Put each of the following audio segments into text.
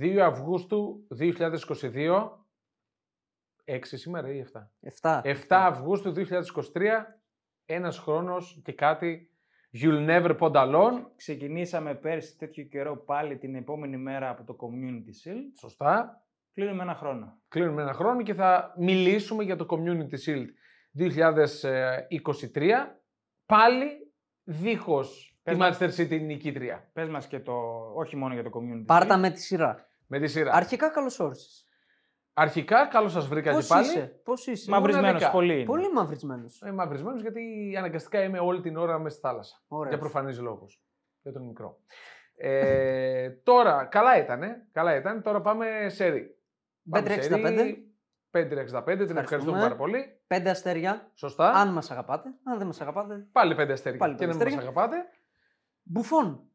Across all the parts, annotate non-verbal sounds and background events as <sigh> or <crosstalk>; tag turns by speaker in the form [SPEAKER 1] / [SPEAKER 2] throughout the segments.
[SPEAKER 1] 2 Αυγούστου 2022. 6 σήμερα ή 7.
[SPEAKER 2] 7.
[SPEAKER 1] 7 Αυγούστου 2023. Ένας χρόνος και κάτι. You'll never pond alone.
[SPEAKER 3] Ξεκινήσαμε πέρσι τέτοιο καιρό πάλι την επόμενη μέρα από το Community Shield.
[SPEAKER 1] Σωστά.
[SPEAKER 3] Κλείνουμε ένα χρόνο.
[SPEAKER 1] Κλείνουμε ένα χρόνο και θα μιλήσουμε για το Community Shield 2023. Πάλι δίχως τη
[SPEAKER 3] Πες μας.
[SPEAKER 1] Manchester City νικήτρια.
[SPEAKER 3] Πες μας και το, όχι μόνο για το Community
[SPEAKER 2] Πάρτα
[SPEAKER 3] Shield.
[SPEAKER 2] με τη σειρά.
[SPEAKER 1] Με τη σειρά.
[SPEAKER 2] Αρχικά καλώς όρισες.
[SPEAKER 1] Αρχικά, καλώς σας βρήκα
[SPEAKER 2] Πώ
[SPEAKER 1] και πάλι. Ε,
[SPEAKER 2] είσαι, πώς είσαι.
[SPEAKER 3] Μαυρισμένος
[SPEAKER 1] δέκα.
[SPEAKER 3] πολύ. είναι.
[SPEAKER 2] Πολύ μαυρισμένος.
[SPEAKER 1] Είμαι μαυρισμένος γιατί αναγκαστικά είμαι όλη την ώρα μέσα στη θάλασσα. Για
[SPEAKER 2] Ωραία.
[SPEAKER 1] προφανείς λόγους. Για τον μικρό. Ε, τώρα, καλά ήταν, ε. καλά ήταν. Τώρα πάμε σε ρί.
[SPEAKER 2] 5.65.
[SPEAKER 1] 5.65, την ευχαριστούμε
[SPEAKER 2] Ευχαριστούμε.
[SPEAKER 1] πάρα πολύ.
[SPEAKER 2] Πέντε αστέρια.
[SPEAKER 1] Σωστά.
[SPEAKER 2] Αν μας αγαπάτε. Αν δεν μας αγαπάτε.
[SPEAKER 1] Πάλι 5 αστέρια.
[SPEAKER 2] Πάλι
[SPEAKER 1] και
[SPEAKER 2] πέντε
[SPEAKER 1] να μην μας
[SPEAKER 2] αστέρια.
[SPEAKER 1] αγαπάτε.
[SPEAKER 2] Μπουφών.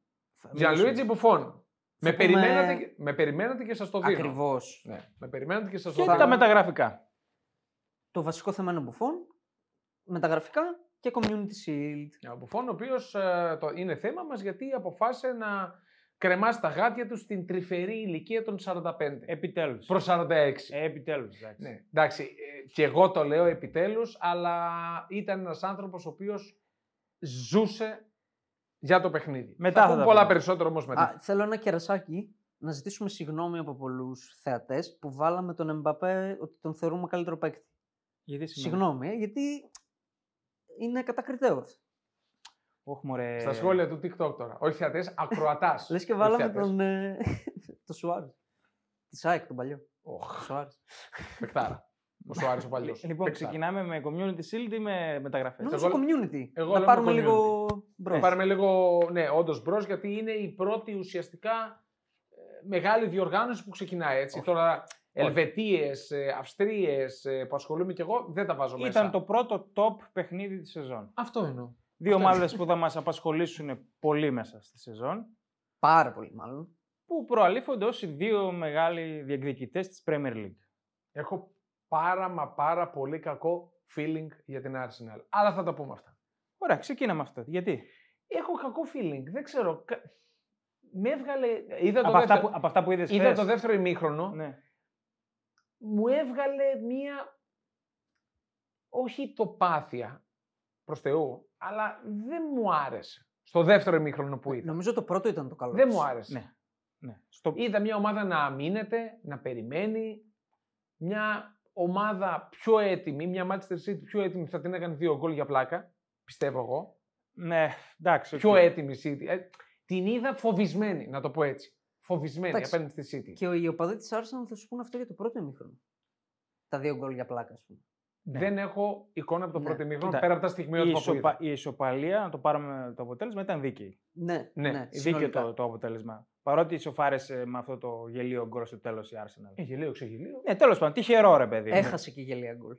[SPEAKER 1] Gianluigi Buffon. Με,
[SPEAKER 2] πούμε-
[SPEAKER 1] περιμένατε, και- με περιμένατε και σας το δίνω.
[SPEAKER 2] Ακριβώς.
[SPEAKER 1] Ναι, με περιμένατε και σας το
[SPEAKER 3] Και
[SPEAKER 1] δίνω.
[SPEAKER 3] τα μεταγραφικά.
[SPEAKER 2] Το βασικό θέμα είναι μπουφών. Με τα γραφικά και community shield.
[SPEAKER 1] Ο Μπουφόν, ο οποίος είναι θέμα μας γιατί αποφάσισε να κρεμάσει τα γάτια του στην τρυφερή ηλικία των 45.
[SPEAKER 2] Ε,
[SPEAKER 3] Επιτέλους.
[SPEAKER 1] Προς 46.
[SPEAKER 3] Ε, επιτέλους, εντάξει.
[SPEAKER 1] Ναι, εντάξει, ε, και εγώ το λέω επιτέλους, αλλά ήταν ένας άνθρωπος ο οποίος ζούσε για το παιχνίδι.
[SPEAKER 3] Μετά θα
[SPEAKER 1] πούμε
[SPEAKER 3] τα
[SPEAKER 1] πολλά
[SPEAKER 3] πούμε.
[SPEAKER 1] περισσότερο όμως μετά.
[SPEAKER 2] Α, θέλω ένα κερασάκι να ζητήσουμε συγγνώμη από πολλούς θεατές που βάλαμε τον Εμπαπέ ότι τον θεωρούμε καλύτερο παίκτη.
[SPEAKER 1] Ναι.
[SPEAKER 3] Γιατί συγγνώμη.
[SPEAKER 2] Συγγνώμη, ε, γιατί είναι κατακριτέο.
[SPEAKER 3] Όχι, μωρέ.
[SPEAKER 1] Στα σχόλια του TikTok τώρα. Ε, Όχι θεατές, ακροατάς.
[SPEAKER 2] Λες και βάλαμε τον. ε, <laughs> το Σουάρες. Τη ΣΑΕΚ, τον παλιό. Το Σουάρε.
[SPEAKER 1] Ε, Πεκτάρα. Ο Σουάρη ο Ε, παλιό.
[SPEAKER 3] Λοιπόν, ξεκινάμε με Community Shield ή με μεταγραφές.
[SPEAKER 2] Νομίζω
[SPEAKER 1] εγώ-
[SPEAKER 2] community.
[SPEAKER 1] εγώ
[SPEAKER 2] να
[SPEAKER 1] λέω
[SPEAKER 2] πάρουμε
[SPEAKER 1] community.
[SPEAKER 2] λίγο μπρο.
[SPEAKER 1] Πάρουμε λίγο, ναι, όντως μπρο, γιατί είναι η πρώτη ουσιαστικά ε, μεγάλη διοργάνωση που ξεκινάει έτσι.
[SPEAKER 3] Όχι.
[SPEAKER 1] Τώρα
[SPEAKER 3] Όχι.
[SPEAKER 1] Ελβετίες, Αυστρίες ε, που ασχολούμαι κι εγώ δεν τα βάζω μέσα.
[SPEAKER 3] Ήταν το πρώτο top παιχνίδι της σεζόν.
[SPEAKER 1] Αυτό εννοώ.
[SPEAKER 3] Δύο
[SPEAKER 1] Αυτό είναι.
[SPEAKER 3] ομάδες που θα μας απασχολήσουν πολύ μέσα στη σεζόν.
[SPEAKER 2] Πάρα πολύ μάλλον.
[SPEAKER 3] που προαλήφονται ως οι δύο μεγάλοι διεκδικητές της Premier League.
[SPEAKER 1] Έχω πάρα μα πάρα πολύ κακό feeling για την Arsenal. Αλλά θα τα πούμε αυτά.
[SPEAKER 3] Ωραία, ξεκίναμε αυτό. Γιατί?
[SPEAKER 1] Έχω κακό feeling, δεν ξέρω. κα- Με έβγαλε. Είδα το,
[SPEAKER 3] Από αυτά,
[SPEAKER 1] δεύτερο,
[SPEAKER 3] που, από αυτά που είδες
[SPEAKER 1] είδα
[SPEAKER 3] χθες.
[SPEAKER 1] το δεύτερο ημίχρονο.
[SPEAKER 3] Ναι.
[SPEAKER 1] μου έβγαλε μία, όχι το πάθια προς Θεού, αλλά δεν μου άρεσε. Στο δεύτερο ημίχρονο που είδα.
[SPEAKER 2] Νομίζω το πρώτο ήταν το καλό.
[SPEAKER 1] Δεν
[SPEAKER 2] της.
[SPEAKER 1] μου άρεσε.
[SPEAKER 3] ναι. ναι. Στο...
[SPEAKER 1] Είδα μια ομάδα να αμήνεται, να περιμένει, μια ομάδα πιο έτοιμη, μια Manchester City πιο έτοιμη, θα την έκανε δύο γκολ για πλάκα, πιστεύω εγώ.
[SPEAKER 3] Ναι, εντάξει. οκ.
[SPEAKER 1] Πιο έτοιμη City. Ε, την είδα φοβισμένη, να το πω έτσι. Φοβισμένη
[SPEAKER 2] Εντάξει.
[SPEAKER 1] απέναντι στη City.
[SPEAKER 2] Και οι οπαδοί της Arsenal θα σου πούνε αυτό για το πρώτο ημίχρονο. Τα δύο γκολ για πλάκα, ας πούμε.
[SPEAKER 3] Ναι.
[SPEAKER 1] Δεν έχω εικόνα από το
[SPEAKER 2] Ναι.
[SPEAKER 1] πρώτο ημίχρονο,
[SPEAKER 3] Κοίτα,
[SPEAKER 1] πέρα από τα
[SPEAKER 3] Η,
[SPEAKER 1] στιγμιότυπα που
[SPEAKER 3] ισοπα...
[SPEAKER 1] είδα.
[SPEAKER 3] η ισοπαλία, να το πάρουμε το αποτέλεσμα, ήταν δίκαιη.
[SPEAKER 2] Ναι,
[SPEAKER 1] Ναι,
[SPEAKER 2] ναι.
[SPEAKER 3] Δίκαιο
[SPEAKER 2] συνολικά.
[SPEAKER 3] το, το αποτέλεσμα. Παρότι ισοφάρεσε με αυτό το γελίο γκολ στο τέλος η Arsenal.
[SPEAKER 1] Ε, γελίο, ξεγελίο.
[SPEAKER 3] Ναι, τέλος πάντων, τυχερό ρε
[SPEAKER 1] Ναι.
[SPEAKER 3] παιδί. μου.
[SPEAKER 2] Έχασε και η γελία γκολ.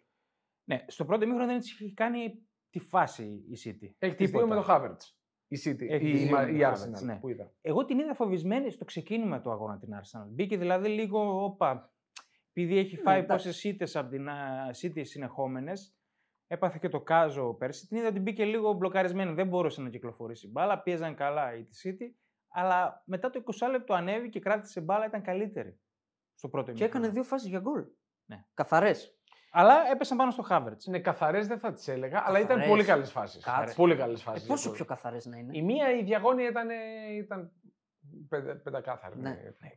[SPEAKER 3] Ναι, στο πρώτο μήχρονο δεν της είχε κάνει τη φάση η City.
[SPEAKER 1] Έχει τη δύο
[SPEAKER 3] Τίποτα.
[SPEAKER 1] με το Χάβερτ. Η City.
[SPEAKER 3] Έχει
[SPEAKER 1] η,
[SPEAKER 3] τη δύο με
[SPEAKER 1] η,
[SPEAKER 3] τον
[SPEAKER 1] η
[SPEAKER 3] Havertz,
[SPEAKER 1] Arsenal
[SPEAKER 3] ναι.
[SPEAKER 1] που είδα.
[SPEAKER 3] Εγώ την είδα φοβισμένη στο ξεκίνημα του αγώνα την Arsenal. Μπήκε δηλαδή λίγο, όπα, επειδή έχει
[SPEAKER 2] Ναι,
[SPEAKER 3] φάει
[SPEAKER 2] εντάξει.
[SPEAKER 3] πόσες ήττες από την α, City συνεχόμενες, έπαθε και το Κάζο πέρσι, την είδα ότι μπήκε λίγο μπλοκαρισμένη, δεν μπορούσε να κυκλοφορήσει μπάλα, πίεζαν καλά η της City, αλλά μετά το 20 λεπτό ανέβηκε, κράτησε μπάλα, ήταν καλύτερη στο πρώτο
[SPEAKER 2] Και
[SPEAKER 3] ημίχρονο.
[SPEAKER 2] έκανε δύο φάσεις για γκολ. Ε,
[SPEAKER 3] Ναι.
[SPEAKER 2] Καθαρές.
[SPEAKER 3] Αλλά έπεσαν πάνω στο Χάβερτς.
[SPEAKER 1] Είναι καθαρές, δεν θα τις έλεγα, αλλά ήταν
[SPEAKER 2] Καθαρές.
[SPEAKER 1] πολύ καλές φάσεις.
[SPEAKER 2] Κάτσε.
[SPEAKER 1] Πολύ καλές φάσει.
[SPEAKER 2] Ε, πόσο πιο καθαρές να είναι.
[SPEAKER 1] Η μία, η διαγώνια ήταν, ε, ήταν πεντα- πεντακάθαρη.
[SPEAKER 2] Ναι.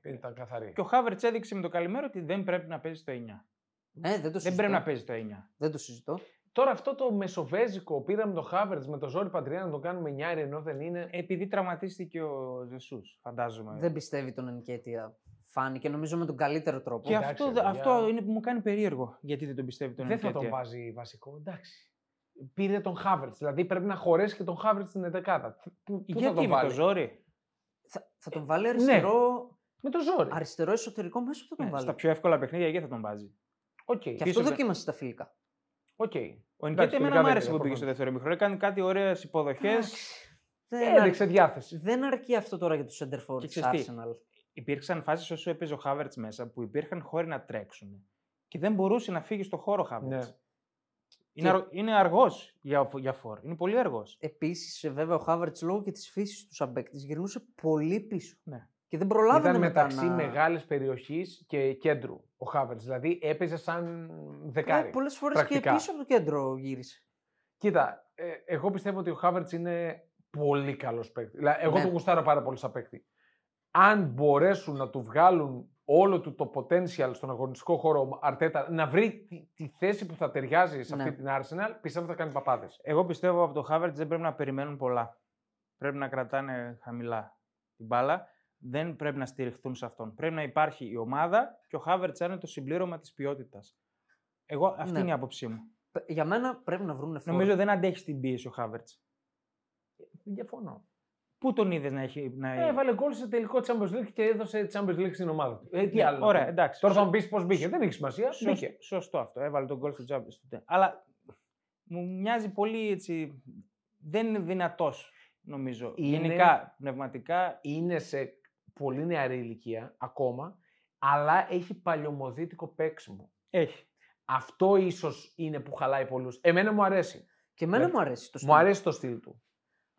[SPEAKER 1] Ναι. Ήταν καθαρή.
[SPEAKER 3] Και ο Χάβερτς έδειξε με το καλημέρο ότι δεν πρέπει να παίζει το 9.
[SPEAKER 2] Ναι, δεν το συζητώ.
[SPEAKER 3] Δεν πρέπει να παίζει το 9.
[SPEAKER 2] Δεν το συζητώ.
[SPEAKER 1] Τώρα αυτό το μεσοβέζικο που πήραμε το Χάβερτ με το Ζόρι Παντριά να το κάνουμε 9 ενώ δεν είναι.
[SPEAKER 3] Επειδή τραυματίστηκε ο Ζεσούς,
[SPEAKER 1] Ναι.
[SPEAKER 3] φαντάζομαι.
[SPEAKER 2] Δεν πιστεύει τον Ενικέτια. Φάνηκε νομίζω με τον καλύτερο τρόπο.
[SPEAKER 3] Και
[SPEAKER 1] Εντάξει,
[SPEAKER 3] αυτό,
[SPEAKER 1] παιδιά.
[SPEAKER 3] αυτό είναι που μου κάνει περίεργο. Γιατί δεν τον πιστεύει τον
[SPEAKER 1] δεν θα τον
[SPEAKER 3] Ενικέτια.
[SPEAKER 1] βάζει βασικό. Εντάξει. Πήρε τον Χάβερτ. Δηλαδή πρέπει να χωρέσει και τον Χάβερτ στην 11. Πού, πού θα
[SPEAKER 3] Γιατί
[SPEAKER 1] τον
[SPEAKER 3] με το
[SPEAKER 1] βάλει.
[SPEAKER 3] ζόρι.
[SPEAKER 2] Θα, θα τον
[SPEAKER 1] Ναι.
[SPEAKER 2] βάλει αριστερό,
[SPEAKER 1] Με το Ζόρι.
[SPEAKER 2] αριστερό εσωτερικό μέσο θα τον
[SPEAKER 3] Ναι,
[SPEAKER 2] βάλει.
[SPEAKER 3] στα πιο εύκολα παιχνίδια εκεί θα τον βάζει.
[SPEAKER 1] Οκ.
[SPEAKER 2] Και
[SPEAKER 3] πίσω
[SPEAKER 2] αυτό Ε,
[SPEAKER 3] πε-
[SPEAKER 2] δοκίμασε στα φιλικά.
[SPEAKER 1] Οκ.
[SPEAKER 3] Ο
[SPEAKER 1] Εντάξει,
[SPEAKER 3] Ενικέτια εμένα
[SPEAKER 1] τελικά
[SPEAKER 3] μου
[SPEAKER 1] δεν
[SPEAKER 3] άρεσε που
[SPEAKER 1] πήρε,
[SPEAKER 3] πήγε στο δεύτερο μήχρονο. Έκανε κάτι ωραίες υποδοχές.
[SPEAKER 2] Εντάξει,
[SPEAKER 1] Ε,
[SPEAKER 2] Δεν, αρ-
[SPEAKER 1] Έδειξε διάθεση.
[SPEAKER 2] δεν αρκεί αυτό τώρα για τους Σεντερφόρ
[SPEAKER 3] Και
[SPEAKER 2] τη
[SPEAKER 3] ξέρεις τι,
[SPEAKER 2] Arsenal.
[SPEAKER 3] Υπήρξαν φάσεις όσο έπαιζε ο Χάβερτ μέσα που υπήρχαν χώροι να τρέξουν. Και δεν μπορούσε να φύγει στο χώρο ο Χάβερτ.
[SPEAKER 1] Ναι.
[SPEAKER 3] Είναι,
[SPEAKER 2] Και-
[SPEAKER 3] αργ- είναι αργός για, για φόρ. Είναι πολύ αργός.
[SPEAKER 2] ε, Επίσης, βέβαια, ο Χάβερτ λόγω και της φύσης του σαν παίκτης γυρνούσε πολύ πίσω.
[SPEAKER 3] Ναι.
[SPEAKER 2] Και Και δεν προλάβαινε
[SPEAKER 1] Ήταν
[SPEAKER 2] μετά
[SPEAKER 1] μεταξύ
[SPEAKER 2] να...
[SPEAKER 1] μεγάλης περιοχής και κέντρου ο Χάβερτ. Δηλαδή έπαιζε σαν δεκάρι.
[SPEAKER 2] Ε, πολλές φορές και
[SPEAKER 1] πρακτικά.
[SPEAKER 2] πίσω από το κέντρο γύρισε.
[SPEAKER 1] Κοίτα, ε, εγώ πιστεύω ότι ο Χάβερτ είναι πολύ καλός παίκτης. Δηλαδή, εγώ
[SPEAKER 2] Ναι.
[SPEAKER 1] τον γουστάρω πάρα πολύ σαν παίκτη. Αν μπορέσουν να του βγάλουν όλο του το potential στον αγωνιστικό χώρο ο Αρτέτα, να βρει τη, τη θέση που θα ταιριάζει σε αυτή
[SPEAKER 2] Ναι.
[SPEAKER 1] την Arsenal, πιστεύω θα κάνει παπάδες.
[SPEAKER 3] Εγώ πιστεύω από το Χάβερτ δεν πρέπει να περιμένουν πολλά. Πρέπει να κρατάνε χαμηλά την μπάλα. Δεν πρέπει να στηριχθούν σε αυτόν. Πρέπει να υπάρχει η ομάδα και ο Χάβερτ είναι το συμπλήρωμα της ποιότητας. Εγώ αυτή
[SPEAKER 2] Ναι.
[SPEAKER 3] είναι η άποψή μου.
[SPEAKER 2] Πε- Για μένα πρέπει να βρουν φόρο.
[SPEAKER 3] Νομίζω δεν αντέχει την πίεση ο Χάβερτ.
[SPEAKER 1] Διαφωνώ.
[SPEAKER 3] Πού τον είδες να έχει. Να...
[SPEAKER 1] Ε, έβαλε γκολ σε τελικό Champions League και έδωσε Champions League στην ομάδα του. Ε, τι
[SPEAKER 3] Ναι,
[SPEAKER 1] άλλο.
[SPEAKER 3] Ωραία,
[SPEAKER 1] να πει.
[SPEAKER 3] εντάξει.
[SPEAKER 1] Τώρα θα
[SPEAKER 3] Σω-
[SPEAKER 1] μου πεις πώς μπήκε. Δεν έχει σημασία.
[SPEAKER 3] σω-
[SPEAKER 1] Μπήκε.
[SPEAKER 3] Σωστό αυτό. Έβαλε τον γκολ στο τζάμπι. στο τε- Αλλά μου μοιάζει πολύ έτσι. Δεν είναι δυνατός, νομίζω.
[SPEAKER 1] Είναι-
[SPEAKER 3] Γενικά, πνευματικά.
[SPEAKER 1] είναι σε πολύ νεαρή ηλικία ακόμα, αλλά έχει παλιωμοδίτικο παίξιμο.
[SPEAKER 3] Έχει.
[SPEAKER 1] Αυτό ίσως είναι που χαλάει πολλούς. Εμένα μου αρέσει.
[SPEAKER 2] Και εμένα
[SPEAKER 1] Ναι.
[SPEAKER 2] μου αρέσει το στυλ.
[SPEAKER 1] Μου αρέσει το στυλ του.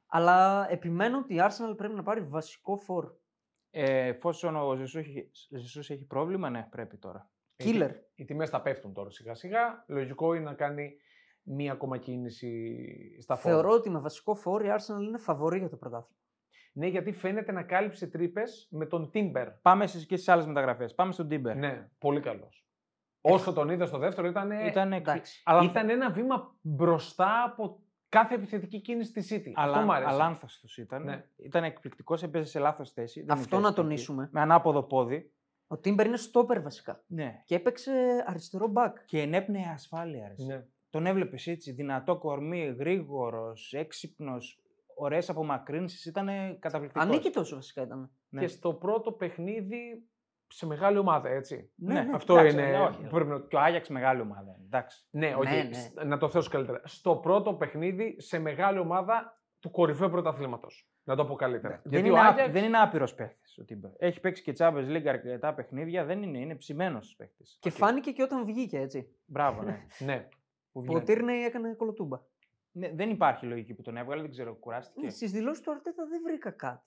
[SPEAKER 2] Αλλά επιμένω ότι η Arsenal πρέπει να πάρει βασικό φόρ.
[SPEAKER 3] Ε, εφόσον ο Ζεσούς έχει, Ζεσούς έχει πρόβλημα, ναι, πρέπει τώρα.
[SPEAKER 1] Ε,
[SPEAKER 2] Killer.
[SPEAKER 1] Οι τιμές θα πέφτουν τώρα σιγά σιγά. Λογικό είναι να κάνει μία ακόμα κίνηση στα φόρμα.
[SPEAKER 2] Θεωρώ ότι με βασικό φόρ η Arsenal είναι φαβορή για το πρωτάθλημα.
[SPEAKER 1] Ναι, γιατί φαίνεται να κάλυψε τρύπες με τον Τίμπερ.
[SPEAKER 3] Πάμε στις, και στις άλλες μεταγραφές. Πάμε στον Τίμπερ.
[SPEAKER 1] Ναι, πολύ καλός. Όσο τον είδα στο δεύτερο, ήταν,
[SPEAKER 3] Ε, Ήταν
[SPEAKER 2] εντάξει.
[SPEAKER 3] Αλλά,
[SPEAKER 1] ήταν ένα βήμα μπροστά από κάθε επιθετική κίνηση της City.
[SPEAKER 3] αλλά,
[SPEAKER 1] Αυτό μου αρέσει.
[SPEAKER 3] αλάνθαστος ήταν.
[SPEAKER 1] Ναι.
[SPEAKER 3] Ήταν εκπληκτικός, έπαιζε σε λάθος θέση. δεν
[SPEAKER 2] Αυτό
[SPEAKER 3] ήταν
[SPEAKER 2] να
[SPEAKER 3] εκεί.
[SPEAKER 2] τονίσουμε.
[SPEAKER 3] Με ανάποδο πόδι.
[SPEAKER 2] Ο Τίμπερ είναι στόπερ βασικά.
[SPEAKER 3] Ναι.
[SPEAKER 2] Και έπαιξε αριστερό μπακ.
[SPEAKER 3] Και ενέπνεε ασφάλεια. ρε.
[SPEAKER 1] Ναι.
[SPEAKER 3] Τον έβλεπες έτσι, δυνατό κορμί, γρήγορος, έξυπνος, ωραίες απομακρύνσεις. Ήταν καταπληκτικός.
[SPEAKER 2] Ανίκητος βασικά ήταν.
[SPEAKER 3] Ναι.
[SPEAKER 1] και στο πρώτο παιχνίδι σε μεγάλη ομάδα, έτσι.
[SPEAKER 3] Ναι,
[SPEAKER 2] ναι,
[SPEAKER 1] αυτό
[SPEAKER 3] εντάξει,
[SPEAKER 1] είναι.
[SPEAKER 3] ναι, όχι.
[SPEAKER 1] Πρέπει να...
[SPEAKER 3] Και ο Άγιαξ μεγάλη ομάδα. είναι, Εντάξει.
[SPEAKER 1] Ναι, όχι,
[SPEAKER 2] Ναι, ναι.
[SPEAKER 1] σ- να το θέσω καλύτερα. Στο πρώτο παιχνίδι σε μεγάλη ομάδα του κορυφαίου πρωταθλήματος. Να το πω
[SPEAKER 2] Ναι.
[SPEAKER 1] καλύτερα.
[SPEAKER 3] Δεν
[SPEAKER 1] Γιατί
[SPEAKER 3] είναι,
[SPEAKER 1] ο
[SPEAKER 3] άπειρος
[SPEAKER 1] Άγιαξ-
[SPEAKER 3] δεν είναι άπειρος παίχτης ο Τίμπερ. Έχει παίξει και Champions League αρκετά παιχνίδια. Δεν είναι, είναι ψημένος παίχτης.
[SPEAKER 2] Και φάνηκε και όταν βγήκε έτσι. <laughs>
[SPEAKER 3] Μπράβο, ναι.
[SPEAKER 1] Ναι.
[SPEAKER 3] που
[SPEAKER 2] Ο
[SPEAKER 3] βγαίνει.
[SPEAKER 2] Τύρνεϊ έκανε κολοτούμπα.
[SPEAKER 3] ναι. Δεν υπάρχει λογική που τον έβγαλε, δεν ξέρω, κουράστηκε.
[SPEAKER 2] Ναι, Στις δηλώσεις του Αρτέτα δεν βρήκα κάτι.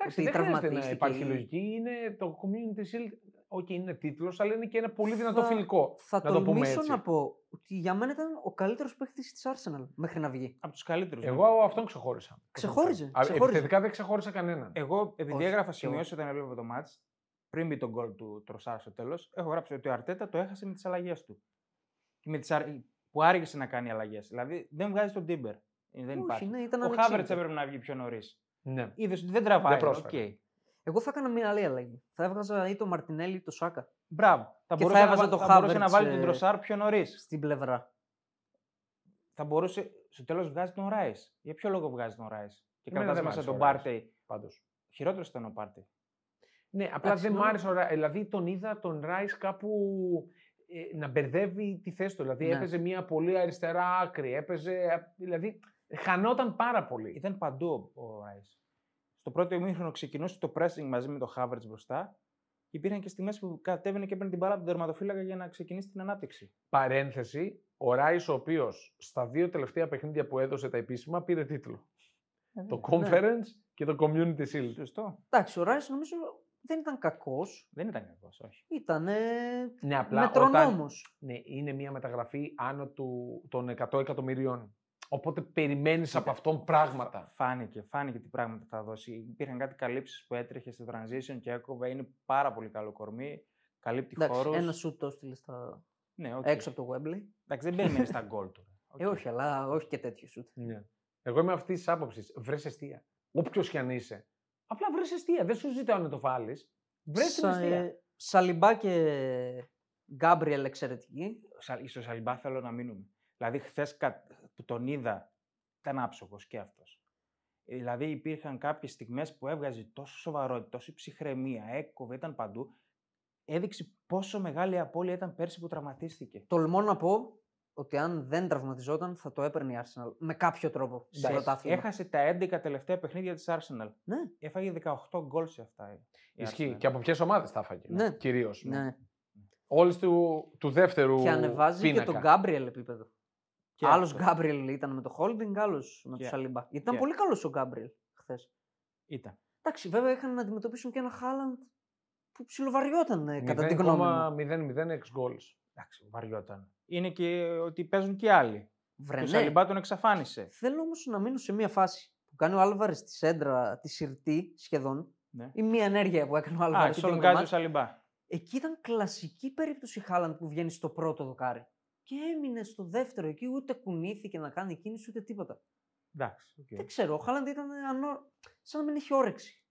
[SPEAKER 1] Εντάξει,
[SPEAKER 2] Ότι
[SPEAKER 1] δεν χρειάζεται να
[SPEAKER 2] τραυματίστηκε
[SPEAKER 1] υπάρχει
[SPEAKER 2] ή-
[SPEAKER 1] λογική. Είναι το Community Shield. Όχι, είναι τίτλος, αλλά είναι και ένα πολύ δυνατό
[SPEAKER 2] Θα-
[SPEAKER 1] φιλικό.
[SPEAKER 2] Θα
[SPEAKER 1] να το πούμε
[SPEAKER 2] τολμήσω
[SPEAKER 1] έτσι.
[SPEAKER 2] να πω ότι για μένα ήταν ο καλύτερος παίκτης της Arsenal μέχρι να βγει.
[SPEAKER 3] Από τους καλύτερους.
[SPEAKER 1] Εγώ αυτόν ξεχώρισα. Αυτό
[SPEAKER 2] Ναι. Ξεχώριζε,
[SPEAKER 1] ξέρω. Α,
[SPEAKER 2] ξεχώριζε. Ε.
[SPEAKER 1] Επιθετικά δεν ξεχώρισα κανέναν.
[SPEAKER 3] ναι. Εγώ, επειδή
[SPEAKER 2] Όχι,
[SPEAKER 3] έγραφα
[SPEAKER 2] κι εγώ.
[SPEAKER 3] σημειώσει όταν έβλεπα το match, πριν μπει τον γκολ του Τροσάρ στο τέλος, έχω γράψει ότι ο Αρτέτα το έχασε με τις αλλαγές του. Και με τις αρ... Που άργησε να κάνει αλλαγές. Δηλαδή δεν βγάζει τον Τίμπερ. Ε, Δεν
[SPEAKER 2] Όχι,
[SPEAKER 3] υπάρχει.
[SPEAKER 2] ναι, ήταν
[SPEAKER 3] ο
[SPEAKER 2] ανεξήγητο.
[SPEAKER 3] Χάβερτ έπρεπε να βγει πιο νωρίς.
[SPEAKER 1] Ναι.
[SPEAKER 3] Είδες ότι δεν τραβάει.
[SPEAKER 1] Δεν πρόσφερε.
[SPEAKER 3] οκ.
[SPEAKER 2] Εγώ θα έκανα μια άλλη αλλαγή. Θα έβγαζα ή το Μαρτινέλη ή το Σάκα
[SPEAKER 3] Μπράβο. Θα
[SPEAKER 2] Και
[SPEAKER 3] μπορούσε,
[SPEAKER 2] θα
[SPEAKER 3] να,
[SPEAKER 2] έβαζε
[SPEAKER 3] βα-
[SPEAKER 2] το
[SPEAKER 3] θα μπορούσε να
[SPEAKER 2] Havertz,
[SPEAKER 3] βάλει
[SPEAKER 2] ε,
[SPEAKER 3] τον Τροσάρ πιο νωρίς.
[SPEAKER 2] στην πλευρά.
[SPEAKER 3] Θα μπορούσε. Στο τέλος βγάζει τον Ράις. Για ποιο λόγο βγάζει τον Ράις. Και
[SPEAKER 1] Εμένα
[SPEAKER 3] κρατά
[SPEAKER 1] δεν μ'
[SPEAKER 3] μέσα
[SPEAKER 1] άρεσε ο
[SPEAKER 3] τον
[SPEAKER 1] Rice.
[SPEAKER 3] Πάρτεϊ.
[SPEAKER 1] Πάντως.
[SPEAKER 3] Χειρότερος ήταν ο Πάρτεϊ.
[SPEAKER 1] Ναι, απλά δεν
[SPEAKER 2] συγγνώμη.
[SPEAKER 1] μ' άρεσε ο Ράι. Δηλαδή τον είδα τον Ράις κάπου ε, να μπερδεύει τη θέση του. Δηλαδή
[SPEAKER 2] Ναι.
[SPEAKER 1] έπαιζε μια πολύ αριστερά άκρη. Έπαιζε. Δηλαδή χανόταν πάρα πολύ.
[SPEAKER 3] Ήταν παντού ο- ο Ράι. Στο πρώτο ημίχρονο ξεκινούσε το pressing μαζί με τον Χάβερτ μπροστά. Και υπήρχαν και στιγμές που κατέβαινε και έπαιρνε την μπάλα από τον τερματοφύλακα για να ξεκινήσει την ανάπτυξη.
[SPEAKER 1] Παρένθεση, ο Ράις, ο οποίος στα δύο τελευταία παιχνίδια που έδωσε τα επίσημα πήρε τίτλο. Ε, Το Conference και το Community Shield.
[SPEAKER 3] Σωστό.
[SPEAKER 2] Ε, ναι. Εντάξει, ο Ράις νομίζω δεν ήταν κακός.
[SPEAKER 3] Δεν ήταν κακός, όχι.
[SPEAKER 2] Ήταν
[SPEAKER 1] Ναι, απλά όταν,
[SPEAKER 2] μετρονόμος.
[SPEAKER 1] ναι, είναι μια μεταγραφή άνω του, των 100 εκατομμυρίων. Οπότε περιμένεις από αυτόν πράγματα.
[SPEAKER 3] Φάνηκε, φάνηκε τι πράγματα θα δώσει. Υπήρχαν κάτι καλύψεις που έτρεχε στο transition και έκοβε. Είναι πάρα πολύ καλό κορμί. Καλύπτει χώρους.
[SPEAKER 2] Ένα σουτ το έστειλε στα...
[SPEAKER 3] Ναι, οκ.
[SPEAKER 2] έξω από το Wembley.
[SPEAKER 3] Εντάξει, δεν περιμένεις τα γκολ του.
[SPEAKER 2] Ε,
[SPEAKER 3] Οκ.
[SPEAKER 2] όχι, αλλά όχι και τέτοιο σουτ.
[SPEAKER 1] Ναι. Εγώ είμαι αυτής της άποψης. Βρες αιστεία. Όποιος κι αν είσαι. Απλά βρες αιστεία. Δεν σου ζητάω να το βάλεις. Βρες την
[SPEAKER 2] Σα-
[SPEAKER 1] αιστεία.
[SPEAKER 2] ε, Σαλιμπά και Γκάμπριελ εξαιρετικοί.
[SPEAKER 3] Σα- στο Σαλιμπά θέλω να μείνουμε. Δηλαδή, χθες που τον είδα, ήταν άψογος και αυτός. Δηλαδή, υπήρχαν κάποιες στιγμές που έβγαζε τόσο σοβαρότητα, τόση ψυχραιμία, έκοβε, ήταν παντού. Έδειξε πόσο μεγάλη η απώλεια ήταν πέρσι που τραυματίστηκε.
[SPEAKER 2] Τολμώ να πω ότι αν δεν τραυματιζόταν θα το έπαιρνε η Arsenal με κάποιο τρόπο στο
[SPEAKER 3] Εντάξει,
[SPEAKER 2] πρωτάθλημα.
[SPEAKER 3] Έχασε τα 11 τελευταία παιχνίδια της Arsenal.
[SPEAKER 2] Ναι,
[SPEAKER 3] Έφαγε 18 γκολ σε αυτά. η- η
[SPEAKER 1] Ισχύει.
[SPEAKER 3] Arsenal.
[SPEAKER 1] Και από ποιες ομάδες τα έφαγε.
[SPEAKER 2] Ναι.
[SPEAKER 1] Κυρίως.
[SPEAKER 2] ναι.
[SPEAKER 1] Όλες του, του δεύτερου.
[SPEAKER 2] Και ανεβάζει
[SPEAKER 1] πίνακα.
[SPEAKER 2] και τον Γκάμπριελ επίπεδο.
[SPEAKER 3] Και
[SPEAKER 2] άλλος
[SPEAKER 3] αυτό
[SPEAKER 2] Γκάμπριελ ήταν με το Holding, άλλος με
[SPEAKER 3] Και-
[SPEAKER 2] το Σαλίμπα. Γιατί ήταν
[SPEAKER 3] και-
[SPEAKER 2] πολύ καλός ο Γκάμπριελ χθες.
[SPEAKER 3] Ήταν.
[SPEAKER 2] Εντάξει, βέβαια είχαν να αντιμετωπίσουν και ένα Χάλαντ που ψιλοβαριόταν ε, κατά τη γνώμη μου.
[SPEAKER 1] 0,0 εξ goals.
[SPEAKER 3] Εντάξει, βαριόταν. Είναι και ότι παίζουν και άλλοι.
[SPEAKER 2] Βρε,
[SPEAKER 3] Ο
[SPEAKER 2] ναι.
[SPEAKER 3] Σαλιμπά τον εξαφάνισε.
[SPEAKER 2] Θέλω όμως να μείνω σε μία φάση που κάνει ο Άλβαρη τη σέντρα, τη σιρτή σχεδόν,
[SPEAKER 3] Ναι.
[SPEAKER 2] ή μία ενέργεια που έκανε ο
[SPEAKER 3] Α,
[SPEAKER 2] Άλβαρη
[SPEAKER 3] και
[SPEAKER 2] όλο
[SPEAKER 3] τον
[SPEAKER 2] το
[SPEAKER 3] βγάζει ο
[SPEAKER 2] μάτς.
[SPEAKER 3] Σαλιμπά.
[SPEAKER 2] Εκεί ήταν κλασική περίπτωση Χάλαντ που βγαίνει στο πρώτο δοκάρι. Και έμεινε στο δεύτερο εκεί, ούτε κουνήθηκε να κάνει κίνηση ούτε τίποτα.
[SPEAKER 3] Ναι. Εντάξει. οκ.
[SPEAKER 1] Ναι,
[SPEAKER 2] Δεν ξέρω, ο Χάλαντ ήταν ανώ... σαν να μην έχει όρεξη.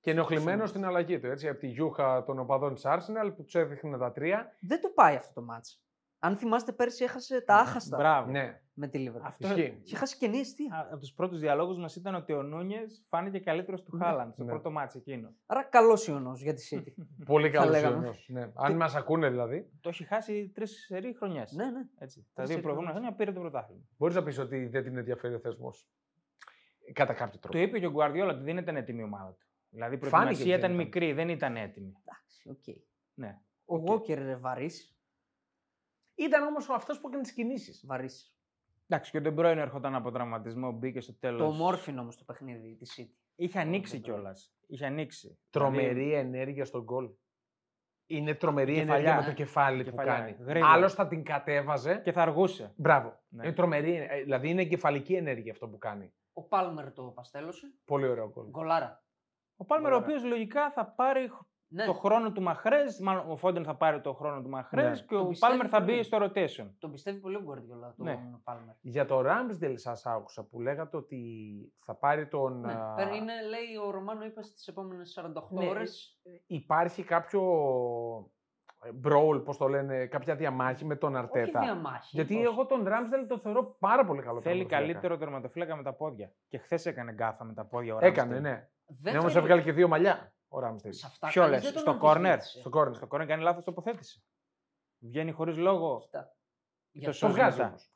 [SPEAKER 1] Και ενοχλημένο
[SPEAKER 3] Συμφωνώ.
[SPEAKER 1] στην αλλαγή του. Έτσι, από τη γιούχα των οπαδών της Arsenal που τους έδειχνε τα τρία.
[SPEAKER 2] Δεν το πάει αυτό το μάτς. Αν θυμάστε, πέρσι έχασε τα άχαστα
[SPEAKER 3] Μπράβο.
[SPEAKER 1] Ναι,
[SPEAKER 2] με τη Λίβερ.
[SPEAKER 3] Αυτό
[SPEAKER 1] ισχύει.
[SPEAKER 2] Είχε χάσει καινή αιστεία.
[SPEAKER 3] από τους πρώτους διαλόγους μας ήταν ότι ο Νούνιες φάνηκε καλύτερος του
[SPEAKER 2] Ναι.
[SPEAKER 3] Χάλαντ στο
[SPEAKER 1] Ναι.
[SPEAKER 3] πρώτο μάτσο εκείνο.
[SPEAKER 2] Άρα καλός ιονό για τη City.
[SPEAKER 3] <laughs>
[SPEAKER 1] Πολύ
[SPEAKER 2] θα
[SPEAKER 1] καλός
[SPEAKER 2] λέγαμε.
[SPEAKER 1] ιονό. Ναι. Αν μας ακούνε δηλαδή,
[SPEAKER 3] Το έχει χάσει τρεις σερή χρονιές.
[SPEAKER 2] ναι, ναι.
[SPEAKER 3] Τα
[SPEAKER 2] Τρεις
[SPEAKER 3] δύο
[SPEAKER 2] σερί χρονιές.
[SPEAKER 3] προηγούμενα χρόνια πήρε το πρωτάθλημα.
[SPEAKER 1] μπορείς να πεις ότι δεν την ενδιαφέρει ο θεσμός. Κατά κάποιο
[SPEAKER 3] Το
[SPEAKER 1] τρόπο.
[SPEAKER 3] είπε και ο Γκουαρδιόλα ότι δεν ήταν έτοιμη η ομάδα του. Δηλαδή η
[SPEAKER 1] Φάνηκε
[SPEAKER 3] προετοιμασία
[SPEAKER 1] ότι δεν
[SPEAKER 3] ήταν
[SPEAKER 1] ήταν.
[SPEAKER 3] μικρή, δεν ήταν έτοιμη.
[SPEAKER 2] Εντάξει, οκ.
[SPEAKER 3] Ναι.
[SPEAKER 2] Ο
[SPEAKER 3] Οκ.
[SPEAKER 2] Walker ρε, βαρύς.
[SPEAKER 1] Ήταν όμως αυτός που έκανε τις κινήσεις.
[SPEAKER 2] Βαρύς.
[SPEAKER 3] Εντάξει, και ο Ντεμπρόιν έρχονταν από τραυματισμό, μπήκε στο τέλος.
[SPEAKER 2] Το μόρφιν όμως το παιχνίδι της City.
[SPEAKER 3] Είχε ανοίξει
[SPEAKER 2] De Bruyne.
[SPEAKER 3] κιόλας. Είχε ανοίξει. Δηλαδή,
[SPEAKER 1] Τρομερή ενέργεια στον γκολ. Είναι τρομερή
[SPEAKER 3] Κεφαλιά,
[SPEAKER 1] ενέργεια με
[SPEAKER 3] ε.
[SPEAKER 1] το κεφάλι
[SPEAKER 3] Κεφαλιά,
[SPEAKER 1] που κάνει.
[SPEAKER 3] γρήγορα.
[SPEAKER 1] Άλλος θα την κατέβαζε.
[SPEAKER 3] Και θα αργούσε.
[SPEAKER 1] Μπράβο.
[SPEAKER 3] Ναι.
[SPEAKER 1] Είναι τρομερή, ε, δηλαδή είναι εγκεφαλική ενέργεια αυτό που κάνει.
[SPEAKER 2] Ο Πάλμερ το παστέλωσε.
[SPEAKER 1] Πολύ ωραίο γκολ.
[SPEAKER 2] Γκολάρα.
[SPEAKER 3] Ο Πάλμερ, ο
[SPEAKER 1] Ωραία.
[SPEAKER 3] οποίος λογικά θα πάρει
[SPEAKER 2] Ναι, <laughs>
[SPEAKER 3] το χρόνο του Μαχρές, μάλλον ο Φόντεν θα πάρει το χρόνο του Μαχρές
[SPEAKER 1] Ναι.
[SPEAKER 3] και
[SPEAKER 2] Τον
[SPEAKER 3] ο
[SPEAKER 2] πιστεύει
[SPEAKER 3] Πάλμερ θα μπει
[SPEAKER 2] πολύ.
[SPEAKER 3] στο rotation.
[SPEAKER 2] τον πιστεύει πολύ ο Γκουαρδιόλα τον
[SPEAKER 3] Ναι.
[SPEAKER 2] Πάλμερ.
[SPEAKER 1] Για το Ramsdale σας άκουσα που λέγατε ότι θα πάρει τον...
[SPEAKER 2] Ναι,
[SPEAKER 1] α,
[SPEAKER 2] παίρνει- είναι, λέει ο Ρωμάνο, είπε στις επόμενες 48
[SPEAKER 1] Ναι,
[SPEAKER 2] ώρες.
[SPEAKER 1] Υπάρχει κάποιο ε, brawl, πώς το λένε, κάποια διαμάχη με τον
[SPEAKER 2] ώρε. Όχι
[SPEAKER 1] Αρτέτα.
[SPEAKER 2] διαμάχη.
[SPEAKER 1] Γιατί
[SPEAKER 2] όχι.
[SPEAKER 1] εγώ τον Ramsdale τον θεωρώ πάρα πολύ καλό.
[SPEAKER 3] Θέλει
[SPEAKER 1] τερματοφύλακα.
[SPEAKER 3] καλύτερο τερματοφύλακα με τα πόδια. Και χθες έκανε γκάθα με τα πόδια ο
[SPEAKER 1] Έκανε,
[SPEAKER 3] Ramsdale.
[SPEAKER 1] ναι. Ναι,
[SPEAKER 2] Δεύτερη-
[SPEAKER 1] όμως έβγαλε και δύο μαλλιά ο Ramsdale.
[SPEAKER 2] Σε αυτά
[SPEAKER 3] Ποιο
[SPEAKER 2] κανείς δεν
[SPEAKER 3] λες,
[SPEAKER 2] τον
[SPEAKER 3] στο corner,
[SPEAKER 2] αμφισβήτησε.
[SPEAKER 1] Στο κόρνερ.
[SPEAKER 3] Στο κόρνερ κάνει λάθος τοποθέτηση. Βγαίνει χωρίς λόγο.
[SPEAKER 2] Αυτά.
[SPEAKER 3] το
[SPEAKER 2] Για,
[SPEAKER 1] Το
[SPEAKER 3] σώζει
[SPEAKER 1] βγάζει
[SPEAKER 3] μετά.
[SPEAKER 1] όμως.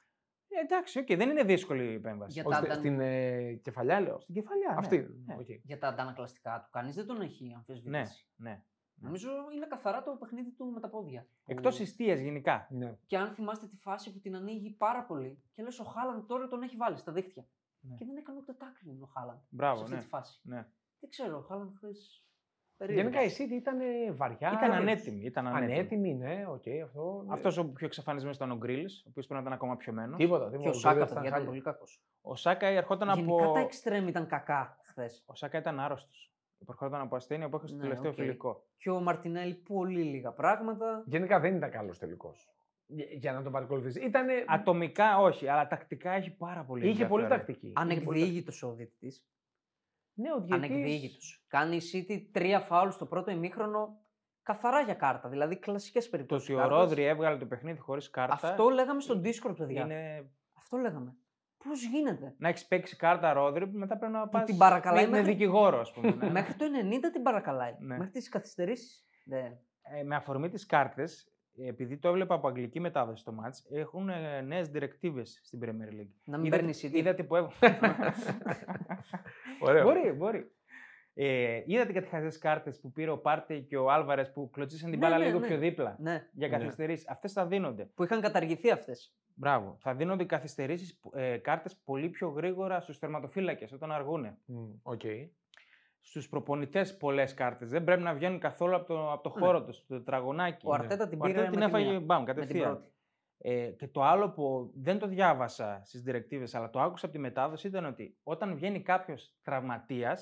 [SPEAKER 3] Ε, εντάξει, οκ, δεν είναι δύσκολη η επέμβαση.
[SPEAKER 2] Για
[SPEAKER 3] Ο-
[SPEAKER 2] τα-
[SPEAKER 1] Ως-
[SPEAKER 2] ήταν-
[SPEAKER 1] Στην ε, κεφαλιά λέω.
[SPEAKER 3] Στην κεφαλιά. ναι.
[SPEAKER 1] Αυτή.
[SPEAKER 3] Ναι.
[SPEAKER 1] Οκ.
[SPEAKER 2] για τα αντανακλαστικά του, κανείς δεν τον έχει αμφισβητήσει.
[SPEAKER 3] Ναι, ναι.
[SPEAKER 2] Νομίζω είναι καθαρά το παιχνίδι του με τα πόδια.
[SPEAKER 3] Εκτός
[SPEAKER 2] Που-
[SPEAKER 3] ιστία γενικά.
[SPEAKER 1] Ναι.
[SPEAKER 2] Και αν θυμάστε τη φάση που την ανοίγει πάρα πολύ και λες ο Χάλαντ τώρα τον έχει βάλει στα δίχτυα.
[SPEAKER 3] Ναι.
[SPEAKER 2] Και δεν έκανε ούτε τάκλιν ο Χάλαντ σε
[SPEAKER 3] Μπράβο,
[SPEAKER 2] αυτή
[SPEAKER 3] ναι.
[SPEAKER 2] τη φάση.
[SPEAKER 3] ναι.
[SPEAKER 2] Δεν ξέρω, ο Χάλαντ χθε.
[SPEAKER 1] Γενικά η City ήταν ε, βαριά.
[SPEAKER 3] Ήταν ανέτοιμη. Ήταν ανέτοιμη.
[SPEAKER 1] Ανέτοιμη, ναι, οκ, αυτό. ναι.
[SPEAKER 3] Αυτός ο πιο εξαφανισμένος ήταν ο Γκρίλ, ο οποίος πρέπει να ήταν ακόμα πιωμένο.
[SPEAKER 1] Τίποτα,
[SPEAKER 2] Και
[SPEAKER 1] τίποτα.
[SPEAKER 2] ο
[SPEAKER 1] Ο
[SPEAKER 2] Σάκα
[SPEAKER 1] Γκρίλης ήταν
[SPEAKER 2] παιδιά, ήταν
[SPEAKER 1] χάλια.
[SPEAKER 2] πολύ κακός.
[SPEAKER 3] Ο Σάκα ερχόταν
[SPEAKER 2] Γενικά
[SPEAKER 3] από.
[SPEAKER 2] τα εξτρέμ ήταν κακά χθες.
[SPEAKER 3] Ο Σάκα ήταν άρρωστος. Υπερχόταν από ασθένεια που έχασε το
[SPEAKER 2] Ναι,
[SPEAKER 3] τελευταίο
[SPEAKER 2] οκ.
[SPEAKER 3] φιλικό.
[SPEAKER 2] Και ο Μαρτινέλη πολύ λίγα πράγματα.
[SPEAKER 1] Γενικά δεν ήταν καλός τελικός. Για να τον παρακολουθήσει. Ήτανε...
[SPEAKER 3] Ε, Ατομικά όχι, αλλά τακτικά έχει πάρα πολύ.
[SPEAKER 1] Είχε πολύ
[SPEAKER 3] ενδιαφέρον.
[SPEAKER 1] τακτική. Είχε πολύ τακτική.
[SPEAKER 2] Ανεκδιήγητο ο διαιτητή.
[SPEAKER 1] Ναι, ο διαιτητής-
[SPEAKER 2] Ανεκδιήγητο. Κάνει η City τρία φάουλ στο πρώτο ημίχρονο καθαρά για κάρτα. Δηλαδή κλασικές
[SPEAKER 3] Το
[SPEAKER 2] περιπτώσεις.
[SPEAKER 3] ότι ο Ρόδρυ έβγαλε το παιχνίδι χωρίς κάρτα.
[SPEAKER 2] Αυτό λέγαμε στον Discord, παιδιά.
[SPEAKER 3] είναι.
[SPEAKER 2] Αυτό λέγαμε. Πώς γίνεται.
[SPEAKER 3] Να έχεις παίξει κάρτα Ρόδρυ, μετά πρέπει να πα.
[SPEAKER 2] την παρακαλάει
[SPEAKER 3] με, με
[SPEAKER 2] μέχρι-
[SPEAKER 3] δικηγόρο, ας
[SPEAKER 2] <laughs>
[SPEAKER 3] πούμε. ναι.
[SPEAKER 2] Μέχρι το 90 την παρακαλάει.
[SPEAKER 3] Ναι.
[SPEAKER 2] Μέχρι τις καθυστερήσεις.
[SPEAKER 3] Ε, με αφορμή τις κάρτες, επειδή το έβλεπα από αγγλική μετάδοση το match, έχουν ε, νέες διρεκτίβες στην Premier League.
[SPEAKER 2] Να μην
[SPEAKER 3] Είδατε-
[SPEAKER 2] παίρνεις η City.
[SPEAKER 3] Είδατε
[SPEAKER 2] <laughs>
[SPEAKER 3] που έβγαλε.
[SPEAKER 1] Ωραίο.
[SPEAKER 3] μπορεί, μπορεί. Ε, είδατε κάτι χαζές κάρτες που πήρε ο Πάρτε και ο Άλβαρες που κλωτσίσαν την
[SPEAKER 2] Ναι,
[SPEAKER 3] μπάλα
[SPEAKER 2] ναι,
[SPEAKER 3] λίγο
[SPEAKER 2] ναι.
[SPEAKER 3] πιο δίπλα.
[SPEAKER 2] Ναι.
[SPEAKER 3] Για
[SPEAKER 1] Ναι.
[SPEAKER 3] καθυστερήσεις. Αυτές θα δίνονται.
[SPEAKER 2] Που είχαν καταργηθεί αυτές.
[SPEAKER 3] Μπράβο. Θα δίνονται καθυστερήσεις ε, κάρτες πολύ πιο γρήγορα στους θερματοφύλακε όταν αργούνε.
[SPEAKER 1] Μμ, Οκ.
[SPEAKER 3] Στους προπονητές πολλές κάρτες. Δεν πρέπει να βγαίνουν καθόλου από το, από το
[SPEAKER 2] Ναι.
[SPEAKER 3] χώρο τους, το τετραγωνάκι.
[SPEAKER 2] Ο Αρτέτα την
[SPEAKER 3] Ο Αρτέτα
[SPEAKER 2] πήρε.
[SPEAKER 3] την
[SPEAKER 2] με τη μία,
[SPEAKER 3] έφαγε μπαμ
[SPEAKER 2] με την
[SPEAKER 3] κατευθείαν.
[SPEAKER 2] πρώτη.
[SPEAKER 3] Ε, και το άλλο που δεν το διάβασα στις διρεκτίβες, αλλά το άκουσα από τη μετάδοση ήταν ότι όταν βγαίνει κάποιος τραυματίας,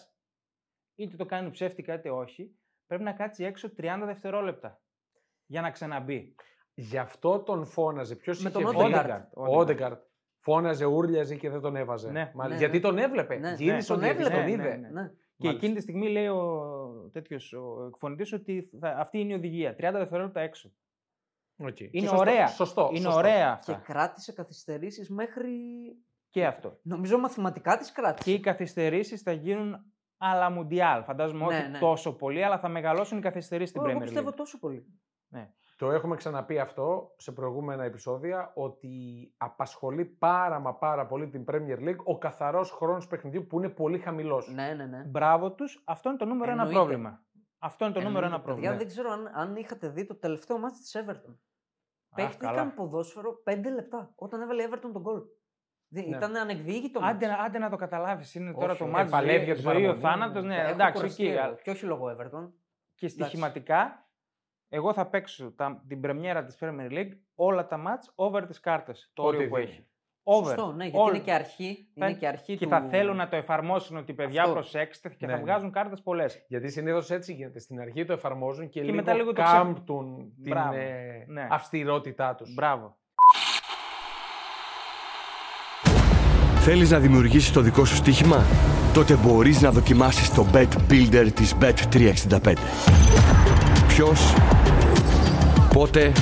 [SPEAKER 3] είτε το κάνει ψεύτικα είτε όχι, πρέπει να κάτσει έξω 30 δευτερόλεπτα για να ξαναμπεί.
[SPEAKER 1] Γι' αυτό τον φώναζε. Ποιος
[SPEAKER 2] Με
[SPEAKER 1] είχε
[SPEAKER 2] τον
[SPEAKER 1] βγει?
[SPEAKER 2] Όντεγκαρντ.
[SPEAKER 1] Ο Όντεγκαρντ. Φώναζε, ούρλιαζε και δεν τον έβαζε.
[SPEAKER 3] Ναι.
[SPEAKER 1] Μα-
[SPEAKER 2] Ναι,
[SPEAKER 1] γιατί
[SPEAKER 2] ναι.
[SPEAKER 1] τον έβλεπε.
[SPEAKER 2] Ναι,
[SPEAKER 1] Γύρισε
[SPEAKER 2] τον
[SPEAKER 1] ο διαιτητής,
[SPEAKER 2] έβλεπε.
[SPEAKER 1] τον
[SPEAKER 3] Ναι,
[SPEAKER 1] είδε.
[SPEAKER 3] ναι, ναι.
[SPEAKER 2] Ναι.
[SPEAKER 3] Και
[SPEAKER 1] Μάλιστα.
[SPEAKER 3] εκείνη τη στιγμή λέει ο τέτοιος, ο εκφωνητής ότι θα- αυτή είναι η οδηγία. 30 δευτερόλεπτα έξω.
[SPEAKER 1] Οκ.
[SPEAKER 3] Είναι
[SPEAKER 1] Σωστό,
[SPEAKER 3] ωραία.
[SPEAKER 1] Σωστό.
[SPEAKER 3] είναι
[SPEAKER 1] σωστό.
[SPEAKER 3] ωραία
[SPEAKER 2] Και
[SPEAKER 3] αυτά. Και...
[SPEAKER 2] κράτησε καθυστερήσεις μέχρι.
[SPEAKER 3] αυτό.
[SPEAKER 2] Νομίζω μαθηματικά τις κράτησε.
[SPEAKER 3] Και οι καθυστερήσεις θα γίνουν αλλά μουντιάλ. Φαντάζομαι
[SPEAKER 2] Ναι,
[SPEAKER 3] όχι
[SPEAKER 2] ναι.
[SPEAKER 3] τόσο πολύ, αλλά θα μεγαλώσουν οι καθυστερήσεις στην
[SPEAKER 2] Εγώ εγώ
[SPEAKER 3] Premier
[SPEAKER 2] πιστεύω
[SPEAKER 3] League.
[SPEAKER 2] τόσο πολύ.
[SPEAKER 1] Το έχουμε ξαναπεί αυτό σε προηγούμενα επεισόδια ότι απασχολεί πάρα μα πάρα πολύ την Premier League ο καθαρός χρόνος παιχνιδιού που είναι πολύ χαμηλός.
[SPEAKER 2] Ναι, ναι, ναι.
[SPEAKER 3] Μπράβο τους, αυτό είναι το νούμερο ένα
[SPEAKER 2] Εννοείται.
[SPEAKER 3] πρόβλημα. Αυτό είναι το νούμερο ένα
[SPEAKER 2] Εννοείται, Δηλαδή,
[SPEAKER 3] πρόβλημα.
[SPEAKER 2] παιδιά, δεν ξέρω αν, αν είχατε δει το τελευταίο μάτι της Everton.
[SPEAKER 3] Α, καλά.
[SPEAKER 2] Παίχτηκαν ποδόσφαιρο 5 λεπτά όταν έβαλε η Everton τον κόλ. Δεν-
[SPEAKER 3] Ναι.
[SPEAKER 2] Ήταν ανεκδιοίκητο.
[SPEAKER 3] Άντε,
[SPEAKER 2] μάτς.
[SPEAKER 3] να- άντε να το καταλάβεις. Είναι τώρα
[SPEAKER 1] Όχι,
[SPEAKER 3] το
[SPEAKER 1] ε,
[SPEAKER 3] μάτι.
[SPEAKER 1] παλεύει για
[SPEAKER 3] ζωή,
[SPEAKER 1] τους
[SPEAKER 3] ζωή ο
[SPEAKER 1] παραμονούς,
[SPEAKER 3] θάνατος.
[SPEAKER 1] ναι.
[SPEAKER 3] Ναι,
[SPEAKER 2] Έχω
[SPEAKER 3] εντάξει, οκ.
[SPEAKER 2] κουραστεί εγώ.
[SPEAKER 3] αλλά-
[SPEAKER 2] Και όχι λόγω Everton.
[SPEAKER 3] Και στοιχηματικά, εγώ θα παίξω τα, την πρεμιέρα της Premier League όλα τα μάτς over τις κάρτες. Το
[SPEAKER 1] Ό,τι
[SPEAKER 3] όριο που
[SPEAKER 1] δίνει.
[SPEAKER 3] έχει. Over.
[SPEAKER 2] Σωστό, ναι, γιατί
[SPEAKER 3] All.
[SPEAKER 2] είναι και αρχή.
[SPEAKER 3] Θα-
[SPEAKER 2] Είναι και αρχή
[SPEAKER 3] Και
[SPEAKER 2] του...
[SPEAKER 3] θα θέλουν να το εφαρμόσουν ότι παιδιά
[SPEAKER 2] Αυτό.
[SPEAKER 3] προσέξτε και
[SPEAKER 1] Ναι,
[SPEAKER 3] θα
[SPEAKER 1] ναι.
[SPEAKER 3] βγάζουν κάρτες πολλές.
[SPEAKER 1] Γιατί συνήθως έτσι γίνεται. Στην αρχή το εφαρμόζουν και,
[SPEAKER 3] Και
[SPEAKER 1] λίγο
[SPEAKER 3] μετά λίγο το ξε-
[SPEAKER 1] κάμπτουν την
[SPEAKER 3] Μπράβο.
[SPEAKER 1] ε,
[SPEAKER 3] Ναι.
[SPEAKER 1] αυστηρότητά τους.
[SPEAKER 3] Μπράβο.
[SPEAKER 4] Θέλεις να δημιουργήσεις το δικό σου στοίχημα? Τότε μπορείς να δοκιμάσεις το Bet Builder της Bet365. Ποιος, πότε,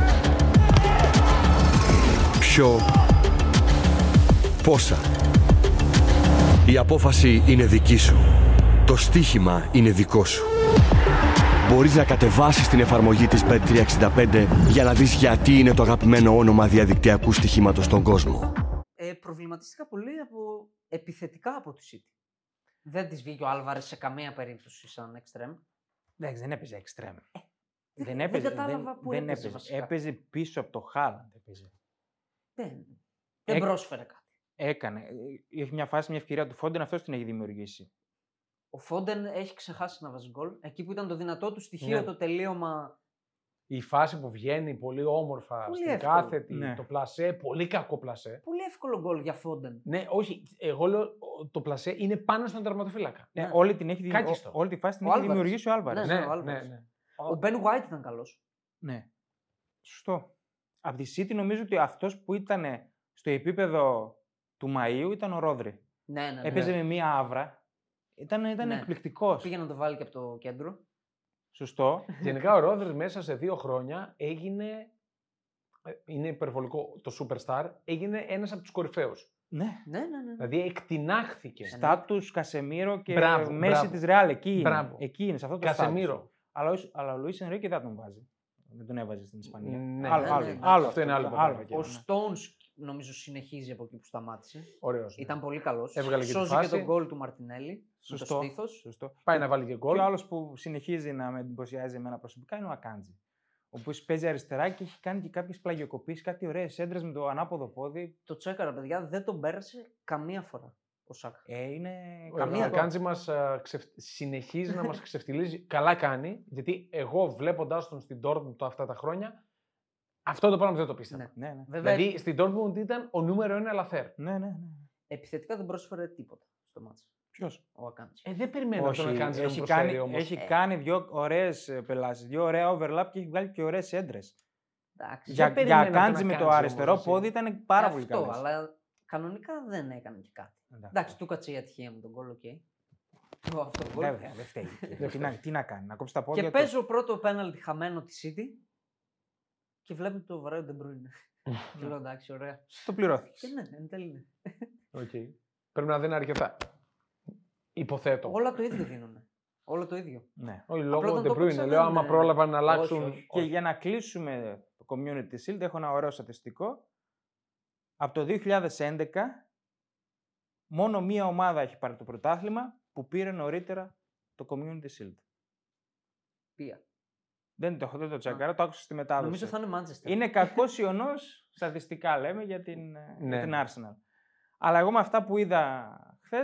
[SPEAKER 4] ποιο, πόσα. Η απόφαση είναι δική σου. Το στοίχημα είναι δικό σου. Μπορείς να κατεβάσεις την εφαρμογή της Bet365 για να δεις γιατί είναι το αγαπημένο όνομα διαδικτυακού στοιχήματος στον κόσμο.
[SPEAKER 2] Ε, προβληματίστηκα πολύ από... επιθετικά από τη City. Δεν της βγήκε ο Άλβαρες σε καμία περίπτωση σαν εξτρέμ.
[SPEAKER 3] Εντάξει, δεν έπαιζε εξτρέμ.
[SPEAKER 2] Ε, δεν
[SPEAKER 3] Δεν έπαιζε.
[SPEAKER 2] κατάλαβα που
[SPEAKER 3] δεν
[SPEAKER 2] έπαιζε
[SPEAKER 3] έπαιζε.
[SPEAKER 2] βασικά.
[SPEAKER 3] έπαιζε πίσω από το Χάλαντ. Έπαιζε.
[SPEAKER 2] Δεν, δεν
[SPEAKER 3] Εκ-
[SPEAKER 2] πρόσφερε κάτι.
[SPEAKER 3] Έκανε. Ε, Έχει μια φάση, μια ευκαιρία του Φόντεν, αυτός την έχει δημιουργήσει.
[SPEAKER 2] Ο Φόντεν έχει ξεχάσει να βάζει γκολ. Εκεί που ήταν το δυνατό του στοιχείο,
[SPEAKER 1] Ναι.
[SPEAKER 2] το τελείωμα.
[SPEAKER 1] Η φάση που βγαίνει πολύ όμορφα
[SPEAKER 2] Πολύ
[SPEAKER 1] στην
[SPEAKER 2] εύκολο.
[SPEAKER 1] κάθετη,
[SPEAKER 3] Ναι.
[SPEAKER 1] το πλασέ, πολύ κακό πλασέ.
[SPEAKER 2] Πολύ εύκολο γκολ για Φόντεν.
[SPEAKER 1] Ναι, όχι, εγώ λέω ο- το πλασέ είναι πάνω στον τερματοφύλακα.
[SPEAKER 3] Ναι,
[SPEAKER 2] Ναι.
[SPEAKER 3] όλη, την έχει, δημιου-
[SPEAKER 1] Κάκιστο.
[SPEAKER 3] όλη τη φάση την
[SPEAKER 2] Ο
[SPEAKER 3] έχει
[SPEAKER 2] Άλβαρες.
[SPEAKER 3] δημιουργήσει ο Άλβαρες.
[SPEAKER 2] Ναι, ο Άλβαρες. Ο Μπεν White ήταν καλός.
[SPEAKER 3] Ναι. Σωστό. Από τη City νομίζω ότι αυτός που ήταν στο επίπεδο του Μαΐου ήταν ο Ρόδρυ.
[SPEAKER 2] Ναι, ναι, ναι.
[SPEAKER 3] Έπαιζε με μία άβρα. Ήταν, ήταν
[SPEAKER 2] Ναι.
[SPEAKER 3] εκπληκτικός.
[SPEAKER 2] Πήγε να το βάλει και από το κέντρο.
[SPEAKER 3] Σωστό.
[SPEAKER 1] <laughs> Γενικά ο Ρόδρυ μέσα σε δύο χρόνια έγινε. ε, Είναι υπερβολικό το superstar. Έγινε ένας από τους κορυφαίους.
[SPEAKER 3] ναι.
[SPEAKER 2] Ναι, ναι, ναι.
[SPEAKER 1] Δηλαδή εκτινάχθηκε.
[SPEAKER 3] Στάτους, Κασεμίρο και
[SPEAKER 1] Ναι. Μπράβο,
[SPEAKER 3] μέση
[SPEAKER 1] μπράβο.
[SPEAKER 3] της Ρεάλ. Εκεί είναι.
[SPEAKER 1] Μπράβο.
[SPEAKER 3] Εκεί είναι, σε αυτό το στάτους.
[SPEAKER 1] Κασεμίρο.
[SPEAKER 3] Αλλά, ο- αλλά ο Λουίς Ενρίκη δεν τον βάζει. Δεν τον έβαζε στην Ισπανία.
[SPEAKER 1] Ναι,
[SPEAKER 3] άλλο,
[SPEAKER 2] ναι,
[SPEAKER 3] άλλο,
[SPEAKER 2] ναι, ναι.
[SPEAKER 3] άλλο,
[SPEAKER 1] Αυτό είναι άλλο παπάκι.
[SPEAKER 2] Ο
[SPEAKER 1] ναι.
[SPEAKER 2] Stones νομίζω συνεχίζει από εκεί που σταμάτησε.
[SPEAKER 1] Ωραίος. ναι.
[SPEAKER 2] Ήταν πολύ καλός.
[SPEAKER 1] Έβγαλε και τη
[SPEAKER 2] Σώζει και
[SPEAKER 1] φάση.
[SPEAKER 2] τον γκολ του Μαρτινέλli. Σωστό.
[SPEAKER 3] Σωστό.
[SPEAKER 2] Με το στήθος.
[SPEAKER 3] Σωστό.
[SPEAKER 1] Πάει να βάλει και
[SPEAKER 3] Και
[SPEAKER 1] γκολ.
[SPEAKER 3] ο άλλος που συνεχίζει να με εντυπωσιάζει εμένα προσωπικά είναι ο Ακάντζη. Ο οποίος παίζει αριστερά και έχει κάνει και κάποιες πλαγιοκοπήσεις, κάτι ωραίες έντρες με το ανάποδο πόδι.
[SPEAKER 2] Το τσέκαρα, παιδιά, δεν τον πέρασε καμία φορά ο Σάκα.
[SPEAKER 3] Ε, είναι.
[SPEAKER 1] Καμία
[SPEAKER 2] Καμία
[SPEAKER 1] ο Κάντζη μας, α, ξεφ- συνεχίζει να μας ξεφτυλίζει. Καλά κάνει, γιατί εγώ βλέποντάς τον στην Dortmund τα- αυτά τα χρόνια, αυτό το πράγμα δεν το πίστευα.
[SPEAKER 2] Ναι.
[SPEAKER 3] Ναι, ναι.
[SPEAKER 2] Βέβαια,
[SPEAKER 1] Δηλαδή στην Dortmund ήταν ο νούμερο ένα λαθέρ.
[SPEAKER 3] ναι, ναι, ναι.
[SPEAKER 2] επιθετικά δεν πρόσφερε τίποτα στο μάτσο.
[SPEAKER 3] Ποιος.
[SPEAKER 2] Ο Ακάντζη.
[SPEAKER 1] Ε, δεν περιμένω τον Κάντζη να μου
[SPEAKER 3] έχει,
[SPEAKER 1] προσφέρει
[SPEAKER 3] κάνει,
[SPEAKER 1] όμως.
[SPEAKER 3] έχει κάνει δύο ωραίες πελάσεις, δύο ωραία overlap και έχει βγάλει και ωραίες έντρες.
[SPEAKER 2] Εντάξει.
[SPEAKER 3] Για, για
[SPEAKER 1] περίμενα τον
[SPEAKER 3] Ακάντζη με το
[SPEAKER 1] Ακάντζη
[SPEAKER 3] αριστερό
[SPEAKER 1] όμως, έτσι.
[SPEAKER 3] πόδι ήταν πάρα
[SPEAKER 2] Ε,
[SPEAKER 3] πολύ
[SPEAKER 2] αυτό,
[SPEAKER 3] καλό.
[SPEAKER 2] αλλά κανονικά δεν έκανε και κάτι. Εντάξει, του κάτσε η ατυχία με τον γκολ, οκ. Το αυτό γκολ.
[SPEAKER 3] Βέβαια, δεν φταίει. τι, να, τι να κάνει, να κόψει τα πόδια.
[SPEAKER 2] Και
[SPEAKER 3] του.
[SPEAKER 2] παίζω πρώτο πέναλτι χαμένο της City και βλέπω το βαρέο Ντεμπρούιν. και λέω εντάξει, ωραία.
[SPEAKER 3] Το πληρώθηκες.
[SPEAKER 2] Και ναι, εν τέλει ναι.
[SPEAKER 1] Οκ. Πρέπει να δίνει αρκετά. Υποθέτω.
[SPEAKER 2] Όλα το ίδιο δίνουν. Όλο το ίδιο.
[SPEAKER 3] Ναι.
[SPEAKER 1] Όχι, λόγω
[SPEAKER 2] δεν
[SPEAKER 1] De
[SPEAKER 2] το
[SPEAKER 1] Bruyne.
[SPEAKER 2] παίξανε,
[SPEAKER 1] Λέω, άμα
[SPEAKER 2] ναι.
[SPEAKER 1] πρόλαβαν να αλλάξουν.
[SPEAKER 2] όχι.
[SPEAKER 3] Και για να κλείσουμε το Community Shield, έχω ένα ωραίο στατιστικό. Από το 2011, μόνο μία ομάδα έχει πάρει το πρωτάθλημα που πήρε νωρίτερα το Community Shield.
[SPEAKER 2] Πία.
[SPEAKER 3] Δεν το έχω δεν το τσακάρα, το άκουσα στη μετάδοση.
[SPEAKER 2] Νομίζω θα είναι Manchester.
[SPEAKER 3] Είναι κακός ιονό, στατιστικά λέμε, για την, ε, για
[SPEAKER 1] Ναι.
[SPEAKER 3] την Arsenal. Αλλά εγώ με αυτά που είδα χθες,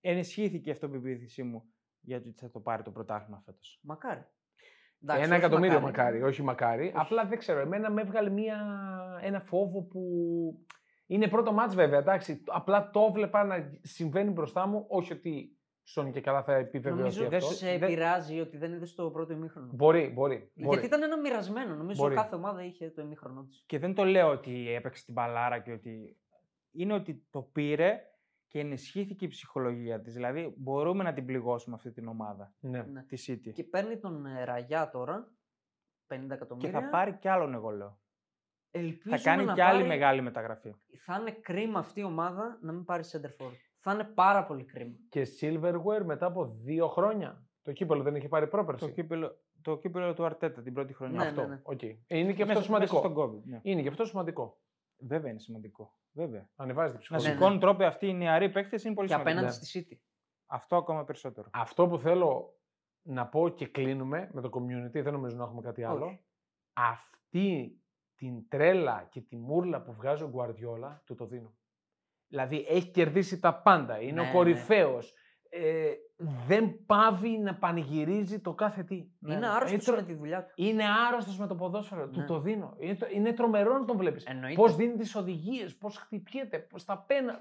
[SPEAKER 3] ενισχύθηκε η αυτοπεποίθησή μου γιατί θα το πάρει το πρωτάθλημα φέτος.
[SPEAKER 2] Μακάρι. Εντάξει,
[SPEAKER 1] Ένα
[SPEAKER 2] όχι
[SPEAKER 1] εκατομμύριο μακάρι, όχι μακάρι.
[SPEAKER 2] Όχι.
[SPEAKER 1] Απλά δεν ξέρω. Εμένα με έβγαλε μια, ένα φόβο που. Είναι πρώτο μάτς βέβαια, εντάξει. Απλά το έβλεπα να συμβαίνει μπροστά μου. Όχι ότι στον και καλά θα επιβεβαιωθεί
[SPEAKER 2] Νομίζω
[SPEAKER 1] αυτό.
[SPEAKER 2] δεν
[SPEAKER 3] αυτό.
[SPEAKER 2] σε
[SPEAKER 3] Δεν-
[SPEAKER 2] πειράζει ότι δεν είδες το πρώτο ημίχρονο.
[SPEAKER 1] Μπορεί, μπορεί. μπορεί.
[SPEAKER 2] Γιατί ήταν ένα μοιρασμένο. Νομίζω
[SPEAKER 1] Μπορεί.
[SPEAKER 2] κάθε ομάδα είχε το ημίχρονο της.
[SPEAKER 3] Και δεν το λέω ότι έπαιξε την μπαλάρα και ότι. Είναι ότι το πήρε και ενισχύθηκε η ψυχολογία της. Δηλαδή, μπορούμε να την πληγώσουμε αυτή την ομάδα,
[SPEAKER 1] Ναι.
[SPEAKER 2] Ναι.
[SPEAKER 3] τη City. Και,
[SPEAKER 2] Και παίρνει τον ε, Ραγιά τώρα. 50 εκατομμύρια.
[SPEAKER 3] θα πάρει κι άλλον, εγώ λέω.
[SPEAKER 2] Ελπίζουμε
[SPEAKER 3] Θα κάνει
[SPEAKER 2] να
[SPEAKER 3] κι άλλη
[SPEAKER 2] πάρει-
[SPEAKER 3] μεγάλη μεταγραφή.
[SPEAKER 2] Θα είναι κρίμα αυτή η ομάδα να μην πάρει center forward. Θα είναι πάρα πολύ κρίμα.
[SPEAKER 1] Και Silverware μετά από δύο χρόνια. Το κύπελο δεν είχε πάρει πρόπερση.
[SPEAKER 3] Το κύπελο, το κύπελο του Αρτέτα την πρώτη χρονιά.
[SPEAKER 2] Ναι,
[SPEAKER 1] Αυτό.
[SPEAKER 2] ναι.
[SPEAKER 1] Οκ. Ε, Είναι και
[SPEAKER 3] Μέσα-
[SPEAKER 1] αυτό
[SPEAKER 3] μέσα
[SPEAKER 1] σημαντικό.
[SPEAKER 3] στον COVID, ναι.
[SPEAKER 1] Είναι και αυτό σημαντικό.
[SPEAKER 3] Βέβαια είναι σημαντικό. Βέβαια.
[SPEAKER 1] Ανεβάζει την
[SPEAKER 3] Να
[SPEAKER 1] ψυχολογία.
[SPEAKER 2] Ναι,
[SPEAKER 3] σηκώνουν τρόπο αυτοί οι νεαροί παίκτες είναι πολύ
[SPEAKER 2] και
[SPEAKER 3] σημαντικό.
[SPEAKER 2] απέναντι
[SPEAKER 1] ναι.
[SPEAKER 2] στη City.
[SPEAKER 3] Αυτό ακόμα περισσότερο.
[SPEAKER 1] Αυτό που θέλω να πω και κλείνουμε με το community, δεν νομίζω να έχουμε κάτι άλλο.
[SPEAKER 2] Όχι.
[SPEAKER 1] Αυτή την τρέλα και τη μούρλα που βγάζει ο Γκουαρδιόλα, του το δίνω. Δηλαδή έχει κερδίσει τα πάντα. Είναι
[SPEAKER 2] Ναι,
[SPEAKER 1] ο κορυφαίος. Ε, δεν πάβει να πανηγυρίζει το κάθε τι.
[SPEAKER 3] ναι,
[SPEAKER 1] Ναι, Ε,
[SPEAKER 2] Είναι άρρωστο με τη δουλειά του.
[SPEAKER 1] Είναι άρρωστος με το ποδόσφαιρο. Του
[SPEAKER 2] Ναι. Ε,
[SPEAKER 1] το δίνω. Είναι, το- είναι τρομερό να τον βλέπεις.
[SPEAKER 2] Εννοείται.
[SPEAKER 1] Πώς δίνει τις οδηγίες, πώς χτυπιέται, πώς τα πένα.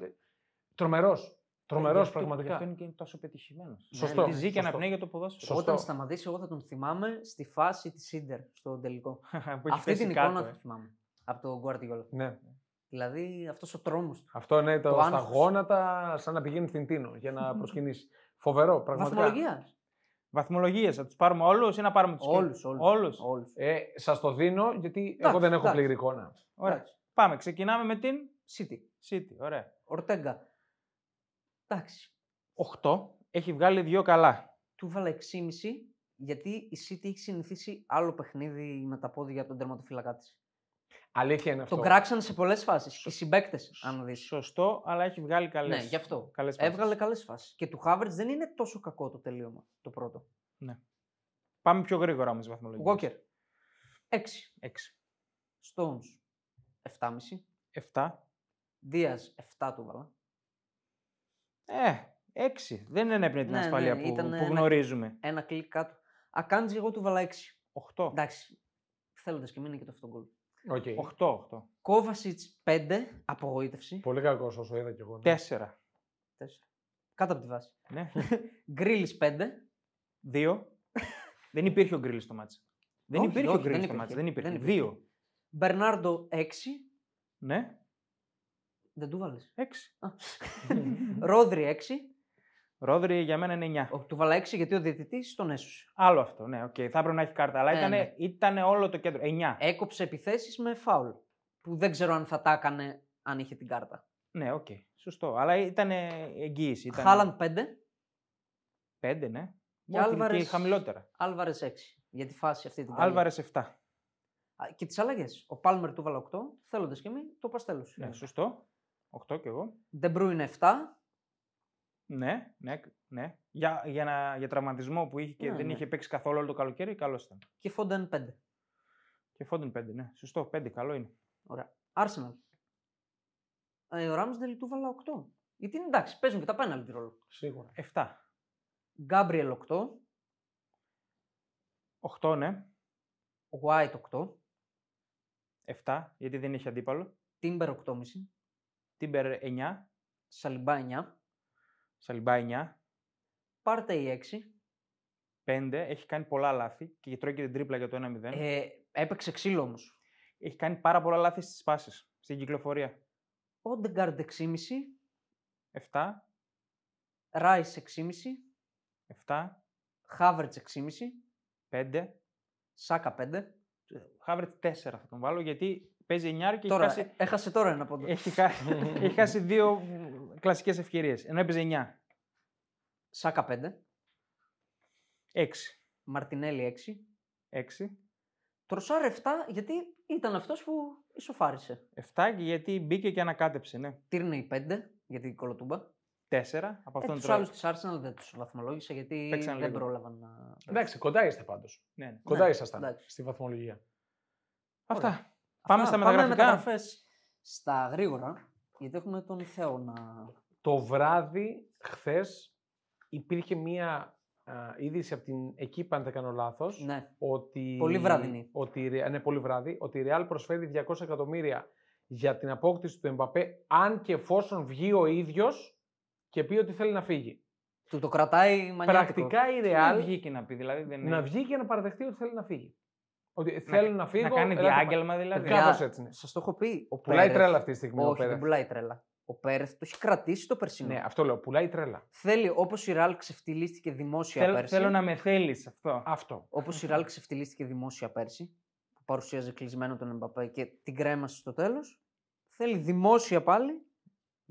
[SPEAKER 1] Τρομερό.
[SPEAKER 3] Γι'
[SPEAKER 2] Ε,
[SPEAKER 1] Τρομερό
[SPEAKER 3] αυτό- γι' αυτό
[SPEAKER 1] πραγματικά.
[SPEAKER 3] είναι και τόσο πετυχημένος.
[SPEAKER 1] Σωστό,
[SPEAKER 3] Ζει και
[SPEAKER 1] σωστό.
[SPEAKER 3] αναπνέει για το ποδόσφαιρο.
[SPEAKER 1] Σωστό.
[SPEAKER 2] Όταν σταματήσει, εγώ θα τον θυμάμαι στη φάση της Ιντερ, στον τελικό.
[SPEAKER 3] <laughs> Που έχει
[SPEAKER 2] Αυτή
[SPEAKER 3] πέσει
[SPEAKER 2] την
[SPEAKER 3] κάτω,
[SPEAKER 2] εικόνα
[SPEAKER 3] ε.
[SPEAKER 2] θα θυμάμαι. Από τον Guardiola.
[SPEAKER 1] Ναι.
[SPEAKER 2] Δηλαδή αυτός ο τρόμος του.
[SPEAKER 1] Αυτό ναι, το,
[SPEAKER 2] Το
[SPEAKER 1] στα
[SPEAKER 2] άγχος.
[SPEAKER 1] γόνατα, σαν να πηγαίνει στην Τίνο για να προσκυνήσει. Φοβερό, πραγματικά.
[SPEAKER 2] Βαθμολογίας.
[SPEAKER 3] Βαθμολογίες, θα τους πάρουμε όλους ή να πάρουμε τους
[SPEAKER 2] Όλους.
[SPEAKER 3] Όλους.
[SPEAKER 2] Όλους.
[SPEAKER 1] Ε, Σας το δίνω γιατί εγώ
[SPEAKER 2] Εντάξει,
[SPEAKER 1] δεν έχω
[SPEAKER 2] εντάξει.
[SPEAKER 1] πλήρη εικόνα.
[SPEAKER 3] Ωραία. Πάμε, ξεκινάμε με την
[SPEAKER 2] City.
[SPEAKER 3] City. Ωραία.
[SPEAKER 2] Ορτέγκα. Εντάξει.
[SPEAKER 3] 8. Έχει βγάλει δύο καλά.
[SPEAKER 2] Του βάλα 6,5 γιατί η City έχει συνηθίσει άλλο παιχνίδι με τα πόδια από τον τερματοφύλακά της.
[SPEAKER 1] Αλήθεια είναι αυτό.
[SPEAKER 2] Τον κράξαν σε πολλές φάσεις. Και συμπαίκτες, αν δεις.
[SPEAKER 3] Σωστό, αλλά έχει βγάλει καλές.
[SPEAKER 2] Ναι, γι' αυτό.
[SPEAKER 3] Καλές
[SPEAKER 2] Έβγαλε
[SPEAKER 3] φάσεις.
[SPEAKER 2] καλές φάσεις. Και του Χάβερτ δεν είναι τόσο κακό το τελείωμα το πρώτο.
[SPEAKER 3] Πάμε πιο γρήγορα όμως βαθμολογίε.
[SPEAKER 2] Walker. 6.
[SPEAKER 3] 6.
[SPEAKER 2] Stones. 7,5.
[SPEAKER 3] 7.
[SPEAKER 2] Diaz. 7 του βάλα.
[SPEAKER 3] Ε, 6. Δεν ένεπνε την
[SPEAKER 2] Ναι,
[SPEAKER 3] ασφάλεια
[SPEAKER 2] ναι,
[SPEAKER 3] που,
[SPEAKER 2] ήταν
[SPEAKER 3] που
[SPEAKER 2] ένα-
[SPEAKER 3] γνωρίζουμε.
[SPEAKER 2] Ένα κλικ κάτω. Ακάντζη, εγώ του βάλα 6.
[SPEAKER 3] 8.
[SPEAKER 2] Εντάξει. Θέλοντας και μείνει και το αυτόν γκολ.
[SPEAKER 1] Οκ.
[SPEAKER 3] 8. 8.
[SPEAKER 2] Ναι. Kovacic 5. Απογοήτευση.
[SPEAKER 1] Πολύ κακός όσο είδα κι εγώ. ναι.
[SPEAKER 3] 4.
[SPEAKER 2] Τέσσερα. Κάτω από τη βάση.
[SPEAKER 3] Ναι.
[SPEAKER 2] Γκρίλις 5.
[SPEAKER 3] 2.
[SPEAKER 2] <laughs>
[SPEAKER 3] δεν υπήρχε ο Γκρίλ στο μάτσο. Δεν
[SPEAKER 2] Όχι,
[SPEAKER 3] υπήρχε
[SPEAKER 2] όχι,
[SPEAKER 3] ο
[SPEAKER 2] δεν
[SPEAKER 3] Γκρίλ στο
[SPEAKER 2] υπήρχε.
[SPEAKER 3] μάτσο. Δεν υπήρχε.
[SPEAKER 2] Δεν
[SPEAKER 3] 2.
[SPEAKER 2] Μπερνάρντο 6.
[SPEAKER 3] Ναι.
[SPEAKER 2] Δεν του βάλες.
[SPEAKER 3] 6. <laughs>
[SPEAKER 2] Ρόδρι 6.
[SPEAKER 3] Ρόδρυ για μένα είναι 9.
[SPEAKER 2] Ο- Του βάλα 6 γιατί ο διαιτητής τον έσωσε.
[SPEAKER 3] Άλλο αυτό, ναι, οκ. Θα έπρεπε να έχει κάρτα, αλλά
[SPEAKER 2] Ναι,
[SPEAKER 3] ήταν,
[SPEAKER 2] ναι. Ε.
[SPEAKER 3] ήτανε όλο το κέντρο. 9.
[SPEAKER 2] Έκοψε επιθέσεις με φάουλ. Που δεν ξέρω αν θα τα έκανε αν είχε την κάρτα.
[SPEAKER 3] Ναι, οκ. Σωστό. Αλλά ήταν εγγύηση. Ήταν
[SPEAKER 2] Χάλαντ 5.
[SPEAKER 3] 5, ναι.
[SPEAKER 2] Και
[SPEAKER 3] Και Άλβαρες...
[SPEAKER 2] Άλβαρες-
[SPEAKER 3] Και χαμηλότερα.
[SPEAKER 2] Άλβαρες 6. Για τη φάση αυτή την καλή.
[SPEAKER 3] Άλβαρες 7.
[SPEAKER 2] Α, Και τις αλλαγές. Ο Πάλμερ του βάλα 8. Θέλοντας και εμείς το παστέλος.
[SPEAKER 3] Ναι, σωστό. 8 κι εγώ.
[SPEAKER 2] Ντεμπρούιν 7.
[SPEAKER 3] Ναι, ναι, ναι. Για, για, να, για τραυματισμό που είχε και
[SPEAKER 2] Ναι,
[SPEAKER 3] δεν
[SPEAKER 2] ναι.
[SPEAKER 3] είχε παίξει καθόλου όλο το καλοκαίρι, καλός ήταν.
[SPEAKER 2] Και Φόντεν 5.
[SPEAKER 3] Και Φόντεν 5, ναι. Σωστό, 5, καλό είναι.
[SPEAKER 2] Ωραία. Arsenal. Ε, ο Ράμσδελ του βάλα 8. Γιατί είναι εντάξει, παίζουν και τα πέναλτι ρόλο.
[SPEAKER 1] Σίγουρα.
[SPEAKER 3] 7.
[SPEAKER 2] Γκάμπριελ 8.
[SPEAKER 3] 8, ναι.
[SPEAKER 2] White 8.
[SPEAKER 3] 7, γιατί δεν είχε αντίπαλο.
[SPEAKER 2] Τίμπερ 8,5.
[SPEAKER 3] Τίμπερ 9.
[SPEAKER 2] Σαλιμπά 9.
[SPEAKER 3] Σαλιμπά 9.
[SPEAKER 2] Πάρτε η 6.
[SPEAKER 3] 5. Έχει κάνει πολλά λάθη και τρώει και την τρίπλα για το 1-0.
[SPEAKER 2] Ε, έπαιξε ξύλο όμως.
[SPEAKER 3] Έχει κάνει πάρα πολλά λάθη στις πάσει, στην κυκλοφορία.
[SPEAKER 2] Όντεγκαρντ 6,5.
[SPEAKER 3] 7,
[SPEAKER 2] Ράι 6,5.
[SPEAKER 3] 7,
[SPEAKER 2] Χάβερτ 6,5.
[SPEAKER 3] 5.
[SPEAKER 2] Σάκα 5.
[SPEAKER 3] Χάβρετ 4 θα τον βάλω γιατί παίζει 9 και Ε.
[SPEAKER 2] Τώρα, ε,
[SPEAKER 3] έχει χάσει,
[SPEAKER 2] έχασε τώρα ένα πόντο.
[SPEAKER 3] έχει
[SPEAKER 2] <laughs>
[SPEAKER 3] χάσει, έχει χάσει δύο κλασικές ευκαιρίες. Ενώ έπαιζε
[SPEAKER 2] Σάκα 5.
[SPEAKER 3] 9. 6.
[SPEAKER 2] Μαρτινέλη 6.
[SPEAKER 3] 6.
[SPEAKER 2] Τροσάρ 7 γιατί ήταν αυτός που ισοφάρισε.
[SPEAKER 3] 7 και γιατί μπήκε και ανακάτεψε. Ναι.
[SPEAKER 2] Τύρνεϊ 5 γιατί κολοτούμπα.
[SPEAKER 3] 4 από
[SPEAKER 2] Ε,
[SPEAKER 3] αυτόν
[SPEAKER 2] τους
[SPEAKER 3] τον
[SPEAKER 2] άλλους της
[SPEAKER 3] τρόπο.
[SPEAKER 2] Arsenal δεν τους βαθμολόγησα γιατί
[SPEAKER 3] Παίξαν
[SPEAKER 2] δεν
[SPEAKER 3] λίγο.
[SPEAKER 2] πρόλαβαν να.
[SPEAKER 1] Εντάξει, κοντά είστε πάντως.
[SPEAKER 3] Ναι, ναι.
[SPEAKER 1] Κοντά
[SPEAKER 2] Ναι,
[SPEAKER 1] ήσασταν
[SPEAKER 2] εντάξει.
[SPEAKER 1] στη βαθμολογία.
[SPEAKER 3] Αυτά.
[SPEAKER 2] Ωραία.
[SPEAKER 3] Πάμε
[SPEAKER 2] Αυτά,
[SPEAKER 3] στα
[SPEAKER 2] Πάμε
[SPEAKER 3] μεταγραφικά.
[SPEAKER 2] μεταγραφές στα γρήγορα γιατί έχουμε τον Θεό να
[SPEAKER 1] Το βράδυ, χθες, υπήρχε μία α, είδηση από την εκεί, αν δεν κάνω λάθος.
[SPEAKER 2] Ναι.
[SPEAKER 1] Ότι,
[SPEAKER 2] Πολύ βραδινή.
[SPEAKER 1] Ότι, η Ρε- ναι, πολύ βράδυ. Ότι η Real προσφέρει 200 εκατομμύρια για την απόκτηση του Εμπαπέ, αν και εφόσον βγει ο ίδιος και πει ότι θέλει να φύγει.
[SPEAKER 2] Του το κρατάει μανιάτικο.
[SPEAKER 1] Πρακτικά η
[SPEAKER 3] Τι
[SPEAKER 1] Real
[SPEAKER 3] Να βγήκε να πει, δηλαδή δεν
[SPEAKER 2] Ναι.
[SPEAKER 1] να
[SPEAKER 3] είναι.
[SPEAKER 1] βγει και να παραδεχτεί ότι θέλει να φύγει. Ότι θέλω να, φύγω.
[SPEAKER 3] Να κάνει
[SPEAKER 1] ελάτε πα-
[SPEAKER 3] διάγγελμα δηλαδή.
[SPEAKER 2] Παιδιά,
[SPEAKER 1] Κάπως έτσι, ναι.
[SPEAKER 2] Σας το έχω πει. Ο
[SPEAKER 1] Πουλάει
[SPEAKER 2] Πέρεθ-
[SPEAKER 1] τρέλα αυτή τη στιγμή ο
[SPEAKER 2] Όχι,
[SPEAKER 1] Πέρεθ.
[SPEAKER 2] δεν πουλάει τρέλα. Ο Πέρεθ το έχει κρατήσει το περσινό.
[SPEAKER 1] Ναι, αυτό λέω. Πουλάει τρέλα.
[SPEAKER 2] Θέλει, όπως η Ραλ ξεφτυλίστηκε δημόσια
[SPEAKER 3] Θέλω,
[SPEAKER 2] πέρσι.
[SPEAKER 3] θέλω να με θέλεις αυτό.
[SPEAKER 1] Αυτό.
[SPEAKER 2] Όπως η Ραλ ξεφτυλίστηκε δημόσια πέρσι, που παρουσίαζε κλεισμένο τον Εμπαπέ και την κρέμασε στο τέλος. Θέλει δημόσια πάλι.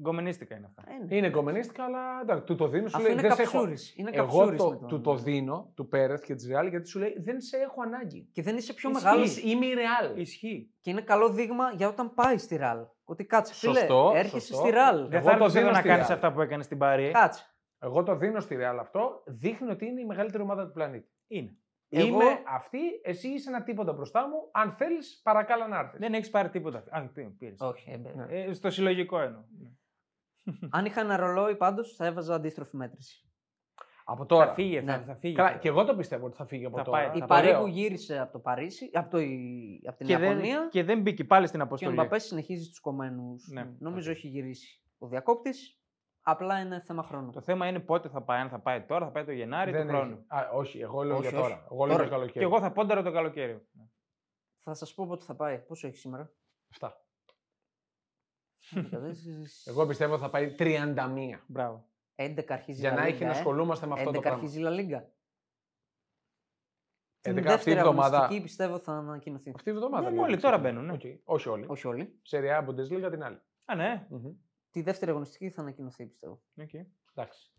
[SPEAKER 3] Γκομενίστηκα είναι αυτά.
[SPEAKER 2] Ε, ναι.
[SPEAKER 1] Είναι κομμενίστικα, αλλά εντάξει, του το δίνω. Σου
[SPEAKER 2] Αυτό
[SPEAKER 1] λέει,
[SPEAKER 2] είναι
[SPEAKER 1] δεν σε έχω-
[SPEAKER 2] καψούρη. Είναι
[SPEAKER 1] Εγώ
[SPEAKER 2] καψούρης με
[SPEAKER 1] το,
[SPEAKER 2] τον-
[SPEAKER 1] του το δίνω, του Πέρεθ και της Ρεάλ, γιατί σου λέει δεν σε έχω ανάγκη.
[SPEAKER 2] Και δεν είσαι πιο
[SPEAKER 3] Ισχύει.
[SPEAKER 2] μεγάλος.
[SPEAKER 1] Είσαι- Είμαι η Ρεάλ.
[SPEAKER 3] Ισχύει.
[SPEAKER 2] Και είναι καλό δείγμα για όταν πάει στη Ραλ. Ότι κάτσε, φίλε.
[SPEAKER 1] Σωστό,
[SPEAKER 2] έρχεσαι
[SPEAKER 1] σωστό.
[SPEAKER 2] στη Ραλ. Ε,
[SPEAKER 3] Δεν
[SPEAKER 1] Εγώ
[SPEAKER 3] θα
[SPEAKER 1] το
[SPEAKER 3] έρθεις εδώ
[SPEAKER 1] δίνω
[SPEAKER 3] να
[SPEAKER 1] στη
[SPEAKER 3] κάνεις
[SPEAKER 1] Real.
[SPEAKER 3] αυτά που έκανε στην Παρή.
[SPEAKER 2] Κάτσε.
[SPEAKER 1] Εγώ το δίνω στη Ρεάλ αυτό. Δείχνει ότι είναι η μεγαλύτερη ομάδα του πλανήτη.
[SPEAKER 3] Είναι.
[SPEAKER 2] Εγώ-
[SPEAKER 1] Είμαι αυτή, εσύ είσαι ένα τίποτα μπροστά μου. Αν θέλεις,
[SPEAKER 3] Ναι.
[SPEAKER 1] παρακάλα να έρθεις.
[SPEAKER 3] Δεν έχεις πάρει τίποτα. Α, πήρες.
[SPEAKER 2] Όχι, ε,
[SPEAKER 1] Ναι.
[SPEAKER 3] Ε, στο συλλογικό εννοώ.
[SPEAKER 2] Αν είχα ένα ρολόι πάντως, θα έβαζα αντίστροφη μέτρηση.
[SPEAKER 1] Από
[SPEAKER 3] Θα
[SPEAKER 1] τώρα.
[SPEAKER 3] φύγει, θα,
[SPEAKER 2] Ναι.
[SPEAKER 3] θα φύγει.
[SPEAKER 1] Καλά, και εγώ το πιστεύω ότι θα φύγει από
[SPEAKER 3] Θα
[SPEAKER 1] τώρα.
[SPEAKER 3] πάει.
[SPEAKER 2] Η
[SPEAKER 1] Θα
[SPEAKER 2] Παρή
[SPEAKER 1] Ε, ωραίο.
[SPEAKER 2] που γύρισε από το Παρίσι, από, το, η- από την
[SPEAKER 3] και,
[SPEAKER 2] Ιαπωνία.
[SPEAKER 3] δεν,
[SPEAKER 2] Και,
[SPEAKER 3] και δεν μπήκε πάλι στην
[SPEAKER 2] ο
[SPEAKER 3] αποστολή.
[SPEAKER 2] Μπαπές συνεχίζει τους κομμένους.
[SPEAKER 3] Ναι,
[SPEAKER 2] Νομίζω
[SPEAKER 3] οκ.
[SPEAKER 2] έχει γυρίσει ο διακόπτης. Απλά είναι θέμα χρόνου.
[SPEAKER 3] Το θέμα είναι πότε θα πάει. Αν θα πάει τώρα, θα πάει το Γενάρη
[SPEAKER 1] Δεν
[SPEAKER 3] του
[SPEAKER 1] έχει-
[SPEAKER 3] χρόνου.
[SPEAKER 1] Α, όχι, εγώ λέω
[SPEAKER 2] Όχι,
[SPEAKER 1] για
[SPEAKER 2] όχι.
[SPEAKER 1] τώρα. Εγώ λέω
[SPEAKER 2] Τώρα.
[SPEAKER 1] για καλοκαίρι.
[SPEAKER 3] Και εγώ θα πόνταρα το καλοκαίρι.
[SPEAKER 2] Θα σας πω πότε θα πάει. Πόσο έχει
[SPEAKER 1] <laughs>
[SPEAKER 2] σήμερα.
[SPEAKER 1] Αυτά. Εγώ
[SPEAKER 2] Εγώ...
[SPEAKER 1] πιστεύω θα πάει 31.
[SPEAKER 3] Μπράβο.
[SPEAKER 2] 11 αρχίζει
[SPEAKER 1] Για
[SPEAKER 2] La
[SPEAKER 1] να
[SPEAKER 2] Liga,
[SPEAKER 1] έχει να
[SPEAKER 2] ε.
[SPEAKER 1] ασχολούμαστε με αυτό
[SPEAKER 2] 11
[SPEAKER 1] το πράγμα.
[SPEAKER 2] αρχίζει η Λα Λίγκα. Την
[SPEAKER 1] 11 αυτή η
[SPEAKER 2] δεύτερη
[SPEAKER 1] εβδομάδα.
[SPEAKER 2] αγωνιστική πιστεύω θα ανακοινωθεί.
[SPEAKER 1] Αυτή η εβδομάδα.
[SPEAKER 3] Ναι,
[SPEAKER 1] λέει,
[SPEAKER 3] όλοι
[SPEAKER 1] ξεκινάει.
[SPEAKER 3] τώρα μπαίνουν, ναι.
[SPEAKER 1] Οκ. Όχι όλοι.
[SPEAKER 2] Όχι όλοι.
[SPEAKER 1] Σε Real Bundesliga την άλλη.
[SPEAKER 3] Α, ναι.
[SPEAKER 1] Μμμ.
[SPEAKER 2] Τη δεύτερη αγωνιστική θα ανακοινωθεί πιστεύω.
[SPEAKER 3] Οκ.
[SPEAKER 1] Εντάξει.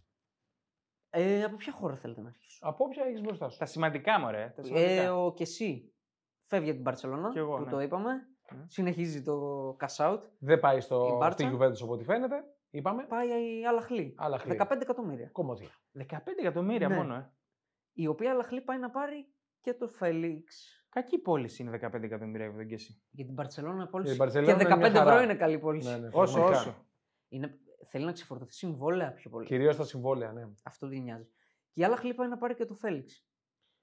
[SPEAKER 2] Ε, από ποια χώρα θέλετε να αρχίσω.
[SPEAKER 1] Από ποια έχεις μπροστά σου.
[SPEAKER 3] Τα σημαντικά μου, ρε. Τα σημαντικά.
[SPEAKER 2] Ε, ο Κεσί φεύγει από την Παρσελώνα
[SPEAKER 3] Κι εγώ,
[SPEAKER 2] που
[SPEAKER 3] ναι.
[SPEAKER 2] το είπαμε.
[SPEAKER 3] Ναι.
[SPEAKER 2] Συνεχίζει το cash out.
[SPEAKER 1] Δεν πάει
[SPEAKER 2] Η
[SPEAKER 1] στο...
[SPEAKER 2] Μπάρτσα.
[SPEAKER 1] στην Juventus από ό,τι φαίνεται. Είπαμε.
[SPEAKER 2] Πάει η Αλαχλή.
[SPEAKER 1] Αλλά χλεί.
[SPEAKER 2] 15 εκατομμύρια.
[SPEAKER 1] Κομμωδία.
[SPEAKER 3] 15 εκατομμύρια
[SPEAKER 2] Ναι.
[SPEAKER 3] μόνο, ε.
[SPEAKER 2] Η οποία Αλαχλή πάει να πάρει και το Φέλιξ.
[SPEAKER 3] Κακή πώληση είναι 15 εκατομμύρια ευρώ και εσύ.
[SPEAKER 2] Για την Παρσελώνα πώληση.
[SPEAKER 1] την Barcelona είναι μια
[SPEAKER 2] και 15 ευρώ
[SPEAKER 1] χαρά.
[SPEAKER 2] είναι καλή πώληση.
[SPEAKER 1] Ναι, ναι,
[SPEAKER 3] Όσο,
[SPEAKER 1] πραγματικά.
[SPEAKER 3] όσο.
[SPEAKER 2] Είναι, θέλει να ξεφορτωθεί συμβόλαια πιο πολύ.
[SPEAKER 1] Κυρίως τα συμβόλαια, ναι.
[SPEAKER 2] Αυτό την νοιάζει. Και η Αλαχλή πάει να πάρει και το Φέλιξ.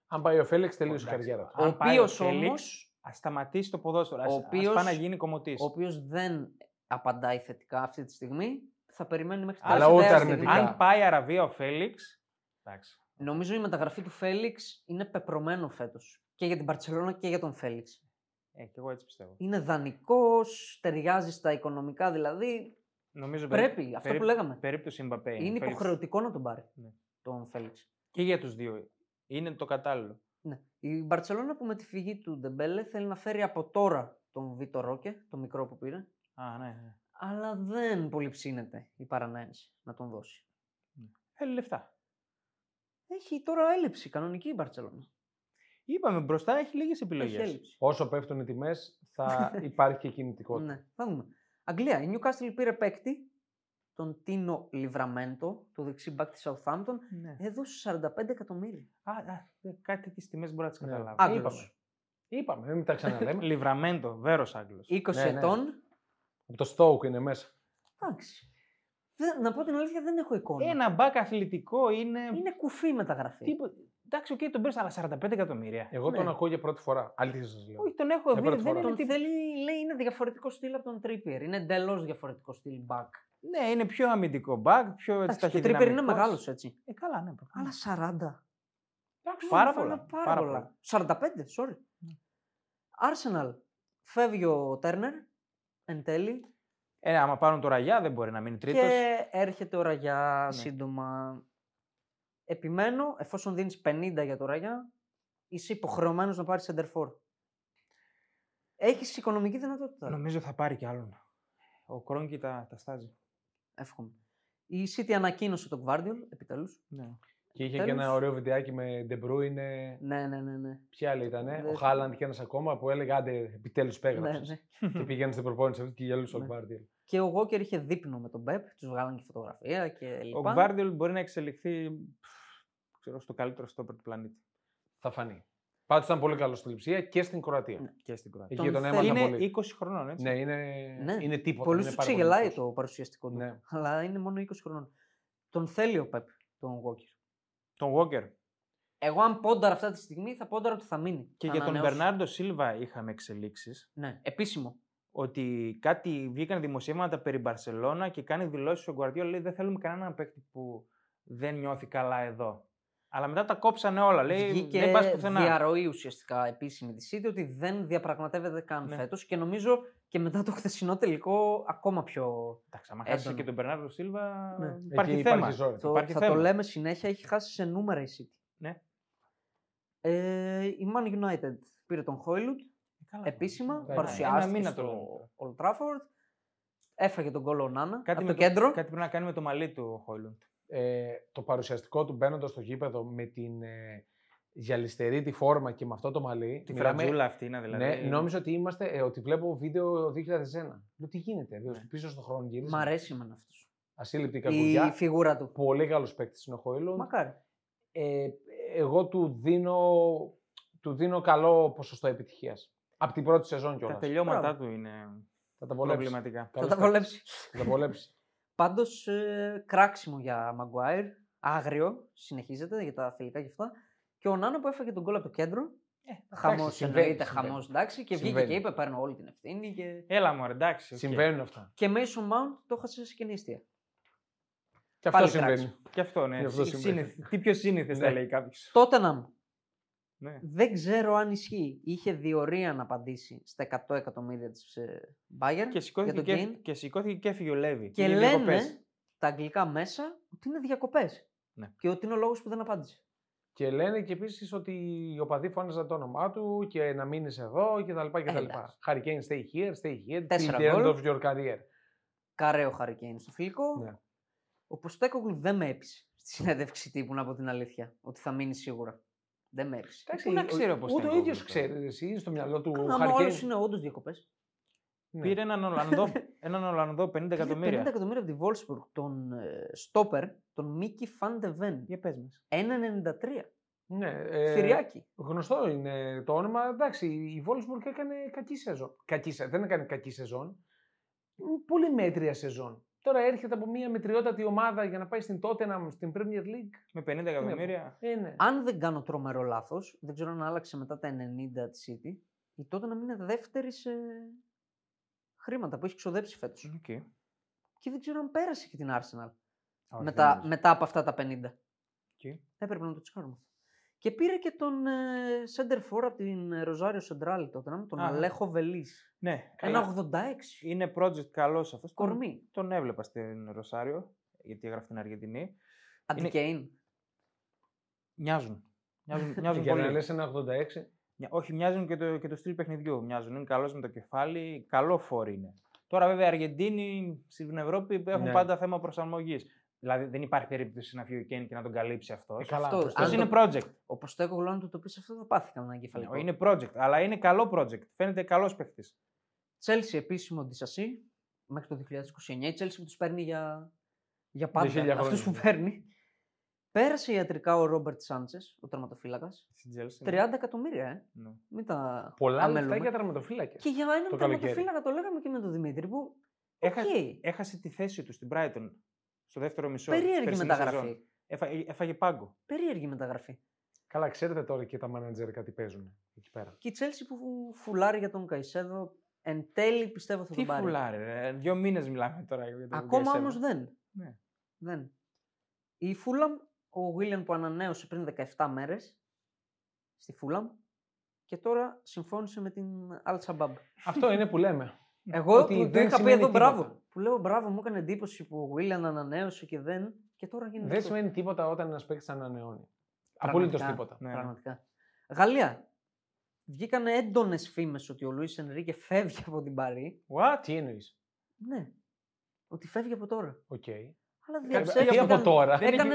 [SPEAKER 1] Αν πάει ο Φέλεξ, τελείωσε η
[SPEAKER 3] Εντάξει.
[SPEAKER 1] καριέρα του.
[SPEAKER 2] Ο
[SPEAKER 3] Αν πάει ο
[SPEAKER 2] οποίος
[SPEAKER 3] Felix,
[SPEAKER 2] όμως-
[SPEAKER 3] Α σταματήσει το ποδόσφαιρο. Ας,
[SPEAKER 2] Ο
[SPEAKER 3] ας
[SPEAKER 2] οποίος-
[SPEAKER 3] πάει να γίνει κομμωτής.
[SPEAKER 2] Ο οποίος δεν απαντάει θετικά αυτή τη στιγμή. Θα περιμένει μέχρι την
[SPEAKER 1] Αλλά
[SPEAKER 2] τελευταία
[SPEAKER 1] ούτε
[SPEAKER 2] στιγμή.
[SPEAKER 1] αρνητικά.
[SPEAKER 3] Αν πάει Αραβία ο Φέληξ. Εντάξει.
[SPEAKER 2] Νομίζω η μεταγραφή του Φέληξ είναι πεπρωμένο φέτος. Και για την Παρσελόνα και για τον Φέληξ.
[SPEAKER 3] Ε, και εγώ έτσι πιστεύω.
[SPEAKER 2] Είναι δανεικός, ταιριάζει στα οικονομικά δηλαδή.
[SPEAKER 3] Νομίζω
[SPEAKER 2] Πρέπει,
[SPEAKER 3] περίπου-
[SPEAKER 2] αυτό
[SPEAKER 3] περίπου-
[SPEAKER 2] που λέγαμε.
[SPEAKER 3] Περίπτωση Μπαπέ.
[SPEAKER 2] είναι
[SPEAKER 3] Felix.
[SPEAKER 2] υποχρεωτικό να τον πάρει
[SPEAKER 3] Ναι.
[SPEAKER 2] τον Φέληξ.
[SPEAKER 3] Και για τους δύο. Είναι το κατάλληλο.
[SPEAKER 2] Ναι. Η Μπαρσελόνα που με τη φυγή του Ντεμπέλε θέλει να φέρει από τώρα τον Βίτο Ρόκε, τον μικρό που πήρε,
[SPEAKER 3] Α, ναι, ναι.
[SPEAKER 2] αλλά δεν πολύ ψήνεται η παρανάense να τον δώσει.
[SPEAKER 3] Θέλει λεφτά.
[SPEAKER 2] Έχει τώρα έλλειψη κανονική η Μπαρσελόνα.
[SPEAKER 3] Είπαμε μπροστά έχει λίγες
[SPEAKER 2] Έχει
[SPEAKER 3] επιλογέ.
[SPEAKER 2] έλλειψη.
[SPEAKER 1] Όσο πέφτουν οι τιμές,
[SPEAKER 3] <laughs>
[SPEAKER 1] θα υπάρχει και κινητικότητα.
[SPEAKER 2] Ναι, θα δούμε. Αγγλία. Η Newcastle πήρε παίκτη, τον Τίνο Λιβραμέντο, το δεξί μπακ της Southampton.
[SPEAKER 3] Ναι.
[SPEAKER 2] Έδωσε 45 εκατομμύρια.
[SPEAKER 3] Α, α, κάτι τι τιμές μπορεί να τις
[SPEAKER 1] Ναι.
[SPEAKER 3] καταλάβω.
[SPEAKER 2] Άγγλος.
[SPEAKER 1] Είπαμε. Είπαμε, μην τα
[SPEAKER 2] <laughs>
[SPEAKER 1] ξαναλέμε.
[SPEAKER 3] <laughs> Λιβραμέντο, βέρος Άγγλος.
[SPEAKER 2] 20
[SPEAKER 1] Ναι, ναι.
[SPEAKER 2] ετών.
[SPEAKER 1] Από το Stoke είναι μέσα.
[SPEAKER 2] Εντάξει. Δεν- να πω την αλήθεια, δεν έχω εικόνα.
[SPEAKER 3] Ένα μπακ αθλητικό είναι.
[SPEAKER 2] Είναι κουφή μεταγραφή.
[SPEAKER 3] Τίπο- Εντάξει, οκ, τον πήρες, αλλά 45 εκατομμύρια.
[SPEAKER 1] Εγώ
[SPEAKER 2] Ναι.
[SPEAKER 1] τον ακούω για πρώτη φορά. Αλήθεια σα λέω.
[SPEAKER 3] Όχι, τον έχω
[SPEAKER 1] Για
[SPEAKER 3] δει.
[SPEAKER 1] πρώτη
[SPEAKER 3] Δεν
[SPEAKER 1] φορά.
[SPEAKER 3] είναι
[SPEAKER 2] Τον
[SPEAKER 3] τι...
[SPEAKER 2] θέλει, λέει, είναι διαφορετικό στυλ από τον Τρίπιερ. Είναι εντελώς διαφορετικό στυλ back.
[SPEAKER 3] Ναι, είναι πιο αμυντικό μπακ, πιο έτσι
[SPEAKER 2] Εντάξει, και ο Τρίπιερ είναι
[SPEAKER 3] ταχυδυναμικός.
[SPEAKER 2] μεγάλος έτσι.
[SPEAKER 3] Ε, καλά, ναι. προφανώς.
[SPEAKER 2] Αλλά 40.
[SPEAKER 1] Εντάξει,
[SPEAKER 3] Πάρα
[SPEAKER 2] Φάνε
[SPEAKER 3] πολλά,
[SPEAKER 2] Πάρα,
[SPEAKER 3] πάρα
[SPEAKER 2] πολλά. Ναι. 45, sorry. Arsenal. Φεύγει ο Τέρνερ εν τέλει.
[SPEAKER 3] Ε, άμα πάρουν το ραγιά, δεν μπορεί να μείνει τρίτος.
[SPEAKER 2] Και έρχεται ο Ραγιά
[SPEAKER 3] Ναι.
[SPEAKER 2] σύντομα. Επιμένω, εφόσον δίνεις 50 για το Ραγιά, είσαι υποχρεωμένος να πάρεις center Έχεις οικονομική δυνατότητα.
[SPEAKER 3] Νομίζω θα πάρει κι άλλον. Ο Κρόνκι τα, τα στάζει.
[SPEAKER 2] Εύχομαι. Η City ανακοίνωσε τον Guardiol, επιτέλους.
[SPEAKER 3] Ναι.
[SPEAKER 1] Και είχε και
[SPEAKER 2] Τέλος.
[SPEAKER 1] ένα ωραίο βιντεάκι με De Bruyne.
[SPEAKER 2] Ναι, ναι, ναι. ναι.
[SPEAKER 1] Ποια άλλη ήταν,
[SPEAKER 2] Δεν
[SPEAKER 1] ο
[SPEAKER 2] θυμάμαι.
[SPEAKER 1] Χάλαντ και ένας ακόμα που έλεγε Άντε, επιτέλους
[SPEAKER 2] ναι,
[SPEAKER 1] πέγραψες.
[SPEAKER 2] ναι.
[SPEAKER 1] Και πηγαίνει στην προπόνηση αυτή και γελούσε ο
[SPEAKER 2] Ναι.
[SPEAKER 1] Γκβάρντιελ.
[SPEAKER 2] Και ο Walker είχε δείπνο με τον Pep, τους βγάλαν και φωτογραφία και
[SPEAKER 3] Ο
[SPEAKER 2] λοιπά.
[SPEAKER 3] Γκβάρντιολ μπορεί να εξελιχθεί πφ, ξέρω, στο καλύτερο στόπερ του πλανήτη.
[SPEAKER 1] Θα φανεί. Πάντως ήταν πολύ καλός στη Λιψία και στην Κροατία.
[SPEAKER 2] Ναι.
[SPEAKER 3] Και στην Κροατία.
[SPEAKER 1] Εκεί
[SPEAKER 2] Τον
[SPEAKER 1] τον έμαθα
[SPEAKER 3] Είναι
[SPEAKER 1] πολύ.
[SPEAKER 3] 20 χρονών, έτσι.
[SPEAKER 1] Ναι, είναι,
[SPEAKER 3] Ε,
[SPEAKER 2] Ναι.
[SPEAKER 1] είναι τίποτα.
[SPEAKER 2] Πολλούς
[SPEAKER 1] είναι
[SPEAKER 2] τους
[SPEAKER 1] πάρα πολύ
[SPEAKER 2] ξεγελάει
[SPEAKER 1] μικρός.
[SPEAKER 2] το παρουσιαστικό του.
[SPEAKER 1] Ναι.
[SPEAKER 2] Αλλά είναι μόνο 20 χρονών. Τον θέλει ο Pep, τον Walker.
[SPEAKER 3] Τον Walker.
[SPEAKER 2] Εγώ, αν πόνταρα αυτή τη στιγμή, θα πόνταρα ότι θα μείνει.
[SPEAKER 3] Και
[SPEAKER 2] Θα
[SPEAKER 3] για τον
[SPEAKER 2] ανανεώσει.
[SPEAKER 3] Μπερνάρντο Σίλβα είχαμε εξελίξεις.
[SPEAKER 2] Ναι, επίσημο.
[SPEAKER 3] Ότι κάτι βγήκαν δημοσίευματα περί Μπαρσελόνα και κάνει δηλώσεις ο Γκουαρδιόλ. Λέει: Δεν θέλουμε κανέναν παίκτη που δεν νιώθει καλά εδώ. Αλλά μετά τα κόψανε όλα. Λέει: Δεν πας
[SPEAKER 2] Βγήκε
[SPEAKER 3] πουθενά.
[SPEAKER 2] διαρροή ουσιαστικά επίσημη της City ότι δεν διαπραγματεύεται καν
[SPEAKER 3] Ναι.
[SPEAKER 2] φέτος και νομίζω και μετά το χθεσινό τελικό ακόμα πιο.
[SPEAKER 3] Εντάξει, άμα χάσει
[SPEAKER 2] Έντονα.
[SPEAKER 3] και τον Μπερνάρντο Σίλβα.
[SPEAKER 2] Ναι.
[SPEAKER 1] Εκεί
[SPEAKER 3] Υπάρχει θέμα.
[SPEAKER 1] υπάρχει ζόρι.
[SPEAKER 2] Το,
[SPEAKER 3] Υπάρχει
[SPEAKER 2] θα το
[SPEAKER 3] θέμα.
[SPEAKER 2] λέμε συνέχεια, έχει χάσει σε νούμερα η City.
[SPEAKER 3] Ναι.
[SPEAKER 2] Ε, η Man United πήρε τον Χόιλουτ
[SPEAKER 3] Καλά,
[SPEAKER 2] επίσημα,
[SPEAKER 1] ναι.
[SPEAKER 2] παρουσιάστηκε
[SPEAKER 3] Ένα μήνα
[SPEAKER 2] στο
[SPEAKER 3] το λέμε.
[SPEAKER 2] Old Trafford, έφαγε τον κόλλο ο Νάνα από
[SPEAKER 3] με
[SPEAKER 2] το κέντρο.
[SPEAKER 3] κάτι πρέπει να κάνει με το μαλλί του ο Χόιλουντ.
[SPEAKER 1] ε, το παρουσιαστικό του μπαίνοντας στο γήπεδο με την ε, γυαλιστερή τη φόρμα και με αυτό το μαλλί.
[SPEAKER 3] Τη
[SPEAKER 1] μιλάμε-
[SPEAKER 3] φρατζούλα αυτή είναι δηλαδή.
[SPEAKER 1] Ναι, νόμιζα ότι είμαστε, ε, ότι βλέπω βίντεο 2001. Λέω τι γίνεται,
[SPEAKER 3] Ναι.
[SPEAKER 1] ναι. πίσω στον χρόνο
[SPEAKER 2] Μ'
[SPEAKER 1] γύρισε.
[SPEAKER 2] αρέσει εμένα αυτός.
[SPEAKER 1] Ασύλληπτη
[SPEAKER 2] Η
[SPEAKER 1] κακουριά.
[SPEAKER 2] φιγούρα του.
[SPEAKER 1] Πολύ καλός παίκτης είναι ο Χόιλουντ.
[SPEAKER 2] Μακάρι.
[SPEAKER 1] Ε, εγώ του δίνω, του δίνω καλό ποσοστό επιτυχίας. Από την πρώτη σεζόν
[SPEAKER 3] Τα
[SPEAKER 1] κιόλας.
[SPEAKER 3] τελειώματά
[SPEAKER 2] Μπράβο.
[SPEAKER 3] του είναι
[SPEAKER 1] Θα τα βολέψει.
[SPEAKER 3] προβληματικά.
[SPEAKER 2] Θα
[SPEAKER 1] Καλός
[SPEAKER 2] τα
[SPEAKER 1] παίκτης.
[SPEAKER 2] βολέψει.
[SPEAKER 1] Θα τα βολέψει.
[SPEAKER 2] Πάντως, ε, κράξιμο για Μαγκουάιρ. Άγριο, συνεχίζεται για τα φιλικά και αυτά. Και ο Νάνο που έφαγε τον κόλλο από το κέντρο. Ε, χαμός,
[SPEAKER 1] συμβαίνει,
[SPEAKER 2] εννοείται,
[SPEAKER 1] συμβαίνει.
[SPEAKER 2] χαμός, εντάξει. Και βγήκε
[SPEAKER 1] Συμβαίνει.
[SPEAKER 2] και είπε: Παίρνω όλη την ευθύνη. Και,
[SPEAKER 3] Έλα μου, εντάξει. <laughs> οκ.
[SPEAKER 1] Συμβαίνουν αυτά.
[SPEAKER 2] και Mason Mount το έχασε σε κοινή αιστεία.
[SPEAKER 1] Και αυτό
[SPEAKER 2] Πάλι
[SPEAKER 1] συμβαίνει.
[SPEAKER 3] Και αυτό, ναι.
[SPEAKER 1] Γι' αυτό
[SPEAKER 3] Συ-
[SPEAKER 1] συμβαίνει.
[SPEAKER 3] σύνηθι- Τι πιο σύνηθες θα
[SPEAKER 1] Ναι.
[SPEAKER 3] λέει κάποιος.
[SPEAKER 2] Τότεναμ.
[SPEAKER 3] Ναι.
[SPEAKER 2] Δεν ξέρω αν ισχύει. Είχε διορία να απαντήσει στα 100 εκατομμύρια της Bayern
[SPEAKER 3] Και
[SPEAKER 2] για
[SPEAKER 3] σηκώθηκε,
[SPEAKER 2] τον
[SPEAKER 3] και,
[SPEAKER 2] Kane.
[SPEAKER 3] έφυγε- και σηκώθηκε και έφυγε ο Λέβη.
[SPEAKER 2] Και
[SPEAKER 3] Είναι
[SPEAKER 2] λένε
[SPEAKER 3] διακοπές.
[SPEAKER 2] τα αγγλικά μέσα ότι είναι διακοπές.
[SPEAKER 3] Ναι.
[SPEAKER 2] Και ότι είναι ο λόγος που δεν απάντησε.
[SPEAKER 1] Και λένε και επίσης ότι οι οπαδοί φώναζαν το όνομά του και να μείνει εδώ κτλ. κτλ.
[SPEAKER 2] εντάξει.
[SPEAKER 1] Harry Kane, stay here, stay here. till
[SPEAKER 2] Τέσσερα
[SPEAKER 1] the end
[SPEAKER 2] γκολ.
[SPEAKER 1] of your career.
[SPEAKER 2] Καρέο Χαρικέιν στο φιλικό.
[SPEAKER 1] Ναι.
[SPEAKER 2] Ο Ποστέκογλου δεν με έπεισε στη συνέντευξη τύπου, να πω την αλήθεια. Ότι θα μείνει σίγουρα. Δεν με έπεισε.
[SPEAKER 3] Πού να
[SPEAKER 1] ο-
[SPEAKER 3] ξέρει ο Ποστέκογλου
[SPEAKER 1] Ούτε ο ίδιο
[SPEAKER 3] τώρα.
[SPEAKER 1] ξέρεις εσύ στο μυαλό του. ο
[SPEAKER 2] Άμα
[SPEAKER 1] Harry
[SPEAKER 2] ο άλλο
[SPEAKER 1] Kane.
[SPEAKER 2] είναι όντως διακοπές.
[SPEAKER 1] Ναι.
[SPEAKER 3] Πήρε έναν Ολλανδό,
[SPEAKER 2] <laughs>
[SPEAKER 3] έναν Ολλανδό 50
[SPEAKER 2] 50
[SPEAKER 3] εκατομμύρια.
[SPEAKER 2] εκατομμύρια από τη Wolfsburg, τον ε, Στόπερ, τον Μίκη Φαντεβέν.
[SPEAKER 3] Για πες μας.
[SPEAKER 2] 1,93.
[SPEAKER 1] Ναι,
[SPEAKER 2] Ε...
[SPEAKER 1] ε,
[SPEAKER 2] Θηριάκι.
[SPEAKER 1] Γνωστό είναι το όνομα. Εντάξει, η Βόλσμπουργκ έκανε κακή σεζόν. Κακή, σε- δεν έκανε κακή σεζόν. Μ, Πολύ μέτρια σεζόν. Τώρα έρχεται από μια μετριότατη ομάδα για να πάει στην Tottenham, στην Premier League.
[SPEAKER 3] Με 50 εκατομμύρια.
[SPEAKER 1] Ε, ναι.
[SPEAKER 2] Αν δεν κάνω τρομερό λάθος, δεν ξέρω αν άλλαξε μετά τα 90 της City, η τότε να μην είναι δεύτερη σε χρήματα που έχει ξοδέψει φέτος.
[SPEAKER 3] Οκ.
[SPEAKER 2] Και δεν ξέρω αν πέρασε και την Arsenal
[SPEAKER 3] Α, όχι,
[SPEAKER 2] μετά,
[SPEAKER 3] δεν
[SPEAKER 2] μετά από αυτά τα 50.
[SPEAKER 3] Οκ.
[SPEAKER 2] Έπρεπε να το τσεκάρουμε. Και πήρε και τον ε, center for από την Ροζάριο Σεντράλη τότε, να μου, τον
[SPEAKER 3] Α,
[SPEAKER 2] Αλέχο Βελής.
[SPEAKER 3] Ναι, καλά.
[SPEAKER 2] Ένα 86.
[SPEAKER 3] είναι project καλός αυτός.
[SPEAKER 2] Κορμί.
[SPEAKER 3] Τον έβλεπα στην Ρωσάριο, γιατί έγραφε στην Αργεντινή.
[SPEAKER 2] Αντικέιν.
[SPEAKER 3] Μοιάζουν.
[SPEAKER 1] <laughs>
[SPEAKER 3] Μοιάζουν, μοιάζουν
[SPEAKER 1] για να
[SPEAKER 3] πολύ.
[SPEAKER 1] λες ένα 86.
[SPEAKER 3] Μια- Όχι, μοιάζουν και το, και το στυλ παιχνιδιού. Μοιάζουν. Είναι καλός με το κεφάλι, καλό φόρ είναι. Τώρα, βέβαια, οι Αργεντίνοι στην Ευρώπη έχουν
[SPEAKER 1] Ναι.
[SPEAKER 3] πάντα θέμα προσαρμογής. Δηλαδή, δεν υπάρχει περίπτωση να φύγει ο Κέν και να τον καλύψει αυτός.
[SPEAKER 1] Ε, καλά,
[SPEAKER 2] Αυτός,
[SPEAKER 1] μπροστά.
[SPEAKER 2] αν
[SPEAKER 3] Αυτό
[SPEAKER 2] το-
[SPEAKER 3] είναι project.
[SPEAKER 2] Ο Ποστέκο γλώνα του το πεις αυτό θα πάθει κανένα εγκεφαλικό.
[SPEAKER 3] Είναι project, αλλά είναι καλό project. Φαίνεται καλός παίχτη.
[SPEAKER 2] Τσέλσι επίσημο Ντισασί μέχρι το 2029. Η Τσέλσι που τους παίρνει για, για πάντα.
[SPEAKER 1] χίλια
[SPEAKER 2] Αυτούς που
[SPEAKER 1] χρόνια.
[SPEAKER 2] παίρνει. Πέρασε ιατρικά ο Ρόμπερτ Σάντσες, ο τερματοφύλακας. 30 εκατομμύρια, ε.
[SPEAKER 3] Ναι.
[SPEAKER 2] Μην τα
[SPEAKER 1] Πολλά λεφτά
[SPEAKER 2] αμελούμε.
[SPEAKER 1] για τραυματοφύλακε.
[SPEAKER 2] Και για έναν
[SPEAKER 1] το καλοκαίρι.
[SPEAKER 2] τερματοφύλακα το λέγαμε και με τον Δημήτρη που. Οκ.
[SPEAKER 3] Έχασε, έχασε τη θέση του στην Brighton στο δεύτερο μισό. της
[SPEAKER 2] Περίεργη
[SPEAKER 3] περσινής σεζόν.
[SPEAKER 2] μεταγραφή.
[SPEAKER 3] Έφα- ε, έφαγε πάγκο.
[SPEAKER 2] Περίεργη μεταγραφή.
[SPEAKER 1] Καλά, ξέρετε τώρα και τα manager κάτι παίζουν εκεί πέρα.
[SPEAKER 2] Και η Τσέλσι που φουλάρει για τον Καϊσέδο εν τέλει πιστεύω θα
[SPEAKER 3] Τι
[SPEAKER 2] τον πάρει.
[SPEAKER 3] φουλάρε, ρε. Δύο μήνες μιλάμε τώρα για το
[SPEAKER 2] Ακόμα
[SPEAKER 3] Γκέισεβα.
[SPEAKER 2] όμως δεν.
[SPEAKER 3] Ναι.
[SPEAKER 2] δεν. Η Φούλαμ, ο Βίλιαν που ανανέωσε πριν 17 μέρες στη Φούλαμ και τώρα συμφώνησε με την Al Shabab.
[SPEAKER 1] Αυτό είναι που λέμε.
[SPEAKER 2] Εγώ
[SPEAKER 1] Ναι, Ότι
[SPEAKER 2] που του
[SPEAKER 1] δεν
[SPEAKER 2] είχα πει
[SPEAKER 1] σημαίνει
[SPEAKER 2] εδώ
[SPEAKER 1] τίποτα.
[SPEAKER 2] μπράβο. Που λέω μπράβο, μου έκανε εντύπωση που ο Βίλιαν ανανέωσε και δεν. Και τώρα γίνεται.
[SPEAKER 1] Δεν
[SPEAKER 2] αυτό.
[SPEAKER 1] σημαίνει τίποτα όταν ένας παίκτης ανανεώνει. Απολύτω
[SPEAKER 2] Πραγματικά,
[SPEAKER 1] τίποτα.
[SPEAKER 3] Ναι.
[SPEAKER 2] Πραγματικά. Γαλλία. Βγήκαν έντονες φήμες ότι ο Λουίς Ενρίκε φεύγει από την Παρή.
[SPEAKER 1] What? Τι εννοείς.
[SPEAKER 2] Ναι. Ότι φεύγει από τώρα.
[SPEAKER 1] Οκ.
[SPEAKER 2] Αλλά
[SPEAKER 1] Τι Ε, από
[SPEAKER 2] διαψεύτηκαν.
[SPEAKER 1] τώρα.
[SPEAKER 2] Έκανε...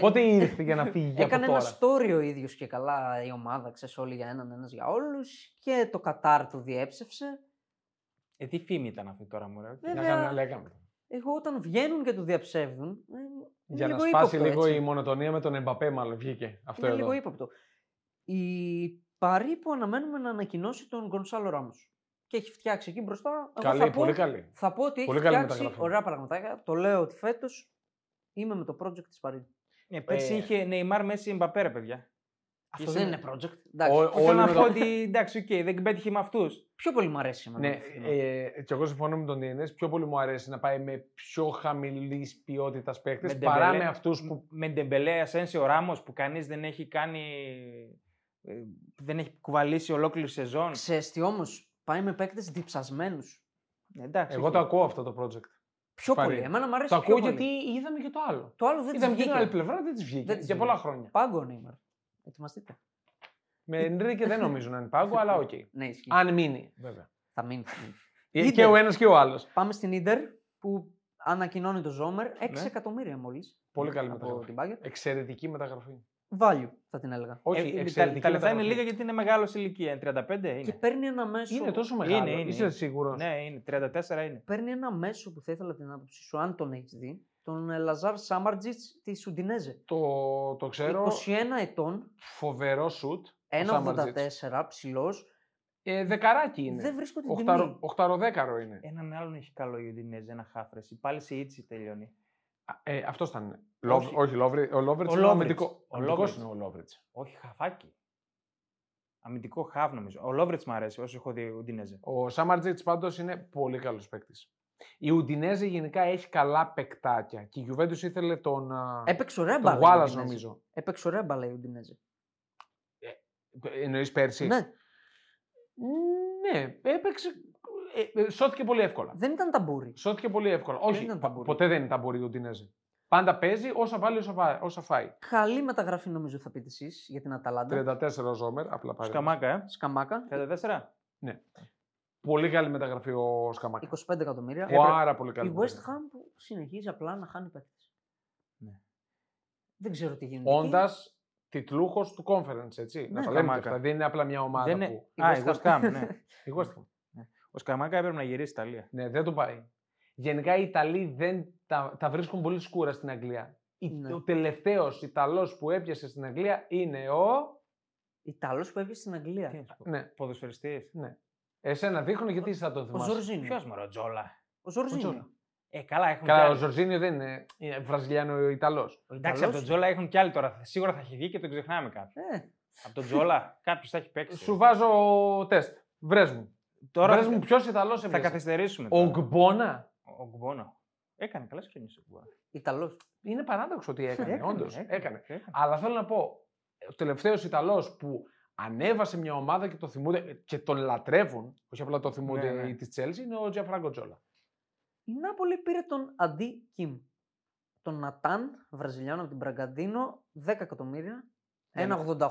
[SPEAKER 1] Πότε ήρθε για να φύγει από
[SPEAKER 2] Έκανε
[SPEAKER 1] τώρα.
[SPEAKER 2] ένα story ο ίδιος και καλά η ομάδα, ξέρεις όλοι για έναν, ένας για όλους. Και το Κατάρ το διέψευσε.
[SPEAKER 3] Ε, τι φήμη ήταν αυτή τώρα, μου
[SPEAKER 1] Να
[SPEAKER 2] βέβαια.
[SPEAKER 1] κάνουμε- λέγαμε.
[SPEAKER 2] Εγώ όταν βγαίνουν και το διαψεύδουν. ε, είναι
[SPEAKER 1] Για να
[SPEAKER 2] λίγο
[SPEAKER 1] σπάσει
[SPEAKER 2] ύποπτο,
[SPEAKER 1] λίγο
[SPEAKER 2] έτσι.
[SPEAKER 1] η μονοτονία με τον Εμπαπέ, μάλλον βγήκε. Αυτό
[SPEAKER 2] Είναι
[SPEAKER 1] εδώ.
[SPEAKER 2] λίγο ύποπτο. Η Παρή που αναμένουμε να ανακοινώσει τον Γκονσάλο Ράμος. Και έχει φτιάξει εκεί μπροστά. εγώ
[SPEAKER 1] Καλή,
[SPEAKER 2] θα πω,
[SPEAKER 1] πολύ καλή.
[SPEAKER 2] Θα πω ότι έχει
[SPEAKER 1] Πολύ καλή
[SPEAKER 2] φτιάξει
[SPEAKER 1] μεταγραφή.
[SPEAKER 2] ωραία πραγματάκια. Το λέω ότι φέτος είμαι με το project της Παρή.
[SPEAKER 3] Ναι, πέρσι
[SPEAKER 1] Ε.
[SPEAKER 3] είχε Neymar Messi Mbappé, ρε παιδιά.
[SPEAKER 2] Αυτό
[SPEAKER 1] Είσαι-
[SPEAKER 2] δεν είναι project. Εντάξει.
[SPEAKER 1] Ο-
[SPEAKER 3] Όχι
[SPEAKER 1] Όλοι
[SPEAKER 3] να
[SPEAKER 1] με
[SPEAKER 3] πω
[SPEAKER 1] το-
[SPEAKER 3] ότι εντάξει, οκ, δεν πέτυχε με αυτούς.
[SPEAKER 2] Πιο πολύ μου αρέσει εμένα.
[SPEAKER 1] Ναι,
[SPEAKER 2] το φινό.
[SPEAKER 1] ε, και εγώ συμφωνώ με τον DNS. Πιο πολύ μου αρέσει να πάει με πιο χαμηλής ποιότητας παίκτες
[SPEAKER 3] Με
[SPEAKER 1] παρά
[SPEAKER 3] Ντεμπελέ. Ναι.
[SPEAKER 1] με αυτούς που.
[SPEAKER 3] Με Ντεμπελέ, Ασένσιο, Ράμος που κανείς δεν έχει κάνει. ε, Δεν έχει κουβαλήσει ολόκληρη σεζόν.
[SPEAKER 2] Ξέρεις τι όμως, πάει με παίκτες διψασμένους.
[SPEAKER 3] Ε, Εντάξει,
[SPEAKER 1] Εγώ
[SPEAKER 3] οκ.
[SPEAKER 1] το ακούω αυτό το project.
[SPEAKER 2] Πιο
[SPEAKER 1] Πάρε.
[SPEAKER 2] πολύ. Εμένα μου αρέσει
[SPEAKER 1] Το
[SPEAKER 2] πιο
[SPEAKER 1] ακούω
[SPEAKER 2] πολύ.
[SPEAKER 1] γιατί είδαμε και το άλλο.
[SPEAKER 2] Το άλλο δεν τη
[SPEAKER 1] Είδαμε και την άλλη
[SPEAKER 2] βγήκε.
[SPEAKER 1] πλευρά, δεν της βγήκε.
[SPEAKER 2] Δεν της
[SPEAKER 1] Για
[SPEAKER 2] βγήκε.
[SPEAKER 1] πολλά χρόνια.
[SPEAKER 2] Πάγκο ο Νέιμαρ. Ετοιμαστείτε.
[SPEAKER 1] Με Ενρίκε δεν νομίζω να είναι πάγκο, αλλά οκ.
[SPEAKER 2] Ναι, ισχύει.
[SPEAKER 1] Αν μείνει. Βέβαια.
[SPEAKER 2] Θα μείνει. θα μείνει.
[SPEAKER 1] Ε, Και
[SPEAKER 2] Είτε.
[SPEAKER 1] ο ένας και ο άλλος.
[SPEAKER 2] Πάμε στην Ιντερ που ανακοινώνει το Ζόμερ. 6
[SPEAKER 3] Ναι.
[SPEAKER 2] εκατομμύρια μόλις.
[SPEAKER 1] Πολύ καλή
[SPEAKER 2] από
[SPEAKER 1] μεταγραφή.
[SPEAKER 2] την Μπάγκερ.
[SPEAKER 1] Εξαιρετική μεταγραφή.
[SPEAKER 2] Value θα την έλεγα.
[SPEAKER 1] Όχι,
[SPEAKER 3] Ε, τα-
[SPEAKER 1] εξαιρετική
[SPEAKER 3] τα λεφτά είναι
[SPEAKER 1] μεταγραφή.
[SPEAKER 3] λίγα γιατί είναι μεγάλος ηλικία. Είναι 35 είναι.
[SPEAKER 2] Και παίρνει ένα μέσο.
[SPEAKER 1] Ναι. Είναι τόσο
[SPEAKER 3] Είναι,
[SPEAKER 1] μεγάλο.
[SPEAKER 3] είναι,
[SPEAKER 1] Είσαι
[SPEAKER 3] είναι.
[SPEAKER 1] σίγουρος.
[SPEAKER 3] Ναι, είναι. 34 είναι.
[SPEAKER 2] Παίρνει ένα μέσο που θα ήθελα την άποψη σου, αν τον έχεις δει. Τον ε, Λαζάρ Σάμαρτζιτ τη Σουντινέζε.
[SPEAKER 1] Το, το ξέρω.
[SPEAKER 2] 21 ετών,
[SPEAKER 1] Φοβερό σουτ. Ο Σάμαρτζιτς.
[SPEAKER 2] 1,84 ψηλός.
[SPEAKER 1] Ε, δεκαράκι είναι.
[SPEAKER 2] Δεν βρίσκω την τιμή.
[SPEAKER 1] Οχταρο, οχταροδέκαρο είναι.
[SPEAKER 3] Έναν άλλον έχει καλό η Ουντινέζη, ένα χάφρεση. Πάλι σε ήτσι τελειώνει.
[SPEAKER 1] Α, Ε, Αυτός ήταν. Λοβ,
[SPEAKER 3] Όχι.
[SPEAKER 1] όχι, Λόβρι- ο Λόβριτ
[SPEAKER 3] Ο
[SPEAKER 1] είναι ο
[SPEAKER 3] Λόβριτς.
[SPEAKER 1] αμυντικό.
[SPEAKER 3] Ο
[SPEAKER 1] Ο αμυντικός
[SPEAKER 3] Λόβριτς.
[SPEAKER 1] είναι ο Λόβριτς.
[SPEAKER 3] Όχι, χαφάκι. Αμυντικό χαβ νομίζω. Ο Λόβρετ μου αρέσει όσο έχω δει Ουντινέζε.
[SPEAKER 1] Ο Σάμαρτζιτ πάντως είναι πολύ καλός παίκτης. Η Ουντινέζη γενικά έχει καλά παικτάκια και η Γιουβέντους ήθελε τον. α,
[SPEAKER 2] Έπαιξε ωραία
[SPEAKER 1] τον
[SPEAKER 2] μπάλα. η
[SPEAKER 1] Γουάλλα,
[SPEAKER 2] Ουντινέζη.
[SPEAKER 1] νομίζω.
[SPEAKER 2] Έπαιξε ωραία μπάλα η Ουντινέζη.
[SPEAKER 1] Εννοεί Ε, πέρσι.
[SPEAKER 2] Ναι,
[SPEAKER 1] Ναι, έπαιξε. ε, ε, σώθηκε πολύ εύκολα.
[SPEAKER 2] δεν ήταν ταμπούρι.
[SPEAKER 1] Σώθηκε πολύ εύκολα. Όχι,
[SPEAKER 2] ήταν
[SPEAKER 1] πα-
[SPEAKER 2] ταμπούρι.
[SPEAKER 1] ποτέ δεν είναι ταμπούρι η Ουντινέζη. Πάντα παίζει όσα βάλει, όσα, βά- όσα φάει.
[SPEAKER 2] Καλή μεταγραφή νομίζω θα πείτε εσείς για την Αταλάντα.
[SPEAKER 1] 34 ο Ζόμερ, απλά πάρει.
[SPEAKER 3] Σκαμάκα, ε.
[SPEAKER 2] Σκαμάκα,
[SPEAKER 3] 34.
[SPEAKER 1] Πολύ καλή μεταγραφή ο Σκαμάκα.
[SPEAKER 2] 25 εκατομμύρια.
[SPEAKER 1] Πάρα πολύ καλή.
[SPEAKER 2] Η West Ham που συνεχίζει απλά να χάνει παίκτες.
[SPEAKER 3] Ναι.
[SPEAKER 2] Δεν ξέρω τι γίνεται. εκεί.
[SPEAKER 1] Όντας τιτλούχος του conference, έτσι. να
[SPEAKER 3] Ναι,
[SPEAKER 1] τα λέμε και
[SPEAKER 3] Σκαμάκα.
[SPEAKER 1] αυτά. Δεν είναι απλά μια ομάδα
[SPEAKER 3] Δεν είναι-
[SPEAKER 1] που.
[SPEAKER 2] Η
[SPEAKER 3] Α, η
[SPEAKER 2] West
[SPEAKER 3] West
[SPEAKER 2] Ham.
[SPEAKER 3] Ham, ναι.
[SPEAKER 1] Η West Ham.
[SPEAKER 3] Ο Σκαμάκα έπρεπε να γυρίσει Ιταλία.
[SPEAKER 1] Ναι, δεν το πάει. Γενικά οι Ιταλοί δεν τα, τα βρίσκουν πολύ σκούρα στην Αγγλία. Η-
[SPEAKER 2] <laughs> Ναι.
[SPEAKER 1] Ο τελευταίος Ιταλός που έπιασε στην Αγγλία είναι ο.
[SPEAKER 2] Ιταλός που έφυγε στην Αγγλία.
[SPEAKER 3] Τι να σου πω.
[SPEAKER 1] Ναι,
[SPEAKER 3] Ποδοσφαιριστής.
[SPEAKER 1] εσένα δείχνω γιατί θα τον
[SPEAKER 2] Ο
[SPEAKER 1] θυμάσαι.
[SPEAKER 2] Ζορζίνιο.
[SPEAKER 3] Ποιος Μωροτζόλα.
[SPEAKER 2] Ο
[SPEAKER 1] Ο
[SPEAKER 2] Ζορζίνιο.
[SPEAKER 1] Τζόλα.
[SPEAKER 3] Ε, καλά, έχουν κι
[SPEAKER 1] Καλά, ο
[SPEAKER 3] άλλοι.
[SPEAKER 1] Ζορζίνιο δεν είναι,
[SPEAKER 3] Ναι.
[SPEAKER 1] είναι Βραζιλιάνο-Ιταλό.
[SPEAKER 2] Ο
[SPEAKER 3] Εντάξει,
[SPEAKER 2] Ιταλός.
[SPEAKER 3] από τον Τζόλα έχουν κι άλλοι τώρα. Σίγουρα θα έχει βγει και τον ξεχνάμε κάποιον.
[SPEAKER 2] Ε,
[SPEAKER 3] από τον Τζόλα κάποιος θα έχει παίξει.
[SPEAKER 1] Σου βάζω τεστ. Βρες μου.
[SPEAKER 3] Τώρα
[SPEAKER 1] Βρες μου
[SPEAKER 3] θα,
[SPEAKER 1] ποιος Ιταλός έπιασε.
[SPEAKER 3] θα καθυστερήσουμε.
[SPEAKER 1] Ο
[SPEAKER 3] τώρα.
[SPEAKER 1] Γκμπόνα.
[SPEAKER 3] Ο Γκουμπόνα. Έκανε καλά χρονιέ ο Γκουμπόνα.
[SPEAKER 2] Ιταλός.
[SPEAKER 1] Είναι παράδοξο ότι έκανε, όντως. Έκανε.
[SPEAKER 3] έκανε.
[SPEAKER 1] Αλλά θέλω να πω, ο τελευταίος Ιταλός που ανέβασε μια ομάδα και, το θυμούνται, και τον λατρεύουν, όχι απλά το θυμούνται
[SPEAKER 3] Ναι, ναι.
[SPEAKER 1] οι τη Τσέλση, είναι ο Τζαφράγκο Τζόλα.
[SPEAKER 2] Η Νάπολη πήρε τον Αντί Κιμ. Τον Νατάν, Βραζιλιάνο από την Μπραγκαντίνο, 10 εκατομμύρια.
[SPEAKER 1] Ναι,
[SPEAKER 2] 1,88,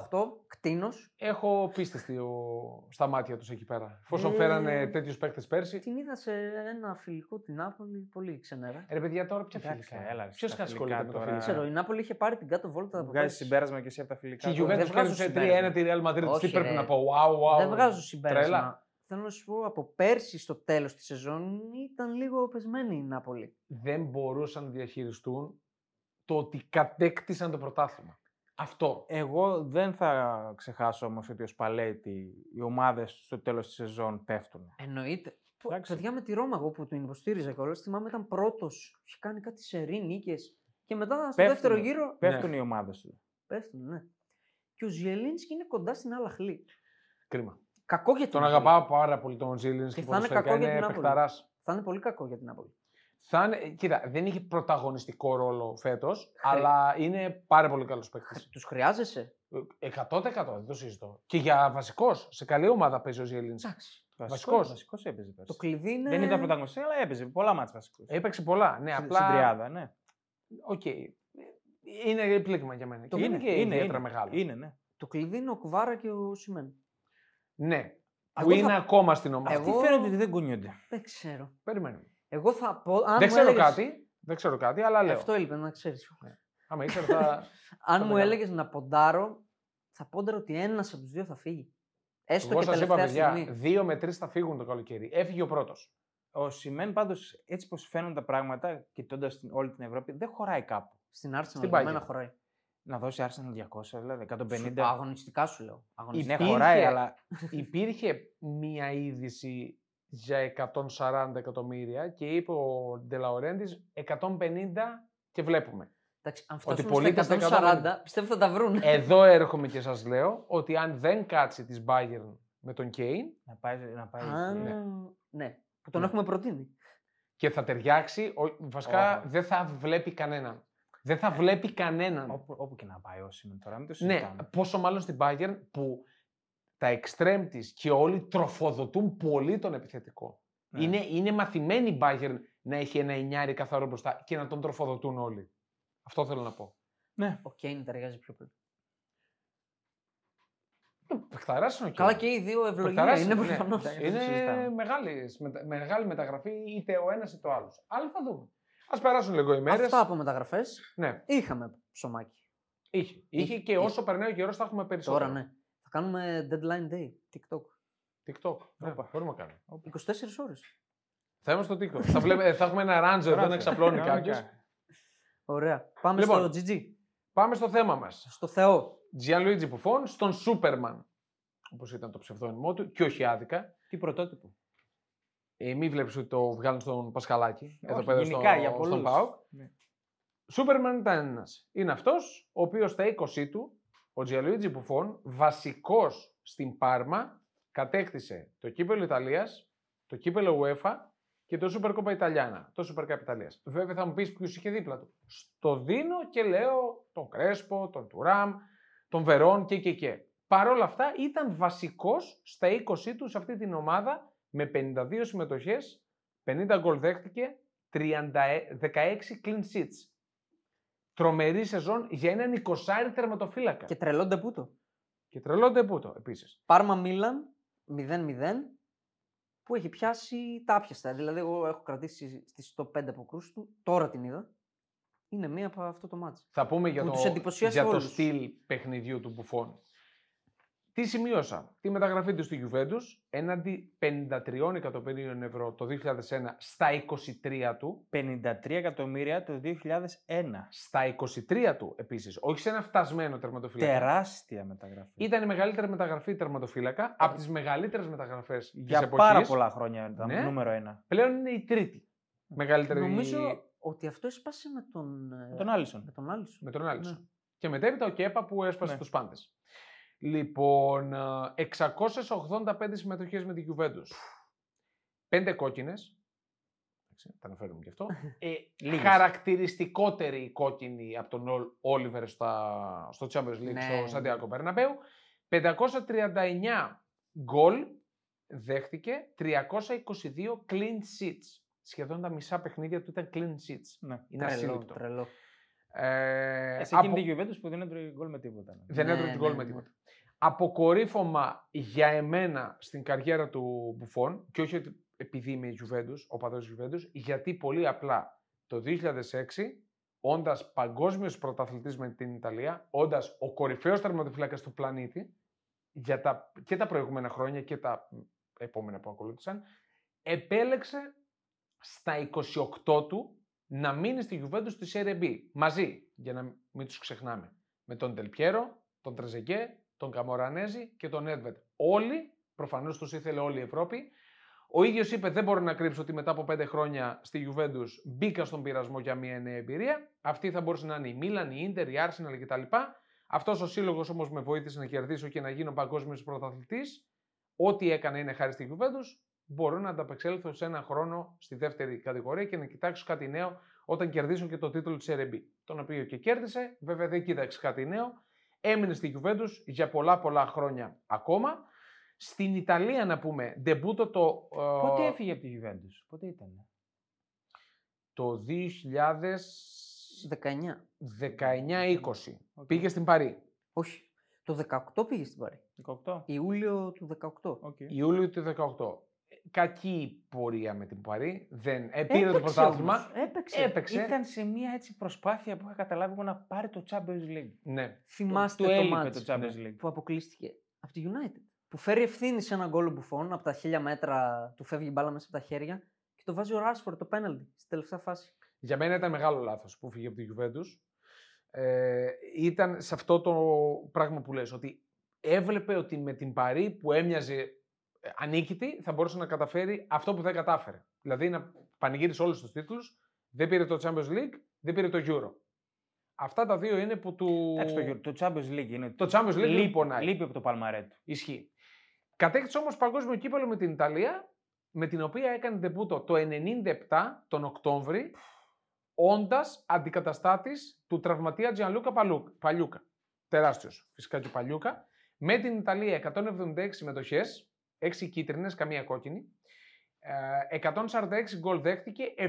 [SPEAKER 2] κτίνος.
[SPEAKER 1] Έχω πίστη στο- στα μάτια τους εκεί πέρα. Εφόσον
[SPEAKER 2] Ε.
[SPEAKER 1] φέρανε τέτοιους παίχτε πέρσι.
[SPEAKER 2] Την είδα σε ένα φιλικό την Νάπολη, πολύ ξενέρα.
[SPEAKER 1] Ρε παιδιά, τώρα ποια
[SPEAKER 3] Εντάξει,
[SPEAKER 1] φιλικά.
[SPEAKER 3] έλα,
[SPEAKER 1] Ποιος
[SPEAKER 3] στα
[SPEAKER 1] ασχολείται με
[SPEAKER 3] φιλικά
[SPEAKER 1] τα
[SPEAKER 3] τώρα.
[SPEAKER 2] Δεν
[SPEAKER 1] φιλικά.
[SPEAKER 2] ξέρω, η Νάπολη είχε πάρει την κάτω βόλτα από
[SPEAKER 3] Βγάζει
[SPEAKER 2] πέρσι.
[SPEAKER 3] συμπέρασμα και εσύ από τα
[SPEAKER 1] Και
[SPEAKER 3] φιλικά.
[SPEAKER 1] η
[SPEAKER 3] τώρα.
[SPEAKER 1] Juventus
[SPEAKER 2] βγάζω
[SPEAKER 1] κέρδισε
[SPEAKER 2] συμπέρασμα.
[SPEAKER 1] 3-1 τη Real Madrid.
[SPEAKER 2] Όχι,
[SPEAKER 1] Τι πρέπει
[SPEAKER 2] ρε.
[SPEAKER 1] να πω, wow, wow.
[SPEAKER 2] Δεν βγάζω συμπέρασμα.
[SPEAKER 1] Τρέλα.
[SPEAKER 2] Θέλω να σου πω, από πέρσι στο τέλος της σεζόν ήταν λίγο πεσμένη η Νάπολη.
[SPEAKER 1] Δεν μπορούσαν να διαχειριστούν το ότι κατέκτησαν το πρωτάθλημα. Αυτό.
[SPEAKER 2] Ε,
[SPEAKER 3] Εγώ δεν θα ξεχάσω όμως ότι ο Σπαλέτη οι ομάδες στο τέλος της σεζόν
[SPEAKER 1] Ναι.
[SPEAKER 3] πέφτουν.
[SPEAKER 2] Εννοείται. Πω,
[SPEAKER 3] Εντάξει.
[SPEAKER 2] Παιδιά με τη Ρώμα, εγώ που την υποστήριζα κιόλα, θυμάμαι ήταν πρώτος. Είχε κάνει κάτι σερή νίκες. Και μετά στο
[SPEAKER 3] Πέφτουνε.
[SPEAKER 2] δεύτερο γύρο.
[SPEAKER 3] Πέφτουν οι ομάδες του.
[SPEAKER 2] Πέφτουν, ναι. Και ο Ζιελίνσκι είναι κοντά στην Αλαχλή.
[SPEAKER 1] Κρίμα.
[SPEAKER 2] Κακό για την
[SPEAKER 1] Τον
[SPEAKER 2] Νάπολη.
[SPEAKER 1] αγαπάω πάρα πολύ τον Ζήλινς
[SPEAKER 2] Και
[SPEAKER 1] και
[SPEAKER 2] θα είναι
[SPEAKER 1] ποδοσφαιρικά
[SPEAKER 2] κακό για
[SPEAKER 1] είναι
[SPEAKER 2] την Νάπολη.
[SPEAKER 1] παιχταράς.
[SPEAKER 2] Θα είναι πολύ κακό για την Νάπολη.
[SPEAKER 1] Θα είναι, ε, κοίτα, δεν είχε πρωταγωνιστικό ρόλο φέτος,
[SPEAKER 2] Ε.
[SPEAKER 1] αλλά είναι πάρα πολύ Ε, καλός παίκτης.
[SPEAKER 2] Τους χρειάζεσαι.
[SPEAKER 1] 100% δεν το συζητώ. Και για βασικός, σε καλή ομάδα παίζει ο Ζιελίνης.
[SPEAKER 2] Εντάξει.
[SPEAKER 1] Βασικός.
[SPEAKER 3] Βασικός έπαιζε πέρσι.
[SPEAKER 2] Το κλειδί είναι.
[SPEAKER 3] Δεν ήταν πρωταγωνιστή, αλλά έπαιζε πολλά μάτς βασικούς.
[SPEAKER 1] Έπαιξε πολλά. Ναι, απλά.
[SPEAKER 3] Στην τριάδα, ναι.
[SPEAKER 1] Οκ. Ε, Είναι πλήγμα για μένα.
[SPEAKER 2] Το
[SPEAKER 1] και είναι,
[SPEAKER 2] είναι,
[SPEAKER 1] και ιδιαίτερα μεγάλο.
[SPEAKER 3] Είναι, ναι.
[SPEAKER 2] Το κλειδί είναι ο Κουβάρα και ο Σιμέν. Ε,
[SPEAKER 1] Ναι.
[SPEAKER 2] Εγώ
[SPEAKER 1] Που
[SPEAKER 2] θα-
[SPEAKER 1] είναι ακόμα στην ομάδα.
[SPEAKER 2] Εγώ-
[SPEAKER 3] Αυτοί φαίνεται ότι δεν κουνιούνται.
[SPEAKER 2] Δεν ξέρω.
[SPEAKER 1] Περιμένουμε.
[SPEAKER 2] Εγώ θα πω. Αν
[SPEAKER 1] δεν
[SPEAKER 2] μου
[SPEAKER 1] ξέρω
[SPEAKER 2] έλεγες-
[SPEAKER 1] κάτι. Δεν ξέρω κάτι, αλλά λέω.
[SPEAKER 2] Αυτό έλειπε να ξέρεις.
[SPEAKER 1] Άμα ήξερα θα.
[SPEAKER 2] Αν
[SPEAKER 1] το
[SPEAKER 2] μου
[SPEAKER 1] κάνω.
[SPEAKER 2] έλεγες να ποντάρω, θα πόνταρα ότι ένας από τους δύο θα φύγει. <laughs> Έστω
[SPEAKER 1] Εγώ
[SPEAKER 2] και
[SPEAKER 1] σας
[SPEAKER 2] τελευταία
[SPEAKER 1] είπα, παιδιά,
[SPEAKER 2] στιγμή.
[SPEAKER 1] δύο με τρεις θα φύγουν το καλοκαίρι. Έφυγε ο πρώτος.
[SPEAKER 3] Ο Σιμέν πάντως έτσι πως φαίνονται τα πράγματα, κοιτώντας όλη την Ευρώπη, δεν χωράει κάπου.
[SPEAKER 2] Στην Άρσεν
[SPEAKER 1] Στην
[SPEAKER 2] για μένα
[SPEAKER 1] Bayern.
[SPEAKER 2] χωράει.
[SPEAKER 3] Να δώσει Arsenal 200, δηλαδή 150.
[SPEAKER 2] Σου- Αγωνιστικά σου λέω. Αγωνιστικά.
[SPEAKER 3] Ναι,
[SPEAKER 1] Υπήρχε-
[SPEAKER 3] χωράει, αλλά
[SPEAKER 1] Υπήρχε μία είδηση για 140 εκατομμύρια και είπε ο Ντελαορέντη 150 και βλέπουμε.
[SPEAKER 2] Εντάξει, αν
[SPEAKER 1] Ότι
[SPEAKER 2] φτάσουμε
[SPEAKER 1] πολύ τα
[SPEAKER 2] στα 140, πιστεύω θα τα βρουν.
[SPEAKER 1] Εδώ έρχομαι και σας λέω ότι αν δεν κάτσει της Bayern με τον Κέιν
[SPEAKER 3] να πάει. Να πάει
[SPEAKER 2] Αν-
[SPEAKER 3] ναι.
[SPEAKER 2] Ναι, που τον
[SPEAKER 1] Ναι.
[SPEAKER 2] έχουμε προτείνει.
[SPEAKER 1] και θα ταιριάξει, ο- βασικά
[SPEAKER 3] Ω.
[SPEAKER 1] δεν θα βλέπει κανέναν. Δεν θα βλέπει κανέναν.
[SPEAKER 3] Όπου, όπου και να πάει ο Σιμέν τώρα, μην το
[SPEAKER 1] Ναι,
[SPEAKER 3] συζητάμε.
[SPEAKER 1] πόσο μάλλον στην Bayern που τα εξτρέμ της και όλοι τροφοδοτούν πολύ τον επιθετικό.
[SPEAKER 3] Ναι.
[SPEAKER 1] Είναι, είναι μαθημένη η Bayern να έχει ένα εννιάρι καθαρό μπροστά και να τον τροφοδοτούν όλοι. Αυτό θέλω να πω.
[SPEAKER 3] Ναι.
[SPEAKER 2] Ο Κέιν ταιριάζει πιο πολύ.
[SPEAKER 1] Πεχταρά είναι ο
[SPEAKER 2] Καλά
[SPEAKER 1] Κέιν.
[SPEAKER 2] και οι δύο ευλογία
[SPEAKER 1] Παιχταράς
[SPEAKER 2] είναι
[SPEAKER 1] ναι.
[SPEAKER 2] προφανώ.
[SPEAKER 3] εντάξει. το
[SPEAKER 1] Είναι
[SPEAKER 3] συζητάμε.
[SPEAKER 1] μεγάλης, μεγάλη μεταγραφή είτε ο ένας είτε ο άλλος. Αλλά θα δούμε. Ας περάσουν λίγο οι μέρες.
[SPEAKER 2] Αυτά από μεταγραφές.
[SPEAKER 1] Ναι,
[SPEAKER 2] Είχαμε ψωμάκι.
[SPEAKER 1] είχε. είχε. και
[SPEAKER 2] είχε.
[SPEAKER 1] όσο περνάει ο καιρός θα έχουμε
[SPEAKER 2] Τώρα
[SPEAKER 1] περισσότερο.
[SPEAKER 2] ναι. Θα κάνουμε deadline day. TikTok.
[SPEAKER 1] TikTok. Ναι,
[SPEAKER 3] Όπα.
[SPEAKER 1] μπορούμε να κάνουμε.
[SPEAKER 2] 24 ώρες.
[SPEAKER 1] Θα είμαστε στο TikTok. θα, βλέπε- θα έχουμε ένα ράντζο εδώ να
[SPEAKER 3] Ράφια, <laughs>
[SPEAKER 1] ξαπλώνει
[SPEAKER 3] κανονικά.
[SPEAKER 1] κάποιος.
[SPEAKER 2] Ωραία. Πάμε
[SPEAKER 1] Λοιπόν.
[SPEAKER 2] στο GG.
[SPEAKER 1] Πάμε στο θέμα μας.
[SPEAKER 2] Στο Θεό.
[SPEAKER 1] Gianluigi Buffon στον Σούπερμαν. όπως ήταν το ψευδόνυμό του, και όχι άδικα.
[SPEAKER 3] Τι πρωτότυπο.
[SPEAKER 1] Ε, μην βλέπεις ότι το βγάλουν στον Πασχαλάκη. εδώ πέρα
[SPEAKER 3] γενικά,
[SPEAKER 1] στο,
[SPEAKER 3] για
[SPEAKER 1] στον
[SPEAKER 3] πολλούς.
[SPEAKER 1] ΠΑΟΚ.
[SPEAKER 3] Ναι.
[SPEAKER 1] Σούπερμαν ήταν ένας. Είναι αυτός ο οποίος στα 20 του, ο Τζιαλουίτζι Μπουφόν, βασικός στην Πάρμα, κατέκτησε το κύπελο Ιταλίας, το κύπελο UEFA και το Super Coppa Ιταλιάνα, το Super Cup Ιταλίας. Βέβαια θα μου πεις ποιου είχε δίπλα του. Στο δίνω και λέω τον Κρέσπο, τον Τουράμ, τον Βερόν και και και. Παρ' όλα αυτά ήταν βασικός στα 20 του σε αυτή την ομάδα με 52 συμμετοχέ, 50 γκολ δέχτηκε, 30, 16 clean sheets. Τρομερή σεζόν για έναν 20 τερματοφύλακα.
[SPEAKER 2] Και
[SPEAKER 1] Και,
[SPEAKER 2] τρελό ντεπούτο.
[SPEAKER 1] και τρελόντε πούτο επίσης.
[SPEAKER 2] Πάρμα Μίλαν 0-0 που έχει πιάσει τα άπιαστα. Δηλαδή, εγώ έχω κρατήσει στις top 5 αποκρούσει του. Τώρα την είδα. Είναι μία από αυτό το μάτσο.
[SPEAKER 1] Θα πούμε για,
[SPEAKER 2] Που
[SPEAKER 1] το,
[SPEAKER 2] τους εντυπωσίασε
[SPEAKER 1] για το
[SPEAKER 2] όλους.
[SPEAKER 1] στυλ παιχνιδιού του Μπουφόν. Τι σημείωσα. Τη μεταγραφή του στη Juventus έναντι 53 εκατομμυρίων ευρώ το 2001 στα 23 του.
[SPEAKER 3] 53 εκατομμύρια το 2001.
[SPEAKER 1] Στα 23 του επίσης. Όχι σε ένα φτασμένο τερματοφύλακα.
[SPEAKER 3] Τεράστια μεταγραφή.
[SPEAKER 1] Ήταν η μεγαλύτερη μεταγραφή τερματοφύλακα από τις μεγαλύτερες μεταγραφές της
[SPEAKER 3] Για
[SPEAKER 1] εποχής.
[SPEAKER 3] πάρα πολλά χρόνια ήταν
[SPEAKER 1] Ναι.
[SPEAKER 3] νούμερο ένα.
[SPEAKER 1] Πλέον είναι η τρίτη μεγαλύτερη.
[SPEAKER 2] Νομίζω ότι αυτό έσπασε με τον. ε,
[SPEAKER 3] Με τον Άλισον.
[SPEAKER 2] Με τον Άλισον.
[SPEAKER 1] Με τον Άλισον.
[SPEAKER 2] Ναι.
[SPEAKER 1] Και μετέπειτα ο Κέπα που έσπασε
[SPEAKER 3] Ναι.
[SPEAKER 1] τους του πάντες. Λοιπόν, ε, 685 συμμετοχές με την Juventus. Πέντε κόκκινες. Τα αναφέρουμε και αυτό.
[SPEAKER 3] <laughs> Ε,
[SPEAKER 1] Χαρακτηριστικότερη η κόκκινη από τον Ολ- Όλιβερ στα, στο Champions League
[SPEAKER 2] Ναι.
[SPEAKER 1] στο Σαντιάκο Περναπέου. 539 γκολ δέχτηκε, 322 clean sheets. Σχεδόν τα μισά παιχνίδια του ήταν clean sheets.
[SPEAKER 3] Ναι.
[SPEAKER 1] Είναι
[SPEAKER 2] Τρελό,
[SPEAKER 1] ασύλληπτο.
[SPEAKER 2] τρελό.
[SPEAKER 1] Ε,
[SPEAKER 3] Ε, σε εκείνη τη Juventus που δεν έτρωγε γκολ με τίποτα. ναι.
[SPEAKER 1] δεν
[SPEAKER 2] Ναι,
[SPEAKER 1] έτρωγε
[SPEAKER 2] ναι,
[SPEAKER 1] γκολ με
[SPEAKER 2] ναι.
[SPEAKER 1] τίποτα. Αποκορύφωμα για εμένα στην καριέρα του Μπουφόν, και όχι ότι- επειδή είμαι Juventus, ο παδός Juventus, γιατί πολύ απλά το 2006, όντας παγκόσμιος πρωταθλητής με την Ιταλία, όντας ο κορυφαίος τερματοφυλάκας του πλανήτη, για τα, και τα προηγούμενα χρόνια και τα επόμενα που ακολούθησαν, επέλεξε στα 28 του να μείνει στη Juventus στη Serie B. Μαζί, για να μην τους ξεχνάμε. Με τον Τελπιέρο, τον Τρεζεγκέ, τον Καμορανέζη και τον Έντβετ. Όλοι, προφανώς τους ήθελε όλη η Ευρώπη. Ο ίδιος είπε δεν μπορώ να κρύψω ότι μετά από πέντε χρόνια στη Juventus μπήκα στον πειρασμό για μια νέα εμπειρία. Αυτή θα μπορούσε να είναι η Μίλαν, η Ίντερ, η Arsenal κτλ. Αυτός ο σύλλογος όμως με βοήθησε να κερδίσω και να γίνω παγκόσμιος πρωταθλητής. Ό,τι έκανα είναι χάρη στη Juventus. Μπορώ να ανταπεξέλθω σε ένα χρόνο στη δεύτερη κατηγορία και να κοιτάξω κάτι νέο όταν κερδίσουν και το τίτλο της Serie B, τον οποίο και κέρδισε. Βέβαια δεν κοίταξε κάτι νέο. Έμεινε στη Juventus για πολλά πολλά χρόνια ακόμα. Στην Ιταλία να πούμε, ντεμπούτο το... ε,
[SPEAKER 3] Πότε έφυγε από τη Juventus, πότε ήταν.
[SPEAKER 1] Το 2019-20.
[SPEAKER 2] 19.
[SPEAKER 3] Οκ.
[SPEAKER 1] Πήγε στην Παρή.
[SPEAKER 2] Όχι. Το 18 πήγε στην Παρή.
[SPEAKER 3] 18.
[SPEAKER 2] Ιούλιο του 18.
[SPEAKER 3] Οκ.
[SPEAKER 1] Ιούλιο του 18. Κακή πορεία με την Παρή. Δεν επήρε
[SPEAKER 3] Έπαιξε
[SPEAKER 1] το πρωτάθλημα.
[SPEAKER 3] όμως, Έπαιξε.
[SPEAKER 1] Έπαιξε.
[SPEAKER 3] Ήταν σε μια έτσι προσπάθεια που είχα καταλάβει εγώ να πάρει το Champions League.
[SPEAKER 1] Ναι.
[SPEAKER 2] Θυμάστε
[SPEAKER 3] του
[SPEAKER 2] το,
[SPEAKER 3] έλειπε
[SPEAKER 2] μάτς
[SPEAKER 3] το Champions League.
[SPEAKER 2] που αποκλείστηκε από τη United. Που φέρει ευθύνη σε έναν γκολ μπουφών από τα χίλια μέτρα, του φεύγει η μπάλα μέσα από τα χέρια και το βάζει ο Ράσφορντ το πέναλτι στην τελευταία φάση.
[SPEAKER 1] Για μένα ήταν μεγάλο λάθος που φύγε από τη Juventus. Ε, ήταν σε αυτό το πράγμα που λες, ότι έβλεπε ότι με την Παρή που έμοιαζε ε, ανίκητη θα μπορούσε να καταφέρει αυτό που δεν κατάφερε. Δηλαδή να πανηγύρισε όλους τους τίτλους, δεν πήρε το Champions League, δεν πήρε το Euro. Αυτά τα δύο είναι που του...
[SPEAKER 3] Εντάξει, το, Euro- το Champions League είναι.
[SPEAKER 1] Το Champions League λοιπόν,
[SPEAKER 3] λείπει,
[SPEAKER 1] δεν πονάει.
[SPEAKER 3] λείπει από το παλμαρέ του.
[SPEAKER 1] Ισχύει. Κατέκτησε όμως παγκόσμιο κύπελο με την Ιταλία, με την οποία έκανε ντεμπούτο το 97 τον Οκτώβρη, όντας αντικαταστάτης του τραυματία Τζιανλούκα Παλού- Παλιούκα. Τεράστιος φυσικά και ο Παλιούκα. Με την Ιταλία 176 συμμετοχέ, 6 κίτρινες, καμία κόκκινη. Ε, 146 γκολ δέχτηκε, 77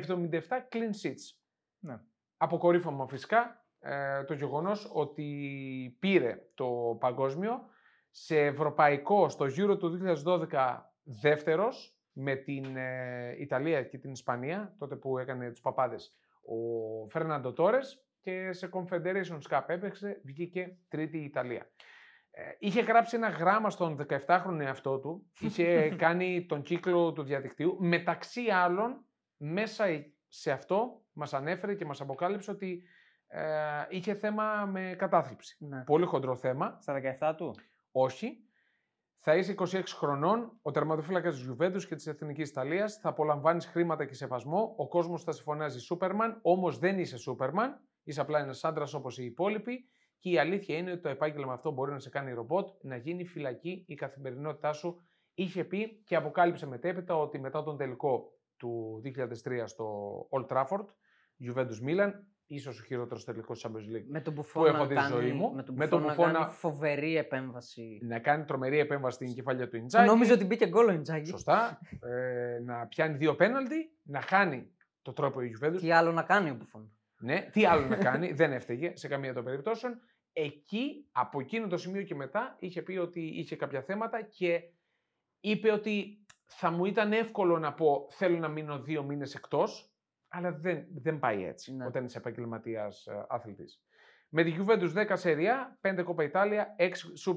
[SPEAKER 1] clean sheets.
[SPEAKER 3] Ναι.
[SPEAKER 1] Αποκορύφωμα φυσικά ε, το γεγονός ότι πήρε το παγκόσμιο σε ευρωπαϊκό στο Euro του 2012 δεύτερος με την ε, Ιταλία και την Ισπανία, τότε που έκανε τους παπάδες ο Φέρναντο Τόρες και σε Confederations Cup έπαιξε, βγήκε τρίτη η Ιταλία. Ε, είχε γράψει ένα γράμμα στον 17χρονο εαυτό του, είχε κάνει τον κύκλο του διαδικτύου, μεταξύ άλλων μέσα σε αυτό μας ανέφερε και μας αποκάλυψε ότι ε, είχε θέμα με κατάθλιψη.
[SPEAKER 2] Ναι.
[SPEAKER 1] Πολύ χοντρό θέμα.
[SPEAKER 3] Στα 17 του.
[SPEAKER 1] Όχι. Θα είσαι 26 χρονών, ο τερματοφύλακας της Γιουβέντους και της Εθνικής Ιταλίας. Θα απολαμβάνεις χρήματα και σεβασμό. Ο κόσμος θα σε φωνάζει Σούπερμαν, όμως δεν είσαι Σούπερμαν. Είσαι απλά ένας άντρας όπως οι υπόλοιποι. Και η αλήθεια είναι ότι το επάγγελμα αυτό μπορεί να σε κάνει ρομπότ, να γίνει φυλακή η καθημερινότητά σου. Είχε πει και αποκάλυψε μετέπειτα ότι μετά τον τελικό του 2003 στο Old Trafford, Juventus Μίλαν, ίσως ο χειρότερος τελικός της Champions League.
[SPEAKER 2] Με τον
[SPEAKER 1] Που
[SPEAKER 2] Μπουφόν
[SPEAKER 1] έχω
[SPEAKER 2] να
[SPEAKER 1] τη
[SPEAKER 2] κάνει,
[SPEAKER 1] ζωή μου.
[SPEAKER 2] Με τον
[SPEAKER 1] Με
[SPEAKER 2] Buffon
[SPEAKER 1] τον
[SPEAKER 2] να
[SPEAKER 1] Buffon να-
[SPEAKER 2] κάνει φοβερή επέμβαση.
[SPEAKER 1] Να κάνει τρομερή επέμβαση στην κεφάλια του Ιντζάκη.
[SPEAKER 2] Νόμιζα ότι μπήκε γκολ ο Ιντζάκη.
[SPEAKER 1] Σωστά. Ε, να πιάνει δύο πέναλτι, να χάνει το τρόπο η Juventus.
[SPEAKER 2] Τι άλλο να κάνει ο Μπουφόν.
[SPEAKER 1] Ναι, τι άλλο να κάνει, δεν έφταιγε σε καμία των περιπτώσεων. Εκεί, από εκείνο το σημείο και μετά, είχε πει ότι είχε κάποια θέματα και είπε ότι θα μου ήταν εύκολο να πω θέλω να μείνω δύο μήνες εκτός, αλλά δεν, δεν πάει έτσι
[SPEAKER 2] Ναι.
[SPEAKER 1] όταν είσαι επαγγελματίας αθλητής. Με τη Juventus 10 σεριά, 5 Κόπα Ιτάλια, 6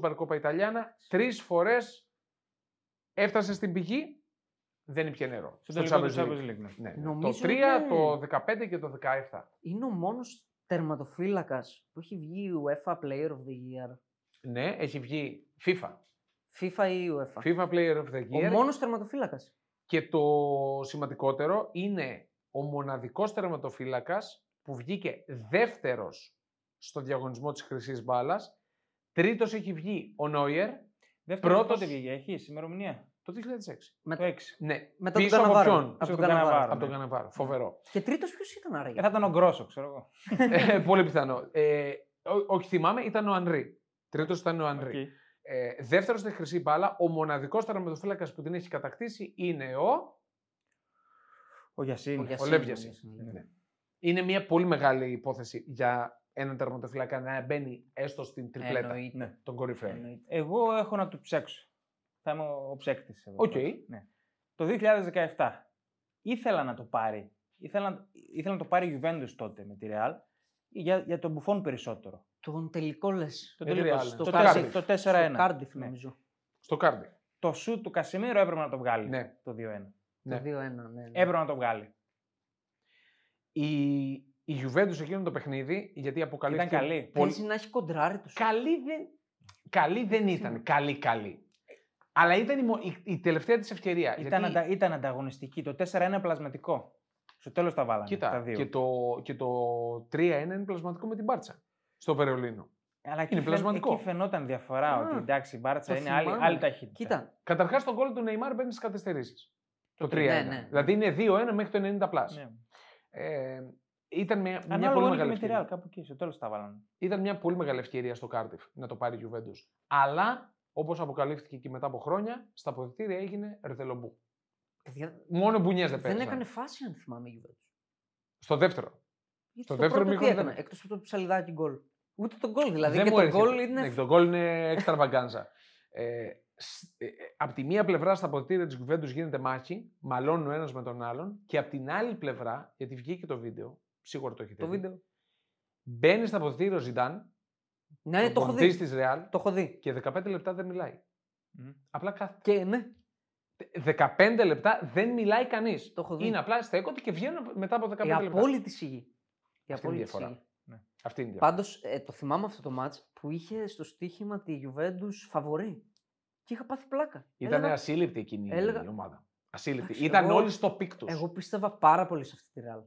[SPEAKER 1] Super Κόπα Ιταλιάνα, τρεις φορές έφτασε στην πηγή, δεν υπήρχε νερό.
[SPEAKER 3] Στο τελικό
[SPEAKER 1] Champions
[SPEAKER 3] του
[SPEAKER 1] League.
[SPEAKER 3] Champions League. ναι.
[SPEAKER 1] Ναι, ναι.
[SPEAKER 2] Νομίζω
[SPEAKER 1] το 3,
[SPEAKER 2] είναι-
[SPEAKER 1] το 15 και το 17.
[SPEAKER 2] Είναι ο μόνος τερματοφύλακας που έχει βγει η UEFA Player of the Year.
[SPEAKER 1] Ναι, έχει βγει FIFA.
[SPEAKER 2] FIFA ή UEFA.
[SPEAKER 1] FIFA Player of the
[SPEAKER 2] Ο
[SPEAKER 1] Year.
[SPEAKER 2] μόνος τερματοφύλακας.
[SPEAKER 1] Και το σημαντικότερο είναι ο μοναδικός τερματοφύλακας που βγήκε δεύτερος στο διαγωνισμό της χρυσής μπάλας. Τρίτος έχει βγει ο Νόιερ
[SPEAKER 3] Δεύτερος
[SPEAKER 1] Πρώτος-
[SPEAKER 3] πότε βγήκε, έχεις ημερομηνία.
[SPEAKER 1] το 2006.
[SPEAKER 2] Με...
[SPEAKER 3] Το 6.
[SPEAKER 1] Ναι,
[SPEAKER 2] Μετά τον
[SPEAKER 1] πίσω από
[SPEAKER 2] Καναβάρο.
[SPEAKER 1] ποιον?
[SPEAKER 2] Από
[SPEAKER 3] Πίσω
[SPEAKER 2] τον
[SPEAKER 3] από τον
[SPEAKER 2] Καναβάρο.
[SPEAKER 3] Καναβάρο.
[SPEAKER 1] από τον
[SPEAKER 3] ναι.
[SPEAKER 1] Καναβάρο.
[SPEAKER 2] <laughs>
[SPEAKER 1] Φοβερό.
[SPEAKER 2] Και τρίτος ποιος ήταν άραγε.
[SPEAKER 3] Ε, θα ήταν ο Γκρόσο, ξέρω εγώ.
[SPEAKER 1] Ε, πολύ πιθανό. Ε, ό- όχι θυμάμαι, ήταν ο Ανρί. Τρίτος ήταν ο Ανρί.
[SPEAKER 3] Οκ.
[SPEAKER 1] Ε, δεύτερος στη χρυσή μπάλα, ο μοναδικός τερματοφύλακας που την έχει κατακτήσει είναι ο...
[SPEAKER 3] Ο Γιασίνη.
[SPEAKER 2] Ο
[SPEAKER 1] Ο
[SPEAKER 2] Γιασίνη,
[SPEAKER 1] Λέβιας.
[SPEAKER 2] ο Γιασίνη.
[SPEAKER 1] Ναι. Είναι μια πολύ μεγάλη υπόθεση για έναν τερματοφύλακα να μπαίνει έστω στην τριπλέτα
[SPEAKER 2] Εννοείται.
[SPEAKER 3] Ναι.
[SPEAKER 1] των κορυφαίων.
[SPEAKER 2] Εννοείται.
[SPEAKER 3] Εγώ έχω να του ψέξω. Θα είμαι ο ψέκτη.
[SPEAKER 1] Οκ.
[SPEAKER 3] Το 2017 ήθελα να το πάρει. Ήθελα, ήθελα να το πάρει η Juventus τότε με τη Real για, για τον Μπουφόν περισσότερο.
[SPEAKER 2] Τον τελικό λες.
[SPEAKER 3] Το
[SPEAKER 1] Με τη
[SPEAKER 3] τελικό,
[SPEAKER 1] Real,
[SPEAKER 3] στο
[SPEAKER 1] στο
[SPEAKER 3] τέσσερα-
[SPEAKER 1] Cardiff.
[SPEAKER 3] το 4-1.
[SPEAKER 2] Κάρντιφ
[SPEAKER 3] Ναι.
[SPEAKER 2] νομίζω.
[SPEAKER 1] Στο Κάρντι.
[SPEAKER 3] Το σου του Κασιμίρο έπρεπε να το βγάλει
[SPEAKER 1] Ναι.
[SPEAKER 3] το 2-1.
[SPEAKER 1] Ναι.
[SPEAKER 2] Το 2-1. Ναι, ναι.
[SPEAKER 3] Έπρεπε να το βγάλει.
[SPEAKER 1] Η, η Juventus εκείνο το παιχνίδι, γιατί αποκαλύφθηκε...
[SPEAKER 3] Ήταν καλή.
[SPEAKER 1] πολύ-
[SPEAKER 2] Παίζει να έχει κοντράρει του.
[SPEAKER 1] Καλή δεν, καλή δεν ήταν. Καλή, καλή. Αλλά ήταν η, μο- η, η τελευταία της ευκαιρία.
[SPEAKER 3] Ήταν,
[SPEAKER 1] γιατί-
[SPEAKER 3] αντα, ήταν ανταγωνιστική. Το 4-1 πλασματικό. Στο τέλος τα βάλανε. τα
[SPEAKER 1] Κοίτα,
[SPEAKER 3] δύο.
[SPEAKER 1] και το, και το 3-1 είναι πλασματικό με την Μπάρτσα στο Βερολίνο.
[SPEAKER 3] Αλλά εκεί,
[SPEAKER 1] είναι
[SPEAKER 3] φαι-
[SPEAKER 1] πλασματικό.
[SPEAKER 3] εκεί φαινόταν διαφορά
[SPEAKER 1] Α,
[SPEAKER 3] ότι εντάξει η Μπάρτσα
[SPEAKER 2] το
[SPEAKER 3] είναι άλλη,
[SPEAKER 2] θυμάμαι.
[SPEAKER 3] άλλη
[SPEAKER 1] ναι.
[SPEAKER 3] ταχύτητα.
[SPEAKER 2] Κοίτα,
[SPEAKER 1] Καταρχάς τον γκολ του Νεϊμάρ μπαίνει στις καθυστερήσεις. Το 3-1.
[SPEAKER 2] ναι, ναι.
[SPEAKER 1] Δηλαδή είναι 2-1 μέχρι το 90+. πλάς.
[SPEAKER 3] Ναι.
[SPEAKER 1] Ε, ήταν μια, μια
[SPEAKER 3] Ανάλογο
[SPEAKER 1] πολύ
[SPEAKER 3] είναι και
[SPEAKER 1] μεγάλη
[SPEAKER 3] με τη
[SPEAKER 1] ευκαιρία.
[SPEAKER 3] Real, κάπου εκεί. Στο τέλος τα βάλανε.
[SPEAKER 1] Ήταν μια πολύ μεγάλη ευκαιρία στο Κάρτιφ να το πάρει η Juventus. Αλλά, όπως αποκαλύφθηκε και μετά από χρόνια, στα αποδητήρια έγινε ρδελομπού.
[SPEAKER 2] παιδιά,
[SPEAKER 1] Μόνο μπουνιές δεν
[SPEAKER 2] δεν
[SPEAKER 1] παίζανε.
[SPEAKER 2] έκανε φάση αν θυμάμαι η Γιουβέντου.
[SPEAKER 1] Στο δεύτερο.
[SPEAKER 2] Γιατί
[SPEAKER 1] Στο
[SPEAKER 2] το
[SPEAKER 1] δεύτερο
[SPEAKER 2] πρώτο τι
[SPEAKER 1] μήχρονο δεν
[SPEAKER 2] έκανε, εκτός από το ψαλιδάκι γκολ. Ούτε το γκολ δηλαδή.
[SPEAKER 1] δεν
[SPEAKER 2] και
[SPEAKER 1] μου
[SPEAKER 2] το
[SPEAKER 1] έρχεται.
[SPEAKER 2] γκολ είναι.
[SPEAKER 1] Ναι, το γκολ είναι extravaganza. ε, από τη μία πλευρά στα αποδητήρια τη Juventus γίνεται μάχη, μαλώνουν ο ένας με τον άλλον, και από την άλλη πλευρά, γιατί βγήκε το βίντεο, σίγουρα το έχετε
[SPEAKER 2] Το
[SPEAKER 1] δει,
[SPEAKER 2] βίντεο.
[SPEAKER 1] μπαίνει στα αποδητήρια ο Ζιντάν,
[SPEAKER 2] Ναι, το έχω
[SPEAKER 1] προπονητής
[SPEAKER 2] δει.
[SPEAKER 1] της Real,
[SPEAKER 2] Το έχω δει.
[SPEAKER 1] και 15 λεπτά δεν μιλάει. Απλά κάθεται.
[SPEAKER 2] Και ναι,
[SPEAKER 1] 15 λεπτά δεν μιλάει κανείς.
[SPEAKER 2] Το έχω δει.
[SPEAKER 1] Είναι απλά στέκονται και βγαίνουν μετά από 15
[SPEAKER 2] η
[SPEAKER 1] λεπτά.
[SPEAKER 2] απόλυτη σιγή. Η
[SPEAKER 1] Αυτή είναι η
[SPEAKER 2] απόλυτη
[SPEAKER 1] διαφορά.
[SPEAKER 2] σιγή.
[SPEAKER 1] Αυτή είναι η διαφορά.
[SPEAKER 2] Πάντως το θυμάμαι αυτό το μάτς που είχε στο στοίχημα τη Γιουβέντους φαβορή. Και είχα πάθει πλάκα.
[SPEAKER 1] Ήταν
[SPEAKER 2] Έλεγα,
[SPEAKER 1] ασύλληπτη εκείνη
[SPEAKER 2] έλεγα-
[SPEAKER 1] η ομάδα. Ασύλληπτη.
[SPEAKER 2] Εντάξει,
[SPEAKER 1] Ήταν
[SPEAKER 2] εγώ-
[SPEAKER 1] όλοι στο πικ τους.
[SPEAKER 2] Εγώ πίστευα πάρα πολύ σε αυτή τη ρεάλ.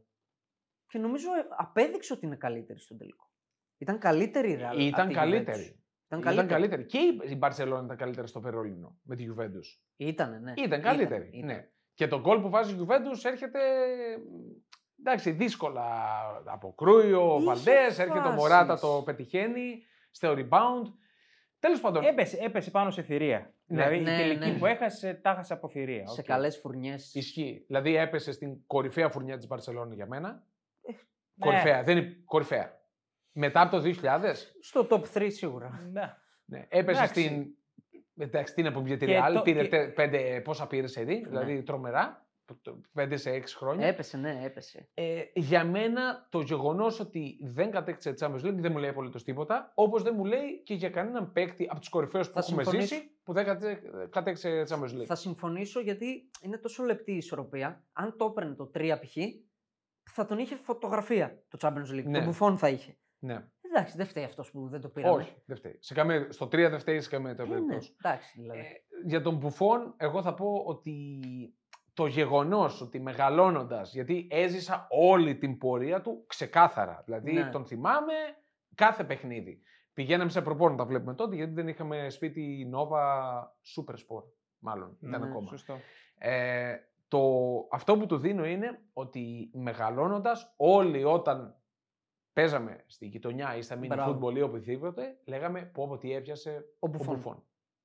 [SPEAKER 2] Και νομίζω ε, απέδειξε ότι είναι καλύτερη στον τελικό. Ήταν καλύτερη η ρεάλ. απ'
[SPEAKER 1] Ε, Ήταν
[SPEAKER 2] τη Juventus.
[SPEAKER 1] καλύτερη.
[SPEAKER 2] Ήταν
[SPEAKER 1] Ήταν
[SPEAKER 2] καλύτερη.
[SPEAKER 1] καλύτερη. Και η- η Μπαρσελόνα ήταν καλύτερη στο Βερολίνο με τη Juventus.
[SPEAKER 2] Ήτανε, ναι.
[SPEAKER 1] Ήταν καλύτερη.
[SPEAKER 2] Ήταν,
[SPEAKER 1] Ναι. Και το γκολ που βάζει η Juventus έρχεται. Εντάξει, δύσκολα. Από Κρούιο, ο
[SPEAKER 2] Είχε
[SPEAKER 1] Βαλντέ, έρχεται ο
[SPEAKER 2] φάσεις.
[SPEAKER 1] Μωράτα, το πετυχαίνει. Στο rebound. Τέλος πάντων.
[SPEAKER 2] Ε-
[SPEAKER 3] Έπεσε, έπεσε πάνω σε θηρία.
[SPEAKER 1] Ναι,
[SPEAKER 3] δηλαδή
[SPEAKER 2] ναι,
[SPEAKER 3] η τελική
[SPEAKER 2] ναι.
[SPEAKER 3] που έχασε, τα έχασε από θηρία.
[SPEAKER 2] Σε
[SPEAKER 3] Οκ.
[SPEAKER 2] καλές φουρνιές.
[SPEAKER 1] Ισχύει. Δηλαδή έπεσε στην κορυφαία φουρνιά της Μπαρσελόνα για μένα.
[SPEAKER 3] Ναι.
[SPEAKER 1] Κορυφαία, δεν είναι κορυφαία. Μετά από το 2000,
[SPEAKER 2] Στο top 3 σίγουρα.
[SPEAKER 3] Ναι.
[SPEAKER 1] ναι, έπεσε
[SPEAKER 3] Εντάξει.
[SPEAKER 1] στην. Εντάξει, την επόμενη τη
[SPEAKER 3] Και
[SPEAKER 1] Real,
[SPEAKER 3] το-
[SPEAKER 1] πήρε
[SPEAKER 3] και-
[SPEAKER 1] τε- πέντε, πόσα πήρες σε
[SPEAKER 2] Ναι.
[SPEAKER 1] δι, δηλαδή τρομερά, το- πέντε σε έξι χρόνια.
[SPEAKER 2] έπεσε, ναι, έπεσε.
[SPEAKER 1] Ε, για μένα το γεγονός ότι δεν κατέκτησε τη Champions League δεν μου λέει απολύτως τίποτα, όπως δεν μου λέει και για κανέναν παίκτη από τους κορυφαίους που
[SPEAKER 2] Θα
[SPEAKER 1] έχουμε
[SPEAKER 2] συμφωνήσω.
[SPEAKER 1] ζήσει που δεν κατέ, κατέκτησε τη Champions League.
[SPEAKER 2] Θα συμφωνήσω γιατί είναι τόσο λεπτή η ισορροπία. Αν το έπαιρνε το 3 π.χ., θα τον είχε φωτογραφία το Champions League.
[SPEAKER 1] Ναι.
[SPEAKER 2] Το μπουφόν θα είχε.
[SPEAKER 1] Ναι.
[SPEAKER 2] Εντάξει, δεν φταίει αυτός που δεν το πήραμε.
[SPEAKER 1] Όχι, δεν φταίει. Σε καμία- στο 3 δεν φταίει σε καμία
[SPEAKER 2] Ε, ναι,
[SPEAKER 1] περίπτωση.
[SPEAKER 2] εντάξει, δηλαδή.
[SPEAKER 1] Ε, για τον Μπουφόν, εγώ θα πω ότι το γεγονός ότι μεγαλώνοντας, γιατί έζησα όλη την πορεία του ξεκάθαρα. Δηλαδή
[SPEAKER 2] Ναι.
[SPEAKER 1] τον θυμάμαι κάθε παιχνίδι. Πηγαίναμε σε προπόνο, τα βλέπουμε τότε, γιατί δεν είχαμε σπίτι Nova Super Sport, μάλλον. Ήταν
[SPEAKER 2] Ναι,
[SPEAKER 1] ακόμα.
[SPEAKER 3] Σωστό.
[SPEAKER 1] Ε, το, αυτό που του δίνω είναι ότι μεγαλώνοντας όλοι όταν παίζαμε στη γειτονιά ή στα μήνυ
[SPEAKER 2] Μπράβο.
[SPEAKER 1] φούτμπολ ή οπουδήποτε, λέγαμε πω πω τι έπιασε
[SPEAKER 2] Ο
[SPEAKER 1] ο
[SPEAKER 2] Μπουφόν.
[SPEAKER 1] Μπουφόν.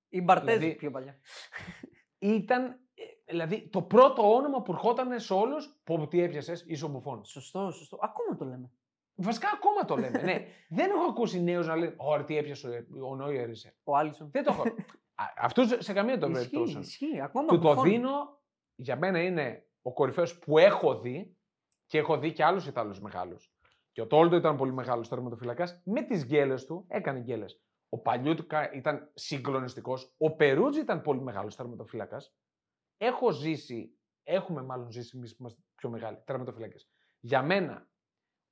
[SPEAKER 2] Η Μπαρτέζ
[SPEAKER 1] Δηλαδή-
[SPEAKER 2] πιο παλιά.
[SPEAKER 1] Ήταν, ε, δηλαδή, το πρώτο όνομα που ερχόταν σε όλους, πω πω τι έπιασες, είσαι ο Μπουφόν.
[SPEAKER 2] Σωστό, σωστό. Ακόμα το λέμε.
[SPEAKER 1] Βασικά ακόμα το λέμε,
[SPEAKER 2] <laughs>
[SPEAKER 1] ναι. Δεν έχω ακούσει νέους να λένε «Ωραία, τι έπιασε ο- ο Νόιερ είσαι».
[SPEAKER 2] Ο Άλισον.
[SPEAKER 1] Δεν το
[SPEAKER 2] <laughs>
[SPEAKER 1] έχω. Α, Αυτούς σε καμία των
[SPEAKER 2] Ισχύει,
[SPEAKER 1] περιπτώσεων.
[SPEAKER 2] ισχύει. Ακόμα
[SPEAKER 1] Του το
[SPEAKER 2] Μπουφόν.
[SPEAKER 1] δίνω, για μένα είναι ο κορυφαίος που έχω δει και έχω δει και άλλους Ιταλούς μεγάλους. Και ο Τόλτο ήταν πολύ μεγάλος τερματοφυλακάς, με τις γκέλες του έκανε γκέλες. Ο Παλιούτκα ήταν συγκλονιστικός, ο Περούτζη ήταν πολύ μεγάλος τερματοφυλακάς. Έχω ζήσει, έχουμε μάλλον ζήσει εμείς που είμαστε πιο μεγάλοι τερματοφυλακές. Για μένα,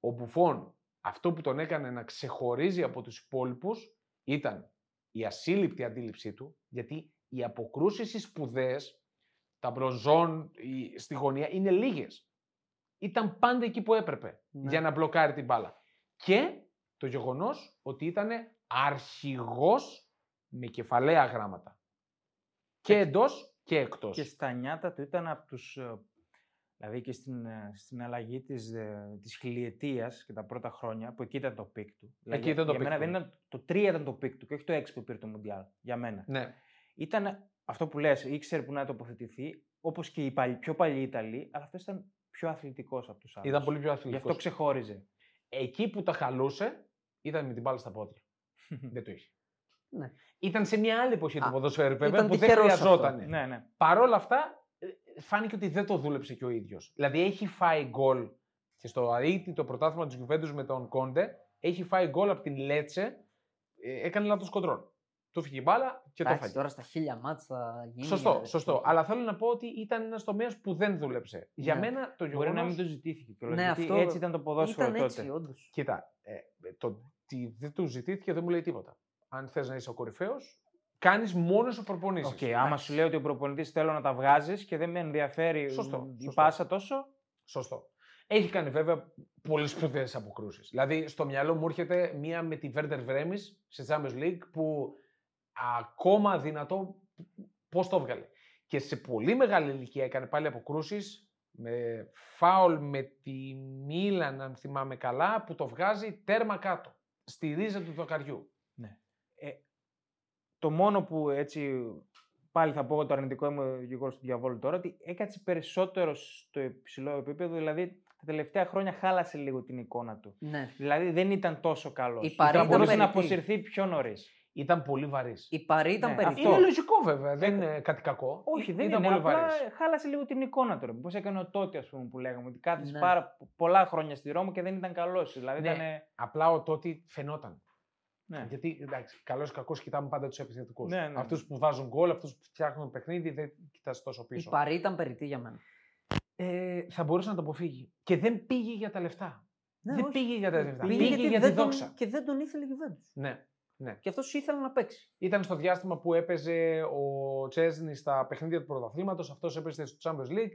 [SPEAKER 1] ο Μπουφόν, αυτό που τον έκανε να ξεχωρίζει από τους υπόλοιπους ήταν η ασύλληπτη αντίληψή του, γιατί οι αποκρούσεις, οι σπουδές, τα μπροζόν η- στη γωνία είναι λίγες. Ήταν πάντα εκεί που έπρεπε
[SPEAKER 2] Ναι.
[SPEAKER 1] για να μπλοκάρει την μπάλα. Και το γεγονός ότι ήταν αρχηγός με κεφαλαία γράμματα. Και εντός και εκτός.
[SPEAKER 3] Και στα νιάτα του ήταν από τους... ε, Δηλαδή και στην, ε, στην αλλαγή της, ε, της χιλιετίας και τα πρώτα χρόνια που εκεί ήταν το πικ του. Δηλαδή,
[SPEAKER 1] Εκεί ήταν το
[SPEAKER 3] για
[SPEAKER 1] πικ
[SPEAKER 3] μένα
[SPEAKER 1] του. ναι.
[SPEAKER 3] δεν ήταν, το 3 ήταν το πικ του και όχι το 6 που πήρε το Μουντιάλ. Για μένα.
[SPEAKER 1] Ναι.
[SPEAKER 3] Ήταν αυτό που λες, ήξερε που να τοποθετηθεί, όπως και οι παλι- πιο παλιοί Ιταλοί, αλλά αυτός ήταν πιο αθλητικός από τους άλλους.
[SPEAKER 1] Ήταν πολύ πιο
[SPEAKER 3] Γι'
[SPEAKER 1] αθλητικός.
[SPEAKER 3] αυτό ξεχώριζε.
[SPEAKER 1] Εκεί που τα χαλούσε ήταν με την μπάλα στα
[SPEAKER 2] <laughs>
[SPEAKER 1] πόδια. δεν το είχε.
[SPEAKER 2] Ναι.
[SPEAKER 1] Ήταν σε μια άλλη εποχή
[SPEAKER 2] Α,
[SPEAKER 1] του ποδοσφαίρου βέβαια
[SPEAKER 2] ήταν
[SPEAKER 1] που δεν
[SPEAKER 2] τυχερός αυτό.
[SPEAKER 1] χρειαζόταν.
[SPEAKER 3] ναι, ναι.
[SPEAKER 1] Παρ' όλα αυτά, ε, φάνηκε ότι δεν το δούλεψε και ο ίδιος. Δηλαδή, έχει φάει γκολ και στο αίτητο το πρωτάθλημα της Γιουβέντους με τον Κόντε, έχει φάει γκολ από την Λέτσε, ε, έκανε λάθος κοντρόλ. Του φύγει η μπάλα και το
[SPEAKER 2] Εντάξει,
[SPEAKER 1] φάγει.
[SPEAKER 2] τώρα στα χίλια μάτς θα γίνει. ε, δηλαδή.
[SPEAKER 1] Σωστό,
[SPEAKER 2] ρε,
[SPEAKER 1] σωστό.
[SPEAKER 2] τέτοιο.
[SPEAKER 1] Αλλά θέλω να πω ότι ήταν ένας τομέας που δεν δούλεψε. Για
[SPEAKER 2] Ναι.
[SPEAKER 1] μένα το γεγονό.
[SPEAKER 3] Μπορεί να μην το ζητήθηκε κιόλας,
[SPEAKER 2] Ναι,
[SPEAKER 3] γιατί
[SPEAKER 2] αυτό-
[SPEAKER 3] έτσι ήταν το ποδόσφαιρο
[SPEAKER 2] Ήταν
[SPEAKER 3] τότε.
[SPEAKER 2] έτσι, όντως.
[SPEAKER 1] Κοίτα, ε, το τι δεν του ζητήθηκε δεν μου λέει τίποτα. Αν θες να είσαι ο κορυφαίος, κάνεις μόνος σου προπονήσεις.
[SPEAKER 3] Οκ, άμα σου λέει ότι ο προπονητής θέλω να τα βγάζεις και δεν με ενδιαφέρει
[SPEAKER 1] Σωστό,
[SPEAKER 3] μ, η
[SPEAKER 1] σωστό.
[SPEAKER 3] πάσα τόσο.
[SPEAKER 1] Σωστό. Έχει κάνει βέβαια πολύ σπουδαίες αποκρούσεις. Δηλαδή, στο μυαλό μου έρχεται μία με τη Werder Βρέμι σε Champions League που ακόμα δυνατό πώς το έβγαλε. Και σε πολύ μεγάλη ηλικία έκανε πάλι αποκρούσεις με φάουλ με τη Μίλαν, αν θυμάμαι καλά, που το βγάζει τέρμα κάτω. Στη ρίζα του δοκαριού.
[SPEAKER 3] Το μόνο που έτσι. Πάλι θα πω το αρνητικό μου γεγονό του διαβόλου τώρα ότι έκατσε περισσότερο στο υψηλό επίπεδο. Δηλαδή τα τελευταία χρόνια χάλασε λίγο την εικόνα του.
[SPEAKER 2] Ναι.
[SPEAKER 3] Δηλαδή δεν ήταν τόσο καλός.
[SPEAKER 2] Η Παρή
[SPEAKER 1] ήταν
[SPEAKER 3] μπορούσε να
[SPEAKER 2] περιττή.
[SPEAKER 3] αποσυρθεί πιο νωρίς.
[SPEAKER 1] Ήταν πολύ βαρύς.
[SPEAKER 2] Η Παρή ήταν
[SPEAKER 3] Ναι,
[SPEAKER 2] περιττή.
[SPEAKER 1] Είναι
[SPEAKER 3] αυτό.
[SPEAKER 1] λογικό βέβαια, δεν είναι κάτι κακό.
[SPEAKER 3] Όχι, δεν
[SPEAKER 1] ήταν
[SPEAKER 3] είναι.
[SPEAKER 1] πολύ
[SPEAKER 3] Απλά
[SPEAKER 1] βαρύς.
[SPEAKER 3] χάλασε λίγο την εικόνα τώρα. Πώς έκανε ο τότε, ας πούμε, που λέγαμε. Ότι κάθισε
[SPEAKER 2] Ναι.
[SPEAKER 3] πάρα πολλά χρόνια στη Ρώμη και δεν ήταν καλός. Δηλαδή
[SPEAKER 1] Ναι.
[SPEAKER 3] ήταν.
[SPEAKER 1] Απλά ο τότε φαινόταν.
[SPEAKER 3] Ναι.
[SPEAKER 1] Γιατί εντάξει, καλός ή κακός κοιτάμε πάντα τους επιθετικούς.
[SPEAKER 3] Ναι, ναι.
[SPEAKER 1] Αυτούς που βάζουν γκολ, αυτούς που φτιάχνουν παιχνίδι, δεν κοιτάς τόσο
[SPEAKER 2] Η
[SPEAKER 1] πίσω.
[SPEAKER 2] Παρή ήταν περιττή για μένα.
[SPEAKER 1] Ε, θα μπορούσε να το αποφύγει. Και δεν πήγε για τα λεφτά.
[SPEAKER 2] Ναι,
[SPEAKER 1] δεν
[SPEAKER 2] όχι.
[SPEAKER 1] πήγε για τα λεφτά. Πήγε,
[SPEAKER 2] γιατί
[SPEAKER 1] για τη
[SPEAKER 2] δεν τον-
[SPEAKER 1] δόξα.
[SPEAKER 2] Και δεν τον ήθελε η Γιουβέντους.
[SPEAKER 1] Ναι.
[SPEAKER 2] Και αυτός ήθελε να παίξει.
[SPEAKER 1] Ήταν στο διάστημα που έπαιζε ο Τσέσνη στα παιχνίδια του πρωταθλήματος, αυτός έπαιζε στο Champions League.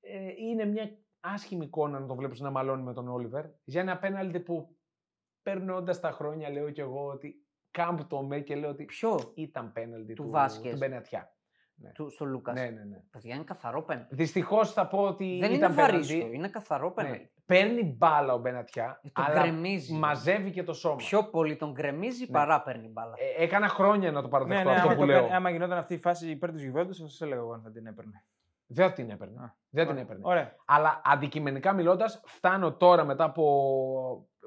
[SPEAKER 1] Ε, είναι μια άσχημη εικόνα να τον βλέπεις να μαλώνει με τον Όλιβερ για ένα πέναλτι που περνώντα τα χρόνια λέω κι εγώ ότι κάμπτω με και λέω ότι
[SPEAKER 2] Ποιο
[SPEAKER 1] ήταν πέναλτι
[SPEAKER 2] Του
[SPEAKER 1] του,
[SPEAKER 2] Βάσκες.
[SPEAKER 1] του Μπενατιά.
[SPEAKER 2] του, στο Λούκα.
[SPEAKER 1] Ναι, ναι, ναι.
[SPEAKER 2] Παιδιά, είναι καθαρό πέναλ.
[SPEAKER 1] Δυστυχώς θα πω ότι.
[SPEAKER 2] Δεν είναι
[SPEAKER 1] ήταν
[SPEAKER 2] βαρύ
[SPEAKER 1] πέναλτι.
[SPEAKER 2] στο, είναι καθαρό πέναλ.
[SPEAKER 1] Ναι. Παίρνει μπάλα ο Μπενατιά,
[SPEAKER 2] Τον
[SPEAKER 1] αλλά
[SPEAKER 2] γκρεμίζει.
[SPEAKER 1] μαζεύει και το σώμα.
[SPEAKER 2] Πιο πολύ τον γκρεμίζει παρά παίρνει μπάλα.
[SPEAKER 1] Ε, έκανα χρόνια να το
[SPEAKER 3] Ναι,
[SPEAKER 1] παραδεχτώ
[SPEAKER 3] ναι,
[SPEAKER 1] αυτό
[SPEAKER 3] άμα,
[SPEAKER 1] που
[SPEAKER 3] το
[SPEAKER 1] λέω.
[SPEAKER 3] παίρνε- άμα γινόταν αυτή η φάση υπέρ της Γιουβέντους, θα σας έλεγα εγώ αν θα την έπαιρνε.
[SPEAKER 1] Δεν την έπαιρνε.
[SPEAKER 3] Α,
[SPEAKER 1] Δεν την
[SPEAKER 3] Ωραία.
[SPEAKER 1] έπαιρνε.
[SPEAKER 3] Ωραία.
[SPEAKER 1] Αλλά αντικειμενικά μιλώντας, φτάνω τώρα μετά από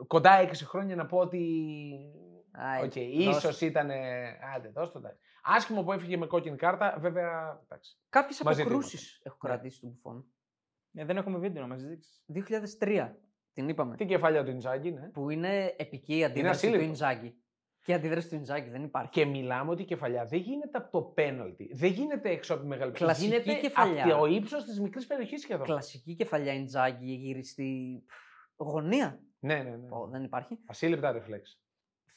[SPEAKER 1] κοντά 6 χρόνια να πω ότι.
[SPEAKER 2] Άι,
[SPEAKER 1] Οκ,
[SPEAKER 2] δώσ'
[SPEAKER 1] ίσως ήταν. ε, Άντε, δώσ' το. εντάξει. Άσχημο που έφυγε με κόκκινη κάρτα, βέβαια. Εντάξει.
[SPEAKER 2] Κάποιες
[SPEAKER 1] Μαζί του
[SPEAKER 2] αποκρούσει έχω
[SPEAKER 1] Ναι.
[SPEAKER 2] κρατήσει του Μπουφόν.
[SPEAKER 3] Ε, δεν έχουμε βίντεο να μας δείξεις.
[SPEAKER 2] 2003 την είπαμε.
[SPEAKER 1] Την κεφαλιά του Ιντζάγκη, ναι.
[SPEAKER 2] Που είναι επική η αντίδραση του
[SPEAKER 1] ασύλληπτο.
[SPEAKER 2] Ιντζάκη. Και η αντίδραση του Ιντζάκη δεν υπάρχει.
[SPEAKER 1] Και μιλάμε ότι η κεφαλιά δεν γίνεται από το πέναλτι. Δεν γίνεται έξω από τη μεγάλη περιοχή.
[SPEAKER 2] Κλασική
[SPEAKER 1] Γίνεται
[SPEAKER 2] κεφαλιά.
[SPEAKER 1] από το ύψος της μικρής περιοχής σχεδόν.
[SPEAKER 2] Κλασική κεφαλιά Ιντζάκη, γυριστή. πφ, Γωνία.
[SPEAKER 1] Ναι, ναι, ναι.
[SPEAKER 2] Ω, δεν υπάρχει.
[SPEAKER 1] Ασύλληπτα ρεφλέξ.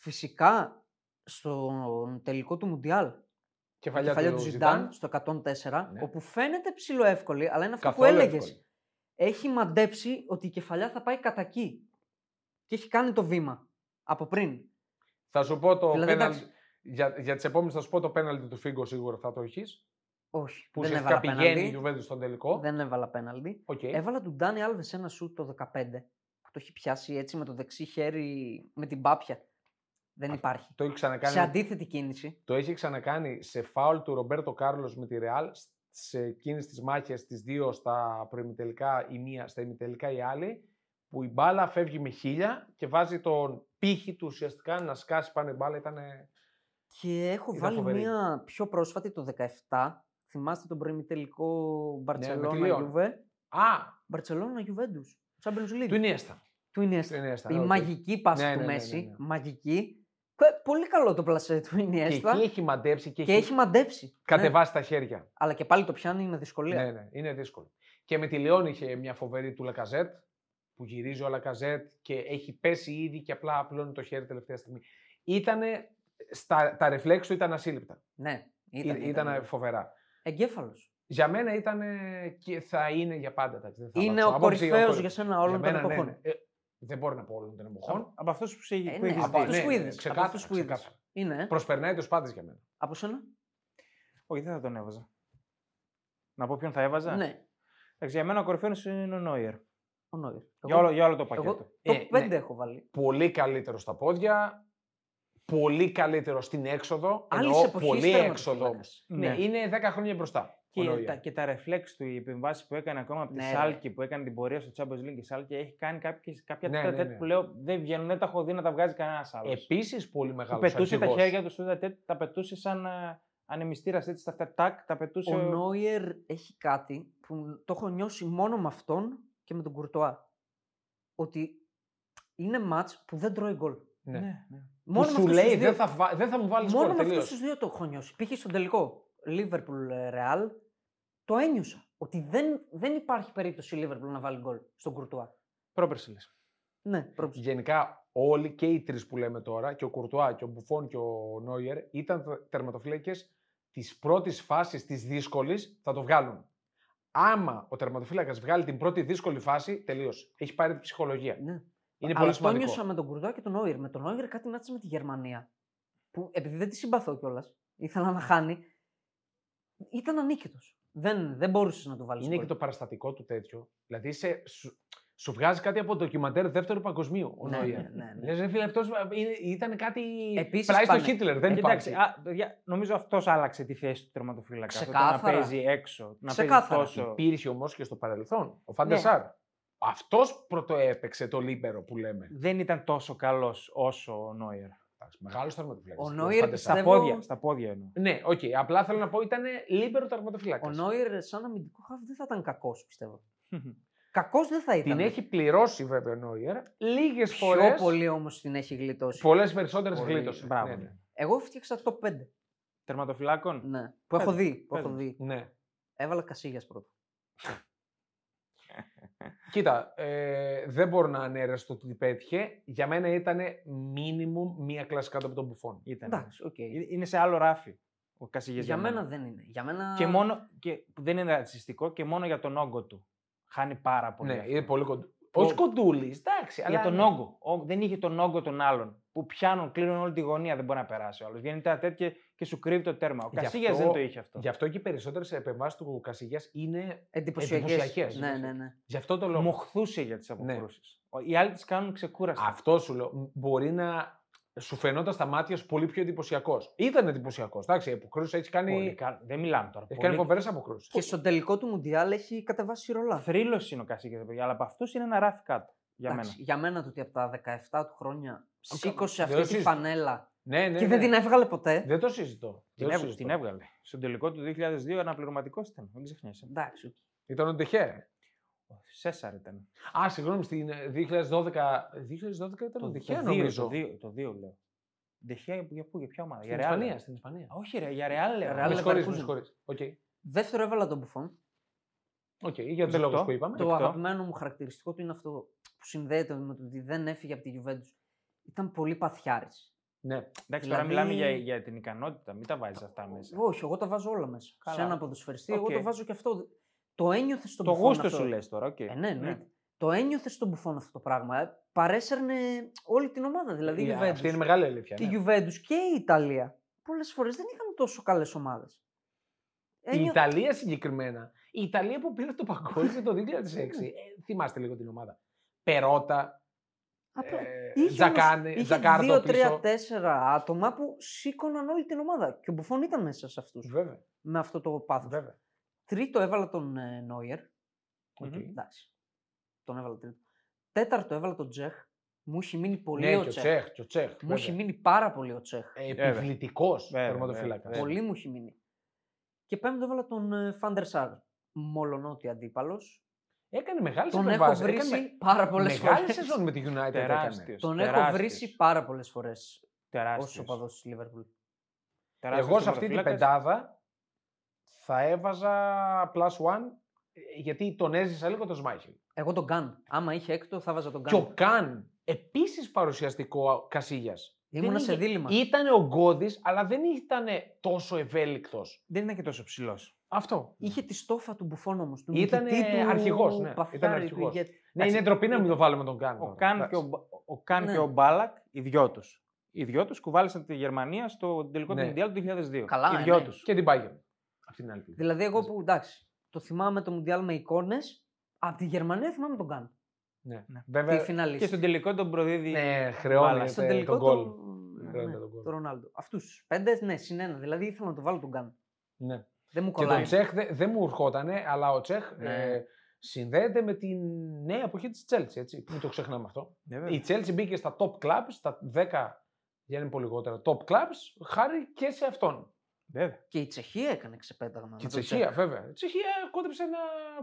[SPEAKER 2] Φυσικά στον τελικό του Μουντιάλ
[SPEAKER 1] Κεφαλιά,
[SPEAKER 2] κεφαλιά
[SPEAKER 1] του
[SPEAKER 2] του
[SPEAKER 1] Ζιντάν.
[SPEAKER 2] Ζιντάν στο 104,
[SPEAKER 1] Ναι.
[SPEAKER 2] όπου φαίνεται ψηλοεύκολη, αλλά είναι αυτό που
[SPEAKER 1] Καθόλου
[SPEAKER 2] έλεγες.
[SPEAKER 1] εύκολη.
[SPEAKER 2] Έχει μαντέψει ότι η κεφαλιά θα πάει κατά εκεί. Και έχει κάνει το βήμα από πριν.
[SPEAKER 1] Θα σου πω το
[SPEAKER 2] Δηλαδή,
[SPEAKER 1] πέναλτι.
[SPEAKER 2] εντάξει.
[SPEAKER 1] Για, για τις επόμενες θα σου πω το πέναλτι του Φίγκο σίγουρα θα το έχεις.
[SPEAKER 2] Όχι.
[SPEAKER 1] Που
[SPEAKER 2] δεν
[SPEAKER 1] ουσιαστικά
[SPEAKER 2] έβαλα
[SPEAKER 1] πηγαίνει η
[SPEAKER 2] πέναλτι.
[SPEAKER 1] Γιουβέντους στον τελικό.
[SPEAKER 2] Δεν έβαλα πέναλτι.
[SPEAKER 1] Οκ.
[SPEAKER 2] Έβαλα του Ντάνι Άλβες ένα σουτ το 15 που το έχει πιάσει έτσι με το δεξί χέρι με την πάπια. Δεν υπάρχει.
[SPEAKER 1] Το έχει ξανακάνει.
[SPEAKER 2] Σε αντίθετη κίνηση.
[SPEAKER 1] Το έχει ξανακάνει σε φάουλ του Ρομπέρτο Κάρλος με τη Ρεάλ σε εκείνες τις μάχες, τις δύο στα προημιτελικά η μία, στα ημιτελικά η άλλη, που η μπάλα φεύγει με χίλια και βάζει τον πύχη του ουσιαστικά να σκάσει πάνω η μπάλα. Ήταν.
[SPEAKER 2] Και έχω
[SPEAKER 1] Ήταν
[SPEAKER 2] βάλει
[SPEAKER 1] φοβερή.
[SPEAKER 2] μία πιο πρόσφατη το 17. Θυμάστε τον προημιτελικό Μπαρσελόνα
[SPEAKER 1] Ναι, Λιόν.
[SPEAKER 2] Γιουβέ.
[SPEAKER 1] Α!
[SPEAKER 2] Μπαρσελόνα Γιουβέντους. Champions League.
[SPEAKER 1] Του Ινιέστα.
[SPEAKER 2] Του
[SPEAKER 1] Του
[SPEAKER 2] Ινιέστα.
[SPEAKER 1] Ινιέστα,
[SPEAKER 2] Η
[SPEAKER 1] οκ.
[SPEAKER 2] μαγική πάση
[SPEAKER 1] Ναι,
[SPEAKER 2] του
[SPEAKER 1] ναι, ναι, ναι,
[SPEAKER 2] Μέση.
[SPEAKER 1] ναι.
[SPEAKER 2] Μαγική. Πε- Πολύ καλό το πλασέ του
[SPEAKER 1] Και
[SPEAKER 2] Ινιέστα.
[SPEAKER 1] εκεί έχει μαντέψει και,
[SPEAKER 2] Και έχει μαντέψει. Ναι.
[SPEAKER 1] κατεβάσει τα χέρια.
[SPEAKER 2] Αλλά και πάλι το πιάνει με δυσκολία.
[SPEAKER 1] Ναι, ναι, είναι δύσκολο. Και με τη Λεόν είχε μια φοβερή του Λακαζέτ που γυρίζει ο Λακαζέτ και έχει πέσει ήδη και απλά απλώνει το χέρι τελευταία στιγμή. Ήτανε, στα, τα ρεφλέξ του ήταν ασύλληπτα.
[SPEAKER 2] Ναι,
[SPEAKER 1] Ήταν,
[SPEAKER 2] ήταν.
[SPEAKER 1] ήταν, φοβερά.
[SPEAKER 2] Εγκέφαλος.
[SPEAKER 1] Για μένα ήταν και θα είναι για πάντα. εντάξει, δεν θα
[SPEAKER 2] Είναι
[SPEAKER 1] αλλάξω
[SPEAKER 2] ο
[SPEAKER 1] άποψη,
[SPEAKER 2] κορυφαίος
[SPEAKER 1] κορυ-
[SPEAKER 2] για σένα
[SPEAKER 1] για
[SPEAKER 2] όλων των
[SPEAKER 1] μένα, ναι,
[SPEAKER 2] εποχών.
[SPEAKER 1] ναι. Ε, δεν μπορώ να πω όλων των εποχών.
[SPEAKER 3] Από αυτούς που, σε-
[SPEAKER 2] Ε,
[SPEAKER 3] που
[SPEAKER 2] ναι,
[SPEAKER 3] έχεις
[SPEAKER 2] από
[SPEAKER 3] δει.
[SPEAKER 2] αυτούς
[SPEAKER 1] ναι,
[SPEAKER 2] που
[SPEAKER 1] ναι,
[SPEAKER 2] είδες, από
[SPEAKER 1] ξεκάθαρα,
[SPEAKER 2] αυτούς που είδες.
[SPEAKER 1] ξεκάθαρα.
[SPEAKER 2] Είναι. ε.
[SPEAKER 1] Προσπερνάει τους πάντες για μένα.
[SPEAKER 2] Από σένα.
[SPEAKER 3] Όχι, δεν θα τον έβαζα. Να πω ποιον θα έβαζα.
[SPEAKER 2] Ναι.
[SPEAKER 3] Εντάξει, για μένα ο κορυφαίος είναι ο Νόιερ.
[SPEAKER 2] Ο Νόιερ.
[SPEAKER 3] Για όλο, για όλο το
[SPEAKER 2] εγώ
[SPEAKER 3] πακέτο.
[SPEAKER 2] το
[SPEAKER 1] Ε,
[SPEAKER 2] 5
[SPEAKER 1] ναι.
[SPEAKER 2] έχω βάλει.
[SPEAKER 1] Πολύ καλύτερο στα πόδια. Πολύ καλύτερο στην έξοδο.
[SPEAKER 2] Άλλης
[SPEAKER 1] εννοώ
[SPEAKER 2] εποχής
[SPEAKER 1] πολύ έξοδο. Ναι,
[SPEAKER 3] Ναι.
[SPEAKER 1] είναι 10 χρόνια μπροστά. ο
[SPEAKER 3] Και
[SPEAKER 1] Νόιερ.
[SPEAKER 3] τα, και τα ρεφλέξ του, οι επεμβάσεις που έκανε ακόμα από τη
[SPEAKER 2] Ναι, ρε.
[SPEAKER 3] Σάλκη που έκανε την πορεία στο Champions League. Η Σάλκη έχει κάνει κάποιες, κάποια
[SPEAKER 1] Ναι,
[SPEAKER 3] τέτοια
[SPEAKER 1] ναι,
[SPEAKER 3] τέτοια
[SPEAKER 1] ναι.
[SPEAKER 3] που λέω δεν βγαίνουν, δεν τα έχω δει να τα βγάζει κανένας άλλος.
[SPEAKER 1] Επίσης πολύ
[SPEAKER 3] Που
[SPEAKER 1] μεγάλος.
[SPEAKER 3] πετούσε τα χέρια του στο τέτοια, τα πετούσε σαν ανεμιστήρας έτσι στα αυτά. Τάκ, τα πετούσε.
[SPEAKER 2] Ο Νόιερ έχει κάτι που το έχω νιώσει μόνο με αυτόν και με τον Κουρτοά. Ότι είναι μάτς που δεν τρώει γκολ.
[SPEAKER 1] Ναι.
[SPEAKER 3] Ναι, ναι.
[SPEAKER 1] Μόνο
[SPEAKER 2] Μόνο
[SPEAKER 1] που σου
[SPEAKER 2] με αυτούς
[SPEAKER 1] λέει
[SPEAKER 2] τους δύο-
[SPEAKER 1] δεν θα, βα- δεν θα μου βάλεις
[SPEAKER 2] Μόνο
[SPEAKER 1] γκολ
[SPEAKER 2] με αυτούς
[SPEAKER 1] τελείως.
[SPEAKER 2] τους δύο το έχω νιώσει. Πήγε στον τελικό. Λίβερπουλ Ρεάλ. Το ένιωσα. Ότι δεν, δεν υπάρχει περίπτωση η Λίβερπουλ να βάλει γκολ στον Κουρτουά.
[SPEAKER 3] Πρόπερση λες.
[SPEAKER 2] Ναι, πρόκειται.
[SPEAKER 1] Γενικά όλοι και οι τρεις που λέμε τώρα, και ο Κουρτουά, και ο Μπουφόν και ο Νόιερ, ήταν τερματοφύλακες της πρώτης φάσης της δύσκολης θα το βγάλουν. Άμα ο τερματοφύλακας βγάλει την πρώτη δύσκολη φάση, τελείωσε. Έχει πάρει την ψυχολογία.
[SPEAKER 2] Ναι.
[SPEAKER 1] Είναι
[SPEAKER 2] Αλλά
[SPEAKER 1] πολύ
[SPEAKER 2] το
[SPEAKER 1] σημαντικό.
[SPEAKER 2] νιώσα με τον Κουρτουά και τον Όιρ. Με τον Όιρ κάτι μάτσε με τη Γερμανία. Που επειδή δεν τη συμπαθώ κιόλας, ήθελα να χάνει. Ήταν ανίκητος. Δεν, δεν μπορούσες να του βάλεις.
[SPEAKER 1] Είναι και το παραστατικό του τέτοιο. Δηλαδή σε, σου, σου βγάζει κάτι από το ντοκιμαντέρ δεύτερου παγκοσμίου. Ο
[SPEAKER 2] Ναι,
[SPEAKER 1] Νόιερ.
[SPEAKER 2] ναι, ναι, ναι.
[SPEAKER 1] Λες, ρε φίλε, αυτός ε, είναι- ήταν κάτι
[SPEAKER 2] Επίσης
[SPEAKER 1] πλάι στο
[SPEAKER 2] πάνε.
[SPEAKER 1] Χίτλερ, δεν
[SPEAKER 3] Ε,
[SPEAKER 1] υπάρχει.
[SPEAKER 3] εντάξει, α, παιδιά, νομίζω αυτός άλλαξε τη θέση του τερματοφύλακα. Αυτό το να
[SPEAKER 2] Ξεκάθαρα.
[SPEAKER 3] παίζει έξω, να
[SPEAKER 2] Ξεκάθαρα.
[SPEAKER 3] παίζει τόσο.
[SPEAKER 1] Υπήρχε όμως και στο παρελθόν, ο
[SPEAKER 2] Ναι.
[SPEAKER 1] Φαντεσάρ. Αυτός πρωτοέπαιξε το λίμπερο που λέμε.
[SPEAKER 3] Δεν ήταν τόσο καλός όσο ο Νόιερ.
[SPEAKER 1] Εντάξει, μεγάλος τερματοφυλάκας.
[SPEAKER 2] Ο Νόιερ
[SPEAKER 1] Φαντεσάρ.
[SPEAKER 3] Στα
[SPEAKER 2] Πιστεύω-
[SPEAKER 3] πόδια, στα πόδια εννοώ.
[SPEAKER 1] Ναι, οκ. απλά θέλω να πω ήταν λίμπερο τερματοφυλάκας.
[SPEAKER 2] Ο Νόιρ, σαν αμυντικό χάφ, δεν θα ήταν κακός, πιστεύω. Κακός δεν θα ήταν.
[SPEAKER 1] Την έχει πληρώσει βέβαια ο Νόιερ λίγες
[SPEAKER 2] Πιο
[SPEAKER 1] φορές.
[SPEAKER 2] πολύ όμως την έχει γλιτώσει.
[SPEAKER 1] Πολλές περισσότερες
[SPEAKER 3] Πολύ.
[SPEAKER 1] γλίτωσες.
[SPEAKER 3] Μπράβο.
[SPEAKER 1] Ναι, ναι.
[SPEAKER 2] Εγώ φτιάξα το 5.
[SPEAKER 3] Τερματοφυλάκων.
[SPEAKER 2] Ναι. Που έχω
[SPEAKER 3] Πες,
[SPEAKER 2] δει. Που
[SPEAKER 3] πες
[SPEAKER 2] έχω
[SPEAKER 3] μας.
[SPEAKER 2] δει.
[SPEAKER 1] ναι.
[SPEAKER 2] Έβαλα Κασίγια πρώτο.
[SPEAKER 1] Κοίτα, ε, δεν μπορώ να ανέρεστο ότι πέτυχε. Για μένα ήταν μίνιμουμ μία κλασικά κάτω από τον Μπουφόν.
[SPEAKER 3] Ήταν.
[SPEAKER 2] Εντάξει, οκ.
[SPEAKER 3] Ε, Είναι σε άλλο ράφι ο Κασίγε.
[SPEAKER 2] Για, μένα δεν είναι. Για μένα...
[SPEAKER 3] Και μόνο, και που δεν είναι ρατσιστικό και μόνο για τον όγκο του. Χάνει πάρα πολύ.
[SPEAKER 1] Ναι,
[SPEAKER 3] αυτό.
[SPEAKER 1] είναι πολύ κοντού.
[SPEAKER 3] Πο-
[SPEAKER 1] Όχι κοντούλης, εντάξει.
[SPEAKER 3] για
[SPEAKER 1] αλλά
[SPEAKER 3] τον
[SPEAKER 1] ναι.
[SPEAKER 3] όγκο. Ο- δεν είχε τον όγκο των άλλων. Που πιάνουν, κλείνουν όλη τη γωνία, δεν μπορεί να περάσει ο άλλος. Βγαίνει τα τέτοια και σου κρύβει το τέρμα. Ο
[SPEAKER 1] Γι'
[SPEAKER 3] Κασίγε
[SPEAKER 1] αυτό-
[SPEAKER 3] δεν το είχε αυτό.
[SPEAKER 1] Γι' αυτό και οι περισσότερες επεμβάσεις του Κασιγιά είναι
[SPEAKER 2] Εντυπωσιακές.
[SPEAKER 1] εντυπωσιακές,
[SPEAKER 2] Ναι,
[SPEAKER 1] ναι.
[SPEAKER 2] ναι, ναι.
[SPEAKER 1] γι' αυτό το λόγο. Ναι.
[SPEAKER 3] Μοχθούσε για τις αποκρούσεις. Οι άλλοι τις κάνουν ξεκούραστα.
[SPEAKER 1] Αυτό σου λέω. Μπορεί να σου φαινόταν στα μάτια σου πολύ πιο εντυπωσιακός. Ήταν εντυπωσιακός. Εντάξει, αποκρούσει έχει κάνει,
[SPEAKER 3] Πολύ κα- Δεν μιλάμε τώρα.
[SPEAKER 1] έχει κάνει
[SPEAKER 3] Πολύ...
[SPEAKER 1] φοβερές αποκρούσει.
[SPEAKER 2] Και στο τελικό του Μουντιάλ έχει κατεβάσει ρολά.
[SPEAKER 3] Θρύλος είναι ο Κασίγε, παιδιά, αλλά από αυτούς είναι ένα ράφι κάτω. Για
[SPEAKER 2] Εντάξει,
[SPEAKER 3] μένα.
[SPEAKER 2] για μένα το ότι από τα 17 του χρόνια σήκωσε
[SPEAKER 1] δεν
[SPEAKER 2] αυτή τη
[SPEAKER 1] συζητώ.
[SPEAKER 2] φανέλα
[SPEAKER 1] Ναι, ναι,
[SPEAKER 2] και
[SPEAKER 1] ναι.
[SPEAKER 2] δεν την έβγαλε ποτέ.
[SPEAKER 1] Δεν το συζητώ.
[SPEAKER 3] Την,
[SPEAKER 1] Δεν το
[SPEAKER 3] έβγαλε,
[SPEAKER 1] συζητώ.
[SPEAKER 3] την έβγαλε. Στον τελικό του 2002 αναπληρωματικός ήταν. Μην ξεχνιέσαι.
[SPEAKER 1] Ναι.
[SPEAKER 2] Εντάξει. οκ.
[SPEAKER 1] Ήταν ο Ντεχέ.
[SPEAKER 3] Ο Σέσσαρ ήταν.
[SPEAKER 1] Α, συγγνώμη, στην ε, 2012. 2012 ήταν ο Ντεχέ, νομίζω.
[SPEAKER 3] Το 2, το δύο λέω. Ντεχέα για, για πού, για ποια ομάδα.
[SPEAKER 1] Στην
[SPEAKER 3] για Real.
[SPEAKER 1] Ισπανία. Στην Ισπανία.
[SPEAKER 3] Όχι, ρε, για Ρεάλ λέω.
[SPEAKER 2] Real
[SPEAKER 1] Μες
[SPEAKER 2] Αλλά
[SPEAKER 1] συγχωρείς, με
[SPEAKER 2] Leverkusen.
[SPEAKER 1] συγχωρείς. Οκ.
[SPEAKER 2] Δεύτερο έβαλα τον Μπουφόν.
[SPEAKER 1] Οκ, για τους
[SPEAKER 3] Δεκτό.
[SPEAKER 1] λόγους που είπαμε.
[SPEAKER 2] Το
[SPEAKER 3] Δεκτό.
[SPEAKER 2] αγαπημένο μου χαρακτηριστικό του είναι αυτό που συνδέεται με το ότι δεν έφυγε από τη Juventus. Ήταν πολύ παθιάρης.
[SPEAKER 1] Ναι.
[SPEAKER 3] Εντάξει,
[SPEAKER 2] Δηλαδή-
[SPEAKER 3] τώρα μιλάμε για, για την ικανότητα, μην τα βάζεις αυτά μέσα.
[SPEAKER 2] Όχι, εγώ τα βάζω όλα μέσα.
[SPEAKER 3] Καλά.
[SPEAKER 2] Σε ένα ποδοσφαιριστή, εγώ
[SPEAKER 3] Οκ.
[SPEAKER 2] το βάζω και αυτό. Το ένιωθες στον
[SPEAKER 3] Το
[SPEAKER 2] Μπουφόν
[SPEAKER 3] γούστο
[SPEAKER 2] αυτό.
[SPEAKER 3] σου λες τώρα, οκ.
[SPEAKER 2] Ε, ναι, ναι. Το ένιωθες στον Μπουφόν αυτό το πράγμα. Ε, Παρέσαιρνε όλη την ομάδα. Δηλαδή η
[SPEAKER 1] Ε,
[SPEAKER 2] Juventus,
[SPEAKER 1] Αυτή είναι μεγάλη αλήθεια.
[SPEAKER 2] η
[SPEAKER 1] ναι.
[SPEAKER 2] Juventus και η Ιταλία. Πολλές φορές δεν είχαν τόσο καλές ομάδες. Ε,
[SPEAKER 1] Η Ιταλία συγκεκριμένα. Η Ιταλία που πήρε το παγκόσμιο το 2006. Ε, θυμάστε λίγο την ομάδα. Περότα, ε, Τζακάνε, Τζακάρτο πίσω.
[SPEAKER 2] Δύο-τρία-τέσσερα άτομα που σήκωναν όλη την ομάδα. Και ο Μπουφόν ήταν μέσα σε αυτούς.
[SPEAKER 1] Βέβαια,
[SPEAKER 2] Με αυτό το πάθος.
[SPEAKER 1] βέβαια.
[SPEAKER 2] Τρίτο έβαλα τον ε, Νόιερ.
[SPEAKER 1] Οκ.
[SPEAKER 2] Εντάξει. Τον έβαλα τρίτο. Τέταρτο έβαλα τον Τσεχ. Μου έχει μείνει πολύ
[SPEAKER 1] Ναι,
[SPEAKER 2] ο
[SPEAKER 1] και ο
[SPEAKER 2] Τσεχ.
[SPEAKER 1] Τσέχ. Και ο Τσέχ
[SPEAKER 2] Μου έχει
[SPEAKER 1] βέβαια. Ε,
[SPEAKER 2] μείνει πάρα πολύ ο Τσεχ.
[SPEAKER 3] Βέβαια.
[SPEAKER 1] Επιβλητικός
[SPEAKER 3] Βέβαια,
[SPEAKER 1] τερματοφύλακας.
[SPEAKER 3] βέβαια.
[SPEAKER 2] Πολύ μου έχει μείνει. Και πέμπτο έβαλα τον ε, Φάντερ Σάρ. Μόλον ότι αντίπαλος.
[SPEAKER 1] Έκανε μεγάλη
[SPEAKER 2] Τον
[SPEAKER 1] σεζόν.
[SPEAKER 2] έχω βρήσει πάρα πολλές φορέ.
[SPEAKER 1] Μεγάλη σεζόν με τη United έκανε.
[SPEAKER 3] Τεράστιος,
[SPEAKER 2] Τον έχω
[SPEAKER 3] τεράστιος,
[SPEAKER 2] βρήσει πάρα πολλές φορές ως
[SPEAKER 3] τεράστιος,
[SPEAKER 2] οπαδός της Λίβερπουλ.
[SPEAKER 3] τεράστιος
[SPEAKER 1] Εγώ σε αυτή την
[SPEAKER 3] τερματοφύλακας.
[SPEAKER 1] πεντάδα θα έβαζα plus one ε, γιατί τον έζησα λίγο τον Σμάιχελ.
[SPEAKER 2] Εγώ τον Καν. Άμα είχε έκτο, θα βάζα τον
[SPEAKER 1] Και ο
[SPEAKER 2] Καν.
[SPEAKER 1] Καν επίσης παρουσιαστικό Κασίλιας.
[SPEAKER 2] Ήμουνα σε δίλημα.
[SPEAKER 1] Ήταν ο Γκώδης, αλλά δεν ήταν τόσο Ναι, ευέλικτος.
[SPEAKER 3] Δεν ήταν και τόσο ψηλός.
[SPEAKER 1] Αυτό.
[SPEAKER 2] Είχε τη στόφα του μπουφών όμως. Του
[SPEAKER 1] Ήτανε
[SPEAKER 2] νικητή του
[SPEAKER 1] αρχηγός, ναι.
[SPEAKER 2] παθιάρη,
[SPEAKER 1] Ήταν
[SPEAKER 2] του
[SPEAKER 1] αρχηγός.
[SPEAKER 2] ηγέτη.
[SPEAKER 1] Ναι, είναι ντροπή να μην το βάλουμε τον Καν.
[SPEAKER 3] Ο
[SPEAKER 1] τώρα.
[SPEAKER 3] Καν,
[SPEAKER 1] Εντάξει.
[SPEAKER 3] και ο, Μπα- ο Καν
[SPEAKER 2] Ναι.
[SPEAKER 3] και ο Μπάλακ, οι δυο τους. Οι δυο τους κουβάλισαν τη Γερμανία στο τελικό
[SPEAKER 1] Ναι.
[SPEAKER 3] του Μουντιάλ του 2002.
[SPEAKER 2] Καλά,
[SPEAKER 3] οι
[SPEAKER 2] ε,
[SPEAKER 3] δυο
[SPEAKER 2] ναι.
[SPEAKER 3] τους.
[SPEAKER 1] Και την Bayern. Αυτή την άλλη. πλευρά.
[SPEAKER 2] Δηλαδή, εγώ που εντάξει, το θυμάμαι το Μουντιάλ με εικόνες. Από τη Γερμανία θυμάμαι τον Καν.
[SPEAKER 1] Ναι.
[SPEAKER 3] Ναι.
[SPEAKER 2] Τη
[SPEAKER 1] Βέβαια.
[SPEAKER 2] φιναλίστη.
[SPEAKER 3] Και στον τελικό τον προδίδει.
[SPEAKER 1] Ναι,
[SPEAKER 3] Βάλα.
[SPEAKER 1] χρεώνει
[SPEAKER 2] Στον
[SPEAKER 1] τον
[SPEAKER 2] τελικό
[SPEAKER 1] γκολ.
[SPEAKER 2] τον- ναι,
[SPEAKER 1] Χρεώνεται τον γκολ.
[SPEAKER 2] τον Ρονάλντο. Αυτούς πέντε, ναι, συν ένα. Δηλαδή ήθελα να το βάλω τον Καν.
[SPEAKER 1] Ναι.
[SPEAKER 2] Δεν μου
[SPEAKER 1] Και τον
[SPEAKER 2] κολλάει.
[SPEAKER 1] Τσέχ δε- δεν μου ερχότανε, αλλά ο Τσέχ
[SPEAKER 2] Ναι.
[SPEAKER 1] ε, συνδέεται με την νέα εποχή της Τσέλση. Έτσι. Μην το ξεχνάμε αυτό.
[SPEAKER 3] Ναι, βέβαια.
[SPEAKER 1] Η Chelsea μπήκε στα top clubs, στα 10 για να είναι πολύ λιγότερα top clubs, χάρη και σε αυτόν.
[SPEAKER 3] Βέβαια.
[SPEAKER 2] Και η Τσεχία έκανε ξεπέταγμα.
[SPEAKER 1] Και
[SPEAKER 2] με
[SPEAKER 1] η
[SPEAKER 2] τον
[SPEAKER 1] Τσεχία, βέβαια. Η Τσεχία κόντεψε να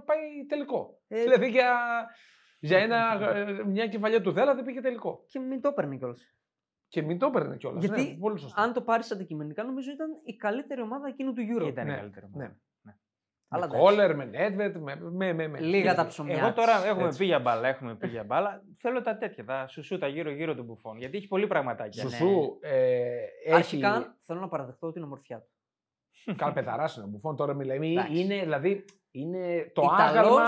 [SPEAKER 1] πάει τελικό.
[SPEAKER 2] Ε,
[SPEAKER 1] Δηλαδή για, για ένα, ε, μια κεφαλιά του Δέλα δεν πήγε τελικό.
[SPEAKER 2] Και μην το έπαιρνε κιόλας.
[SPEAKER 1] Και μην το έπαιρνε κιόλας.
[SPEAKER 2] Γιατί
[SPEAKER 1] ναι, πολύ σωστό.
[SPEAKER 2] Αν το πάρεις αντικειμενικά, νομίζω ήταν η καλύτερη ομάδα εκείνου του Euro.
[SPEAKER 3] Ήταν
[SPEAKER 1] ναι,
[SPEAKER 3] η καλύτερη. ομάδα.
[SPEAKER 1] ναι.
[SPEAKER 2] Αλλά
[SPEAKER 1] Με
[SPEAKER 2] εντάξει.
[SPEAKER 1] Κόλερ, με Νέντβετ, με, με, με, με.
[SPEAKER 2] Λίγα τα ψωμιά.
[SPEAKER 3] Εγώ τώρα
[SPEAKER 2] της.
[SPEAKER 3] έχουμε
[SPEAKER 1] έτσι.
[SPEAKER 3] πει για μπάλα, έχουμε πει για μπάλα. Θέλω τα τέτοια, τα σουσού, τα γύρω-γύρω του μπουφών. Γιατί έχει πολύ πραγματάκια.
[SPEAKER 1] Σουσού ε, έχει
[SPEAKER 2] ναι. Αρχικά θέλω να παραδεχτώ την ομορφιά του.
[SPEAKER 1] καλπεταράς είναι ο Μπουφόν, τώρα μιλάμε.
[SPEAKER 2] Εντάξει.
[SPEAKER 1] Είναι, δηλαδή, είναι το
[SPEAKER 2] Ιταλός-
[SPEAKER 1] άγαλμα.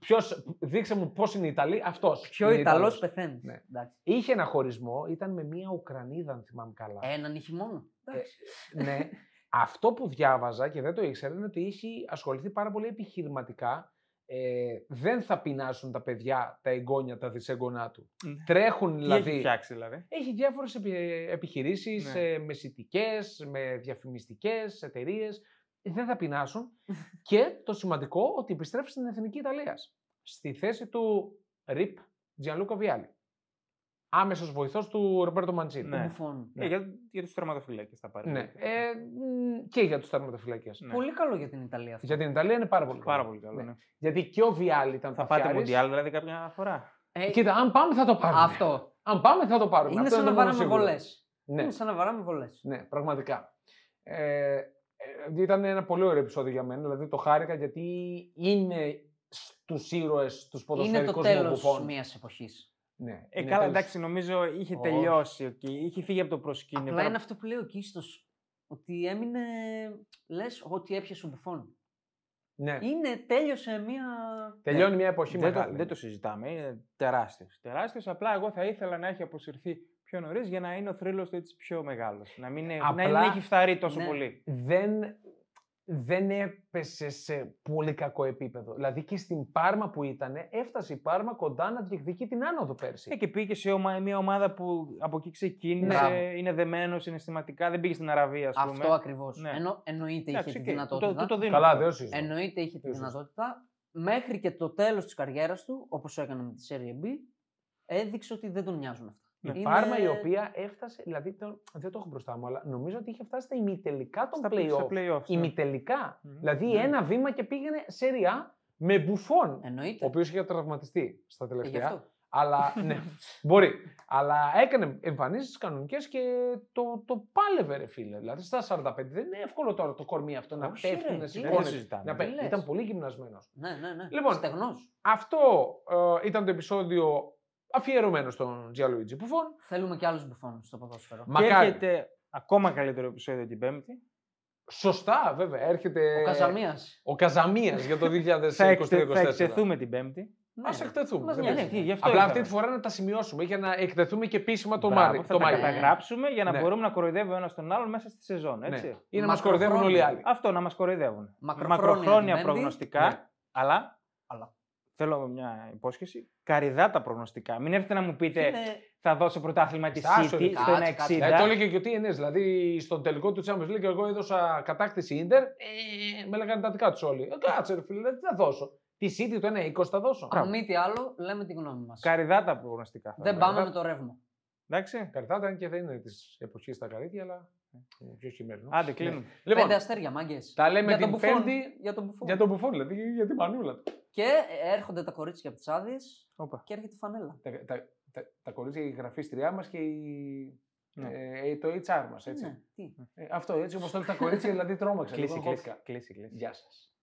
[SPEAKER 1] Ποιος, δείξε μου πώς είναι η Ιταλή, αυτός.
[SPEAKER 2] Πιο
[SPEAKER 1] είναι
[SPEAKER 2] Ιταλό
[SPEAKER 1] Ιταλός.
[SPEAKER 2] πεθαίνει.
[SPEAKER 1] Ναι.
[SPEAKER 2] Εντάξει.
[SPEAKER 1] Είχε ένα χωρισμό, ήταν με μια Ουκρανίδα, αν θυμάμαι καλά.
[SPEAKER 2] Έναν είχε μόνο.
[SPEAKER 1] Ε,
[SPEAKER 2] Εντάξει.
[SPEAKER 1] ναι. Αυτό που διάβαζα και δεν το ήξερα είναι ότι έχει ασχοληθεί πάρα πολύ επιχειρηματικά. Ε, δεν θα πεινάσουν τα παιδιά, τα εγγόνια, τα δυσέγγονά του.
[SPEAKER 3] Ναι.
[SPEAKER 1] Τρέχουν
[SPEAKER 3] Δηλαδή... Τι έχει
[SPEAKER 1] δηλαδή.
[SPEAKER 3] φτιάξει, δηλαδή.
[SPEAKER 1] Έχει διάφορες επι... επιχειρήσεις
[SPEAKER 3] Ναι.
[SPEAKER 1] ε, μεσητικές, με διαφημιστικές εταιρείες. Δεν θα
[SPEAKER 3] <laughs>
[SPEAKER 1] πεινάσουν. και το σημαντικό ότι επιστρέφει στην Εθνική Ιταλίας. Στη θέση του Ριπ Τζιανλούκα Βιάλι. Άμεσος βοηθός του Ρομπέρτο Μαντσίνη.
[SPEAKER 3] Ναι.
[SPEAKER 2] Του Μπουφόν.
[SPEAKER 1] Ναι.
[SPEAKER 3] Ε, για, για τους τερματοφυλάκες θα πάρει. δηλαδή.
[SPEAKER 1] Ναι. Ε, μ, και για τους τερματοφυλακές.
[SPEAKER 3] Ναι.
[SPEAKER 2] Πολύ καλό για την Ιταλία αυτό.
[SPEAKER 1] Για την Ιταλία είναι πάρα πολύ.
[SPEAKER 3] Πάρα
[SPEAKER 1] καλό.
[SPEAKER 3] πολύ καλό.
[SPEAKER 1] Ναι.
[SPEAKER 3] Ναι.
[SPEAKER 1] Γιατί και ο Βιάλι ήταν
[SPEAKER 3] Θα
[SPEAKER 1] παθιάρης.
[SPEAKER 3] πάτε Μουντιάλ, δηλαδή, κάποια φορά.
[SPEAKER 2] Ε,
[SPEAKER 1] Κοίτα, αν πάμε θα το πάρουμε.
[SPEAKER 2] αυτό.
[SPEAKER 1] Αν πάμε θα το πάρουμε.
[SPEAKER 2] Είναι
[SPEAKER 1] Αυτό
[SPEAKER 2] σαν να
[SPEAKER 1] το μόνο
[SPEAKER 2] βάραμε
[SPEAKER 1] σίγουρο.
[SPEAKER 2] βολές.
[SPEAKER 1] Ναι,
[SPEAKER 2] Είναι σαν να βάραμε βολές.
[SPEAKER 1] ναι, πραγματικά. Ε, ε, ήταν ένα πολύ ωραίο επεισόδιο για μένα. Δηλαδή το χάρηκα γιατί είναι στους ήρωες, τους
[SPEAKER 2] Είναι το
[SPEAKER 1] ποδοσφαιρικούς μου
[SPEAKER 2] τέλος
[SPEAKER 1] κουφών.
[SPEAKER 2] μιας εποχής.
[SPEAKER 1] Ναι,
[SPEAKER 3] Ε,
[SPEAKER 1] είναι
[SPEAKER 3] καλά,
[SPEAKER 1] τέλος.
[SPEAKER 3] εντάξει, νομίζω είχε
[SPEAKER 1] Όχι.
[SPEAKER 3] τελειώσει. οκ, Είχε φύγει από το προσκήνιο.
[SPEAKER 2] Απλά
[SPEAKER 3] τώρα-
[SPEAKER 2] είναι αυτό που λέει ο Κίστος. Ότι έμεινε. Λες ότι έπιασε ο μπουφόν.
[SPEAKER 1] Ναι.
[SPEAKER 2] Είναι, τέλειωσε μια.
[SPEAKER 1] Τελειώνει μια εποχή
[SPEAKER 3] Δεν το,
[SPEAKER 1] μεγάλη.
[SPEAKER 3] δεν το συζητάμε. Είναι τεράστιος. Τεράστιος. Απλά εγώ θα ήθελα να έχει αποσυρθεί πιο νωρίς για να είναι ο θρύλος του έτσι πιο μεγάλος. Να μην, ε- να
[SPEAKER 1] Απλά-
[SPEAKER 3] μην έχει φθαρεί τόσο
[SPEAKER 2] Ναι.
[SPEAKER 3] πολύ.
[SPEAKER 1] δεν, δεν έπεσε σε πολύ κακό επίπεδο. Δηλαδή και στην Πάρμα που ήταν, έφτασε η Πάρμα κοντά να διεκδικεί την άνοδο πέρσι.
[SPEAKER 3] Ε, και πήγε σε ομα- μια ομάδα που από εκεί ξεκίνησε,
[SPEAKER 2] Μπράβο.
[SPEAKER 3] είναι δεμένο συναισθηματικά, δεν πήγε στην Αραβία, ας πούμε.
[SPEAKER 2] Αυτό ακριβώς.
[SPEAKER 3] Ναι.
[SPEAKER 2] Ενώ, εννοείται είχε
[SPEAKER 3] Εντάξει,
[SPEAKER 2] τη
[SPEAKER 3] οκ,
[SPEAKER 2] δυνατότητα.
[SPEAKER 3] Το, το, το δίνω.
[SPEAKER 1] Καλά, δεν σύζυγο.
[SPEAKER 2] Εννοείται είχε τη
[SPEAKER 1] Ίσως.
[SPEAKER 2] δυνατότητα. Μέχρι και το τέλος της καριέρας του, όπως έκανε με τη Serie B, έδειξε ότι δεν τον νοιάζουν αυτά.
[SPEAKER 3] Ναι,
[SPEAKER 1] Η Πάρμα η οποία έφτασε, δηλαδή το- δεν το έχω μπροστά μου, αλλά νομίζω ότι είχε φτάσει στα ημιτελικά των
[SPEAKER 3] Στα
[SPEAKER 1] play-off.
[SPEAKER 3] στα play-offs, ναι.
[SPEAKER 1] Ημιτελικά.
[SPEAKER 3] Μμμ.
[SPEAKER 1] Δηλαδή
[SPEAKER 2] Ναι.
[SPEAKER 1] ένα βήμα και πήγαινε σε ριά με μπουφόν.
[SPEAKER 2] Εννοείται.
[SPEAKER 1] Ο οποίος είχε τραυματιστεί στα
[SPEAKER 2] Ε, γι'
[SPEAKER 1] τελευταία.
[SPEAKER 2] αυτό.
[SPEAKER 1] Αλλά
[SPEAKER 2] <laughs>
[SPEAKER 1] ναι, μπορεί. Αλλά έκανε εμφανίσεις κανονικές και το, το πάλευε, ρε φίλε. Δηλαδή στα 45 δεν είναι εύκολο τώρα το κορμί αυτό να
[SPEAKER 2] Όχι, ρε,
[SPEAKER 1] πέφτει, να
[SPEAKER 2] τι
[SPEAKER 3] Δεν το
[SPEAKER 2] Όνες,
[SPEAKER 1] σηκώνεται.
[SPEAKER 3] συζητάμε.
[SPEAKER 1] Να
[SPEAKER 2] τι
[SPEAKER 1] πέφτει.
[SPEAKER 2] λες.
[SPEAKER 1] Ήταν πολύ γυμνασμένος.
[SPEAKER 2] Ναι, ναι, ναι.
[SPEAKER 1] Λοιπόν.
[SPEAKER 2] Στεγνός.
[SPEAKER 1] Αυτό ε, ήταν το επεισόδιο αφιερωμένο στον Τζιαλουίτζι Μπουφόν.
[SPEAKER 2] Θέλουμε και άλλους μπουφών στο ποδόσφαιρο.
[SPEAKER 1] Μακάρι.
[SPEAKER 3] Και έρχεται ακόμα καλύτερο επεισόδιο την Πέμπτη.
[SPEAKER 1] Σωστά, βέβαια. Έρχεται
[SPEAKER 3] ε,
[SPEAKER 2] Ο Καζαμίας.
[SPEAKER 1] ο Καζαμίας για το 2023-2024.
[SPEAKER 3] Θα, εκτε, θα εκτεθούμε την Πέμπτη.
[SPEAKER 1] Ας εκτεθούμε.
[SPEAKER 2] Ναι, Μας
[SPEAKER 1] δεν
[SPEAKER 2] νοιάζει.
[SPEAKER 1] πειράζει.
[SPEAKER 3] Ναι, γι' αυτό
[SPEAKER 1] Απλά
[SPEAKER 3] ήρθαμε.
[SPEAKER 1] αυτή τη φορά να τα σημειώσουμε για να εκτεθούμε και επίσημα το
[SPEAKER 3] Μπράβο,
[SPEAKER 1] Μάρι.
[SPEAKER 3] Θα
[SPEAKER 1] Το
[SPEAKER 3] τα
[SPEAKER 1] Μάιο.
[SPEAKER 3] καταγράψουμε για να
[SPEAKER 1] Ναι.
[SPEAKER 3] μπορούμε να κοροϊδεύουμε ένας τον άλλον μέσα στη σεζόν. Έτσι.
[SPEAKER 1] Ναι. Ή να μας κορδεύουν όλοι οι
[SPEAKER 2] Μακροχρόνια.
[SPEAKER 1] άλλοι.
[SPEAKER 3] Αυτό να μας κοροϊδεύουν.
[SPEAKER 2] Μακροχρόνια την Πέμπτη.
[SPEAKER 3] προγνωστικά,
[SPEAKER 1] Ναι.
[SPEAKER 3] αλλά, αλλά θέλω μια υπόσχεση. Καριδά τα προγνωστικά. Μην έρθετε να μου πείτε θα δώσω πρωτάθλημα της
[SPEAKER 1] Κάτσε,
[SPEAKER 3] City
[SPEAKER 1] κάτσε,
[SPEAKER 3] στο
[SPEAKER 2] κάτσε.
[SPEAKER 1] Ε, το
[SPEAKER 3] 1,60.
[SPEAKER 1] έλεγε και ο Τιενέ. Δηλαδή στον τελικό του Champions League, εγώ έδωσα κατάκτηση Ιντερ. Ε, με λέγανε τα δικά τους όλοι. Ε, κάτσε, ρε φίλε, τι θα δώσω. Τη City το 1-20 θα δώσω.
[SPEAKER 2] Αν μη τι άλλο, λέμε τη γνώμη μας.
[SPEAKER 3] Καριδά τα προγνωστικά. θα
[SPEAKER 2] Δεν
[SPEAKER 3] λέω.
[SPEAKER 2] πάμε
[SPEAKER 1] βέβαια.
[SPEAKER 2] με το ρεύμα.
[SPEAKER 3] Εντάξει.
[SPEAKER 1] Καριτάτα και δεν είναι της εποχής τα καρύδια, αλλά είναι πιο χειμερινό.
[SPEAKER 3] Άντε, κλείνουμε.
[SPEAKER 1] Λοιπόν,
[SPEAKER 2] Πέντε αστέρια, μάγκες.
[SPEAKER 1] τα λέμε
[SPEAKER 2] Για
[SPEAKER 1] την
[SPEAKER 2] τον Μπουφόν.
[SPEAKER 1] Πέμπτη
[SPEAKER 2] Για τον Μπουφόν.
[SPEAKER 1] για τον Μπουφόν, δηλαδή για την Πανούλα.
[SPEAKER 2] Και έρχονται τα κορίτσια από τις άδειες
[SPEAKER 3] Όπα.
[SPEAKER 2] και έρχεται η φανέλα.
[SPEAKER 1] Τα, τα, τα, τα κορίτσια, η γραφίστριά μας και η,
[SPEAKER 3] Ναι.
[SPEAKER 1] ε, ε, το HR μας.
[SPEAKER 2] Ναι, τι.
[SPEAKER 1] Ε, αυτό έτσι όπως τα κορίτσια, δηλαδή τρόμαξα.
[SPEAKER 3] Κλείσει,
[SPEAKER 1] Λοιπόν,
[SPEAKER 3] κλείσει.
[SPEAKER 1] χώθηκα.
[SPEAKER 3] κλείσει, κλείσει.
[SPEAKER 1] Γεια σας.